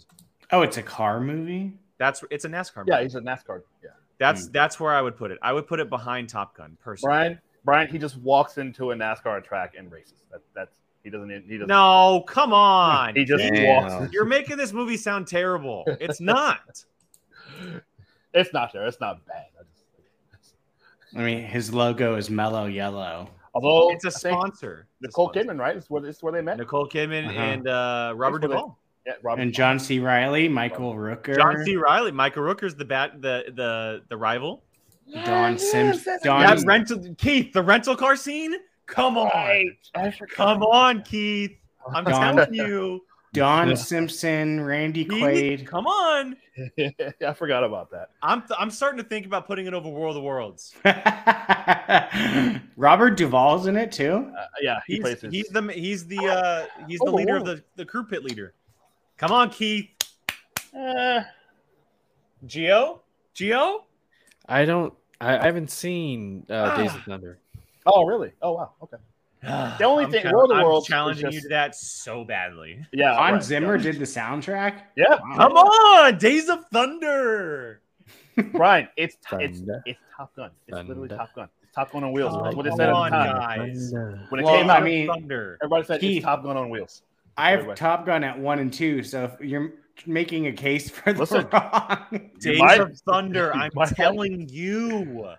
H: Oh, it's a car movie.
B: That's it's a NASCAR.
E: Yeah,
B: movie.
E: he's a NASCAR. Yeah.
B: that's that's where I would put it. I would put it behind Top Gun personally.
E: Brian. Brian. He just walks into a NASCAR track and races. That, that's he doesn't. He doesn't.
B: No, come on.
E: He just
G: Damn.
E: walks. <laughs>
B: You're making this movie sound terrible. It's not.
E: It's not there. It's not bad. I just,
H: I mean, his logo is mellow yellow.
E: although
B: it's a
E: I think
B: sponsor. It's a
E: Nicole
B: sponsor.
E: Kidman, right? It's where, it's where they met.
B: Nicole Kidman
I: Uh-huh.
B: and uh, Robert
E: That's what
B: Duvall,
E: Yeah, Robert. <laughs>
H: And John C. Riley, Michael Rooker,
B: John C. Riley, Michael Rooker's the bat, the the the rival.
H: Don Sims, Don.
B: That rental, Keith, the rental car scene. Come on, come on, Keith. I'm
H: Don-
B: telling you,
H: Don Simpson, Randy
B: Keith,
H: Quaid.
B: come on.
E: I forgot about that.
B: I'm I'm starting to think about putting it over World of the Worlds.
H: <laughs> Robert Duvall's in it too.
E: Uh, yeah, he
B: He's,
E: plays his.
B: he's the he's the uh, he's the
E: Oh,
B: leader of
E: whoa.
B: the, the crew pit leader. Come on, Keith.
E: Uh,
B: Geo, <sighs> Geo.
G: I don't. I, I haven't seen uh, Days of
B: Ah.
G: Thunder.
E: oh, really? Oh, wow. Okay. The only thing- World of
B: I'm
E: Worlds is
B: challenging you
E: just-
B: to that so badly.
E: Yeah.
H: Hans
E: Oh, right,
H: Zimmer
E: yeah.
H: did the soundtrack.
E: Yeah.
B: Come on, Days of Thunder.
E: Brian, it's t- it's
G: Thunder.
E: it's Top Gun. It's literally
G: Thunder.
E: Top Gun. It's Top Gun on wheels. That's
B: Oh,
E: what it
B: come
E: said
B: on,
E: at the time.
B: guys.
E: When it
H: Well,
E: came out,
H: I mean-
B: Thunder.
E: everybody said
H: Keith.
E: it's Top Gun on wheels.
H: I have
E: Everybody.
H: Top Gun at one and two, so if you're making a case for the
E: Listen.
H: wrong.
B: <laughs> Days
E: might-
B: of Thunder.
E: you
B: I'm
E: might-
B: telling you.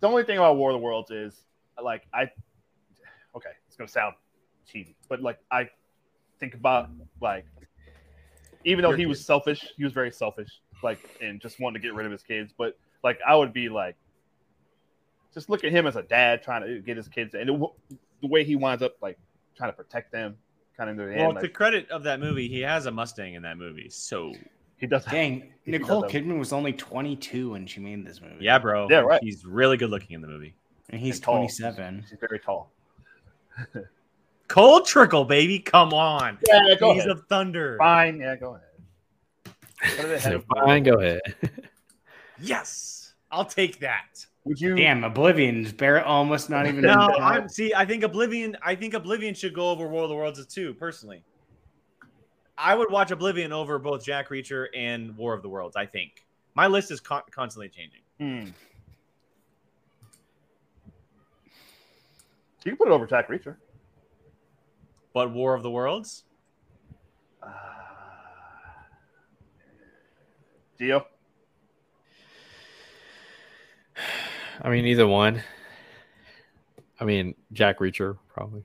E: The only thing about War of the Worlds is like I. Okay, it's gonna sound cheesy, but like I think about like even though
B: Your
E: he was selfish, he was very selfish, like and just wanted to get rid of his kids. But like I would be like, just look at him as a dad trying to get his kids, and it, w- the way he winds up like trying to protect them, kind of in the
B: Well,
E: end,
B: to
E: like,
B: credit of that movie, he has a Mustang in that movie. So
E: he doesn't.
H: Dang,
E: He does
H: Nicole
E: that.
H: Kidman was only 22 when she made this movie.
B: yeah, bro.
E: Yeah, right.
B: He's really good looking in the movie.
H: and he's
E: and tall.
H: 27.
E: She's very tall.
B: Cold trickle, baby. Come on.
E: Yeah, go
B: Days
E: ahead.
B: of Thunder.
E: Fine, yeah, go ahead. What did it
G: So
E: have?
G: fine, go ahead.
B: Yes. I'll take that.
E: Would you?
H: Damn, Oblivion's bare almost not even.
B: No, I'm see. I think Oblivion. I think Oblivion should go over World of the Worlds as two. Personally, I would watch Oblivion over both Jack Reacher and War of the Worlds. I think my list is con- constantly changing.
E: Hmm. You can put it over Jack Reacher.
B: But War of the Worlds,
E: Uh, Geo,
G: I mean, either one. I mean, Jack Reacher probably.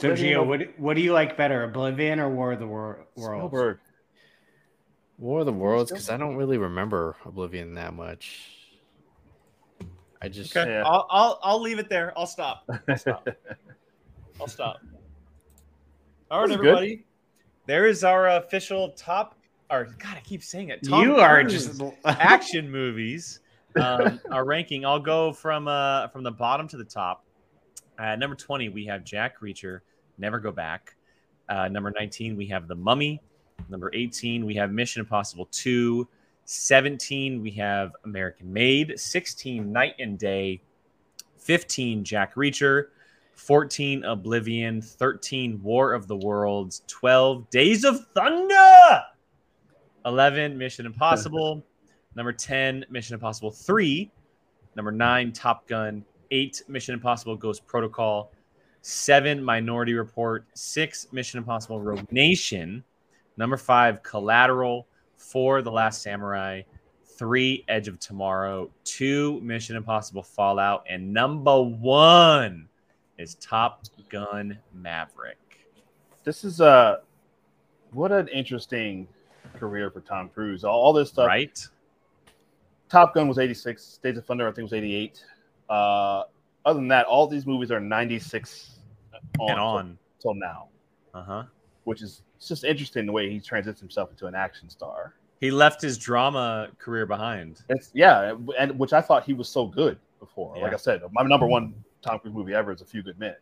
H: So, Gio, what, what do you like better, Oblivion or War of the Wor- Worlds?
E: Spielberg.
G: War of the Worlds because I don't really remember Oblivion that much. I just
B: okay.
E: Yeah.
B: I'll, I'll I'll leave it there. I'll
E: <laughs>
B: stop. I'll stop. I'll stop. All right,
E: This is good.
B: everybody. There is our official top. Or God, I keep saying it. Tom
H: You are
B: Cruise. <laughs>
H: just
B: action movies um, our ranking i'll go from uh from the bottom to the top at number 20 we have jack reacher never go back uh, number 19 we have the mummy number 18 we have mission impossible 2 17 we have american made 16 night and day 15 jack reacher 14 oblivion 13 war of the worlds 12 days of thunder 11 mission impossible Number 10, Mission Impossible 3. Number 9, Top Gun. 8, Mission Impossible Ghost Protocol. 7, Minority Report. 6, Mission Impossible Rogue Nation. Number 5, Collateral. 4, The Last Samurai. three, Edge of Tomorrow, two, Mission Impossible Fallout, and number one is Top Gun Maverick.
E: This is uh what an interesting career for Tom Cruise. All, all this stuff.
B: Right?
E: Top Gun was 86. Days of Thunder, I think, was 88. Uh, other than that, all these movies are 96 on,
B: and on.
E: till, till now,
B: Uh huh.
E: which is it's just interesting the way he transits himself into an action star.
B: He left his drama career behind.
E: It's yeah, and which I thought he was so good before. Like
B: Yeah.
E: I said, my number one Tom Cruise movie ever is A Few Good Men.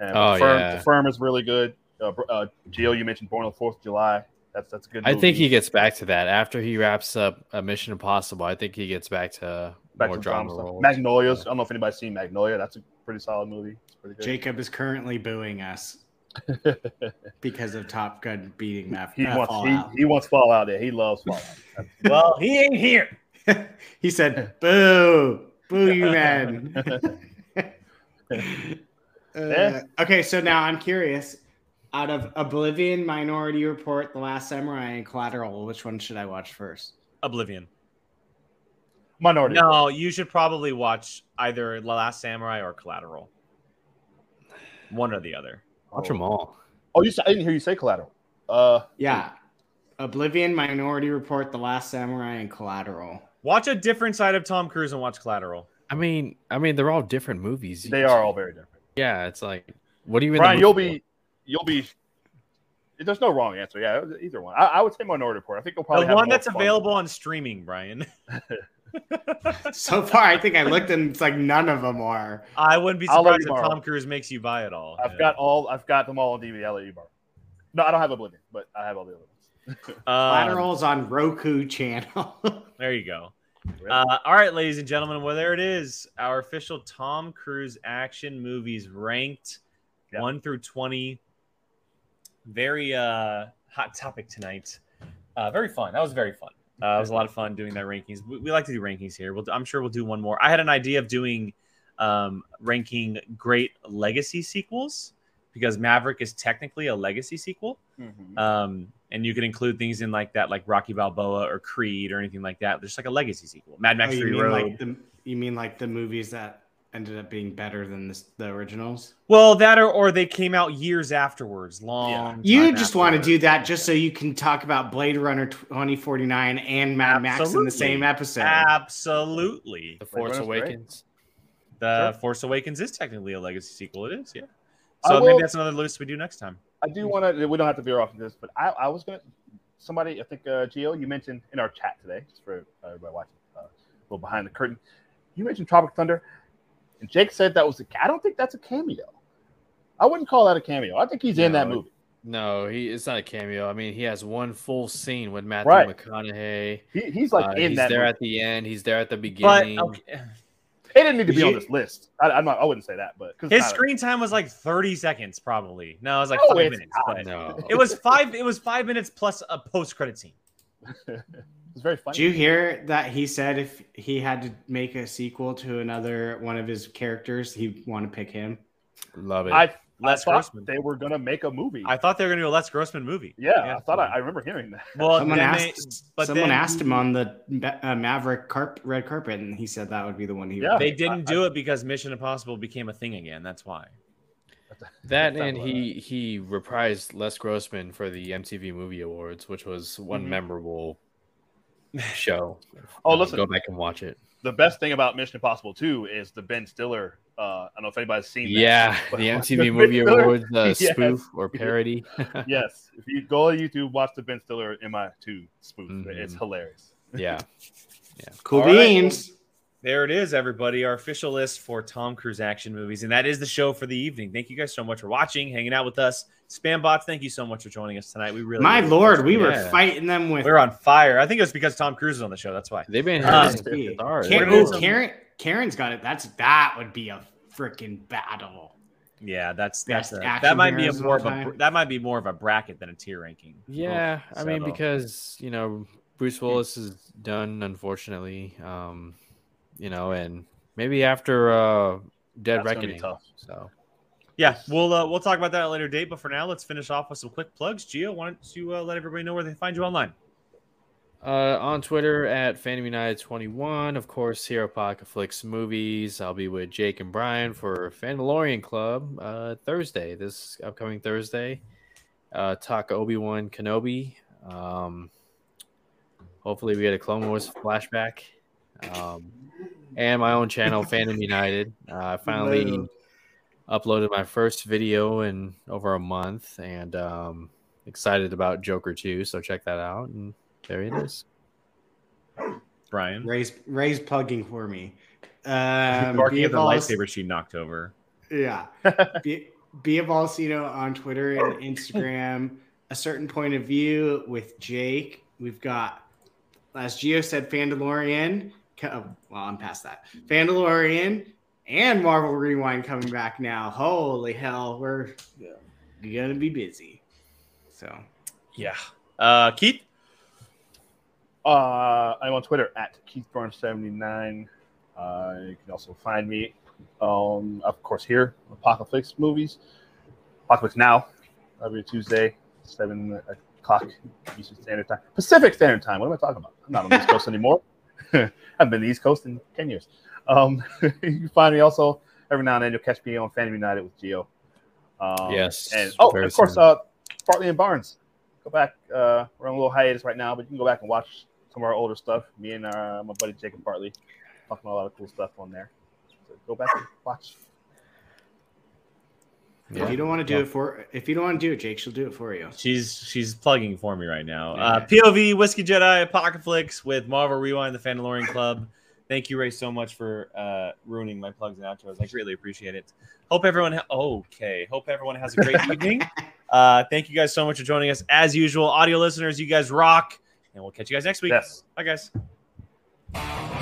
E: And
G: Oh,
E: the, firm,
G: yeah.
E: the firm is really good. Uh, Br- uh, Gio, you mentioned Born on the Fourth of July. That's that's a good.
G: I think
E: movie.
G: he gets back to that after he wraps up a Mission Impossible. I think he gets back to
E: Back
G: more
E: to
G: drama
E: drama stuff.
G: roles.
E: Magnolias. I don't know if anybody's seen Magnolia. That's a pretty solid movie. It's pretty good.
H: Jacob is currently booing us because of Top Gun beating Mav-
E: he
H: uh,
E: wants
H: Fallout.
E: he, he wants Fallout. Yeah, he loves
G: <laughs>
E: Fallout.
B: Well, he ain't here.
H: he said, "Boo, boo, you man." <laughs> Uh, okay, so now I'm curious. Out of Oblivion, Minority Report, The Last Samurai, and Collateral, which one should I watch first?
B: Oblivion.
E: Minority.
B: No, you should probably watch either The Last Samurai or Collateral. One or the other.
G: Watch them all.
E: Oh, you said, I didn't hear you say Collateral. Uh,
H: Yeah, Oblivion, Minority Report, The Last Samurai, and Collateral.
B: Watch a different side of Tom Cruise and watch Collateral.
G: I mean, I mean, they're all different movies. You
E: they
G: can-
E: are all very different.
G: Yeah, it's like, what do you? in the
E: Brian,
G: mood
E: you'll
G: for?
E: be, you'll be. There's no wrong answer. Yeah, either one. I, I would say Minority Report. I think you'll probably
B: The
E: have
B: one
E: more
B: that's
E: fun.
B: available on streaming, Brian. <laughs>
H: So far, I think I looked and it's like none of them are.
B: I wouldn't be
E: I'll let
B: surprised
E: you
B: if
E: borrow.
B: Tom Cruise makes you buy it all.
E: I've
B: Yeah.
E: got all. I've got them all on DVD. I'll let you borrow. No, I don't have Oblivion, but I have all the other ones.
B: Um,
H: Collateral's on Roku channel. <laughs> Oh,
B: There you go.
E: Really?
B: Uh, all right, ladies and gentlemen. Well, there it is. Our official Tom Cruise action movies ranked
E: Yeah.
B: one through twenty. Very uh, hot topic tonight. Uh, very fun. That was very fun. Uh, it was a lot of fun doing that rankings. We, we like to do rankings here. We'll, I'm sure we'll do one more. I had an idea of doing um, ranking great legacy sequels because Maverick is technically a legacy sequel
D: Mm-hmm.
B: um, and you can include things in like that, like Rocky Balboa or Creed or anything like that. There's like a legacy sequel, Mad
H: Oh,
B: Max
H: you,
B: Three
H: mean
B: Road.
H: like the, you mean like the movies that ended up being better than this, the originals?
B: well, that or, or they came out years afterwards, long. time
H: You just want to
B: afterwards.
H: do that just so you can talk about Blade Runner 2049 and Mad Max in
B: Absolutely. Ah,
H: the same episode.
B: Absolutely,
G: The Force
E: Runner's great.
G: Awakens.
B: the
E: Sure.
B: Force Awakens is technically a legacy sequel. It is, yeah.
E: I
B: So
E: will-
B: maybe that's another list we do next time.
E: I do want to. We don't have to veer off of this, but I, I was gonna. Somebody, I think uh, Gio, you mentioned in our chat today, just for everybody watching, uh, a little behind the curtain. You mentioned Tropic Thunder, and Jake said that was. A, I don't think that's a cameo. I wouldn't call that a cameo. I think he's in that
G: No.
E: movie.
G: No, he. It's not a cameo. I mean, he has one full scene with Matthew
E: Right.
G: McConaughey.
E: He, he's like
G: Uh,
E: in
G: he's
E: that.
G: there
E: movie.
G: at the end. He's there at the
B: But
G: beginning.
B: okay,
E: It didn't need to be on
G: You-
E: this list. I, I'm not. I wouldn't say that, but 'cause it's
B: his
E: not a-
B: screen time was like 30 seconds, probably. No, it was like
E: No,
B: five
E: it's
B: minutes.
E: not.
B: But
G: no,
B: it was five. It was five minutes plus a post credit scene.
E: <laughs> It's very funny.
H: Did you hear that he said if he had to make a sequel to another one of his characters, he'd want to pick him?
G: love it.
E: I, I
B: Les
E: thought
B: Grossman.
E: they were gonna make a movie.
B: I thought they were going to do a Les Grossman movie.
E: yeah, I thought I, I remember
B: <laughs>
E: hearing that.
B: Well,
H: someone
B: then
H: asked,
B: they- but
H: someone
B: then
H: asked him on the Ma- uh, Maverick carp, red carpet, and he said that would be the one he
E: Yeah.
H: would
B: They <laughs>
H: pick.
B: didn't do it because Mission Impossible became a thing again. That's why.
G: that
E: That's
G: and
E: not
G: he he reprised Les Grossman for the MTV Movie Awards, which was one
B: Mhm.
E: <laughs>
G: memorable show.
E: Mm-hmm. Oh,
G: Uh,
E: listen,
G: go back and watch it.
E: the best thing about Mission Impossible 2 is the Ben Stiller. Uh, I don't know if anybody's seen
G: Yeah,
E: that.
G: the MTV Movie Awards uh,
E: <laughs> Yes.
G: spoof or parody.
E: <laughs> yes, if you go on YouTube, watch the Ben Stiller MI2 spoof.
G: Mhm.
E: It's hilarious.
G: yeah,
H: Cool
B: All right.
H: beans.
B: There it is, everybody. Our official list for Tom Cruise action movies, and that is the show for the evening. Thank you guys so much for watching, hanging out with us. Spambots, thank you so much for joining us tonight. We really,
H: My
B: really
H: lord, we
B: appreciate it.
H: were
G: Yeah.
H: fighting them with.
B: we were on fire. I think it was because Tom Cruise is on the show. That's why.
G: they've been
B: Uh,
G: uh, stars.
B: We're
H: Karen,
B: gonna do
H: ooh,
B: some-
H: Karen, Karen's got it. That's that would be a freaking battle.
B: Yeah, that's that's
H: Best
B: a,
H: action
B: that might be a
H: heroes of
B: more of
H: all
B: a
H: time.
B: br- that might be more of a bracket than a tier ranking.
G: Yeah,
E: Oh,
G: I mean
B: So-
G: because you know Bruce Willis is done, unfortunately. Um, you know, and maybe after uh, Dead
E: That's gonna be
G: Reckoning.
E: tough.
G: So
B: Yeah, we'll uh, we'll talk about that at a later date. But for now, let's finish off with some quick plugs. Gio, why don't you uh, let everybody know where they find you online?
G: Uh, on Twitter at Phantom United 21. Of course, here at Pocket Flicks Movies. I'll be with Jake and Brian for Mandalorian Club uh, Thursday, this upcoming Thursday. Uh, talk Obi Wan Kenobi. Um, hopefully, we get a Clone Wars flashback. Um, and my own channel, Phantom United. Uh, I finally
I: Hello.
G: uploaded my first video in over a month and um, excited about Joker 2. So check that out. And there it is.
B: Brian.
H: Ray's Ray's plugging for me. Um,
B: barking
H: be
B: at the
H: of all-
B: lightsaber she knocked over.
H: Yeah. be, be a Valsino on Twitter and Instagram. A certain point of view with Jake. We've got, as Geo said, Fandalorian. Co- oh, Well, I'm past that. Fandalorian and Marvel Rewind coming back now. Holy hell, we're gonna be busy. So
B: Yeah. Uh, Keith.
E: Uh, I'm on Twitter at KeithBorn79. Uh, you can also find me, um, of course, here on Apocalypse Movies. Apocalypse Now, every Tuesday, 7 o'clock Eastern Standard Time. Pacific Standard Time. What am I talking about? I'm not on the East Coast anymore. <laughs> I've been to the East Coast in 10 years. Um, <laughs> you can find me also every now and then. You'll catch me on Phantom United with Geo. Um,
G: Yes,
E: And, oh,
G: very
E: of course,
G: soon.
E: uh, Bartley and Barnes go back. Uh, we're on a little hiatus right now, but you can go back and watch some of our older stuff. Me and uh, my buddy Jacob Bartley talking about a lot of cool stuff on there. So go back and watch.
G: Yeah.
H: if you don't want to do it for, if you don't want to do it, Jake, she'll do it for you.
B: She's she's plugging for me right now. Uh, POV Whiskey Jedi Apocalypse with Marvel Rewind the Mandalorian Club. Thank you, Ray, so much for uh, ruining my plugs and outros. I greatly appreciate it. Hope everyone ha- okay. Hope everyone has a great evening. Uh, thank you guys so much for joining us. As usual, audio listeners, you guys rock, and we'll catch you guys next week.
E: Yes.
B: Bye, guys.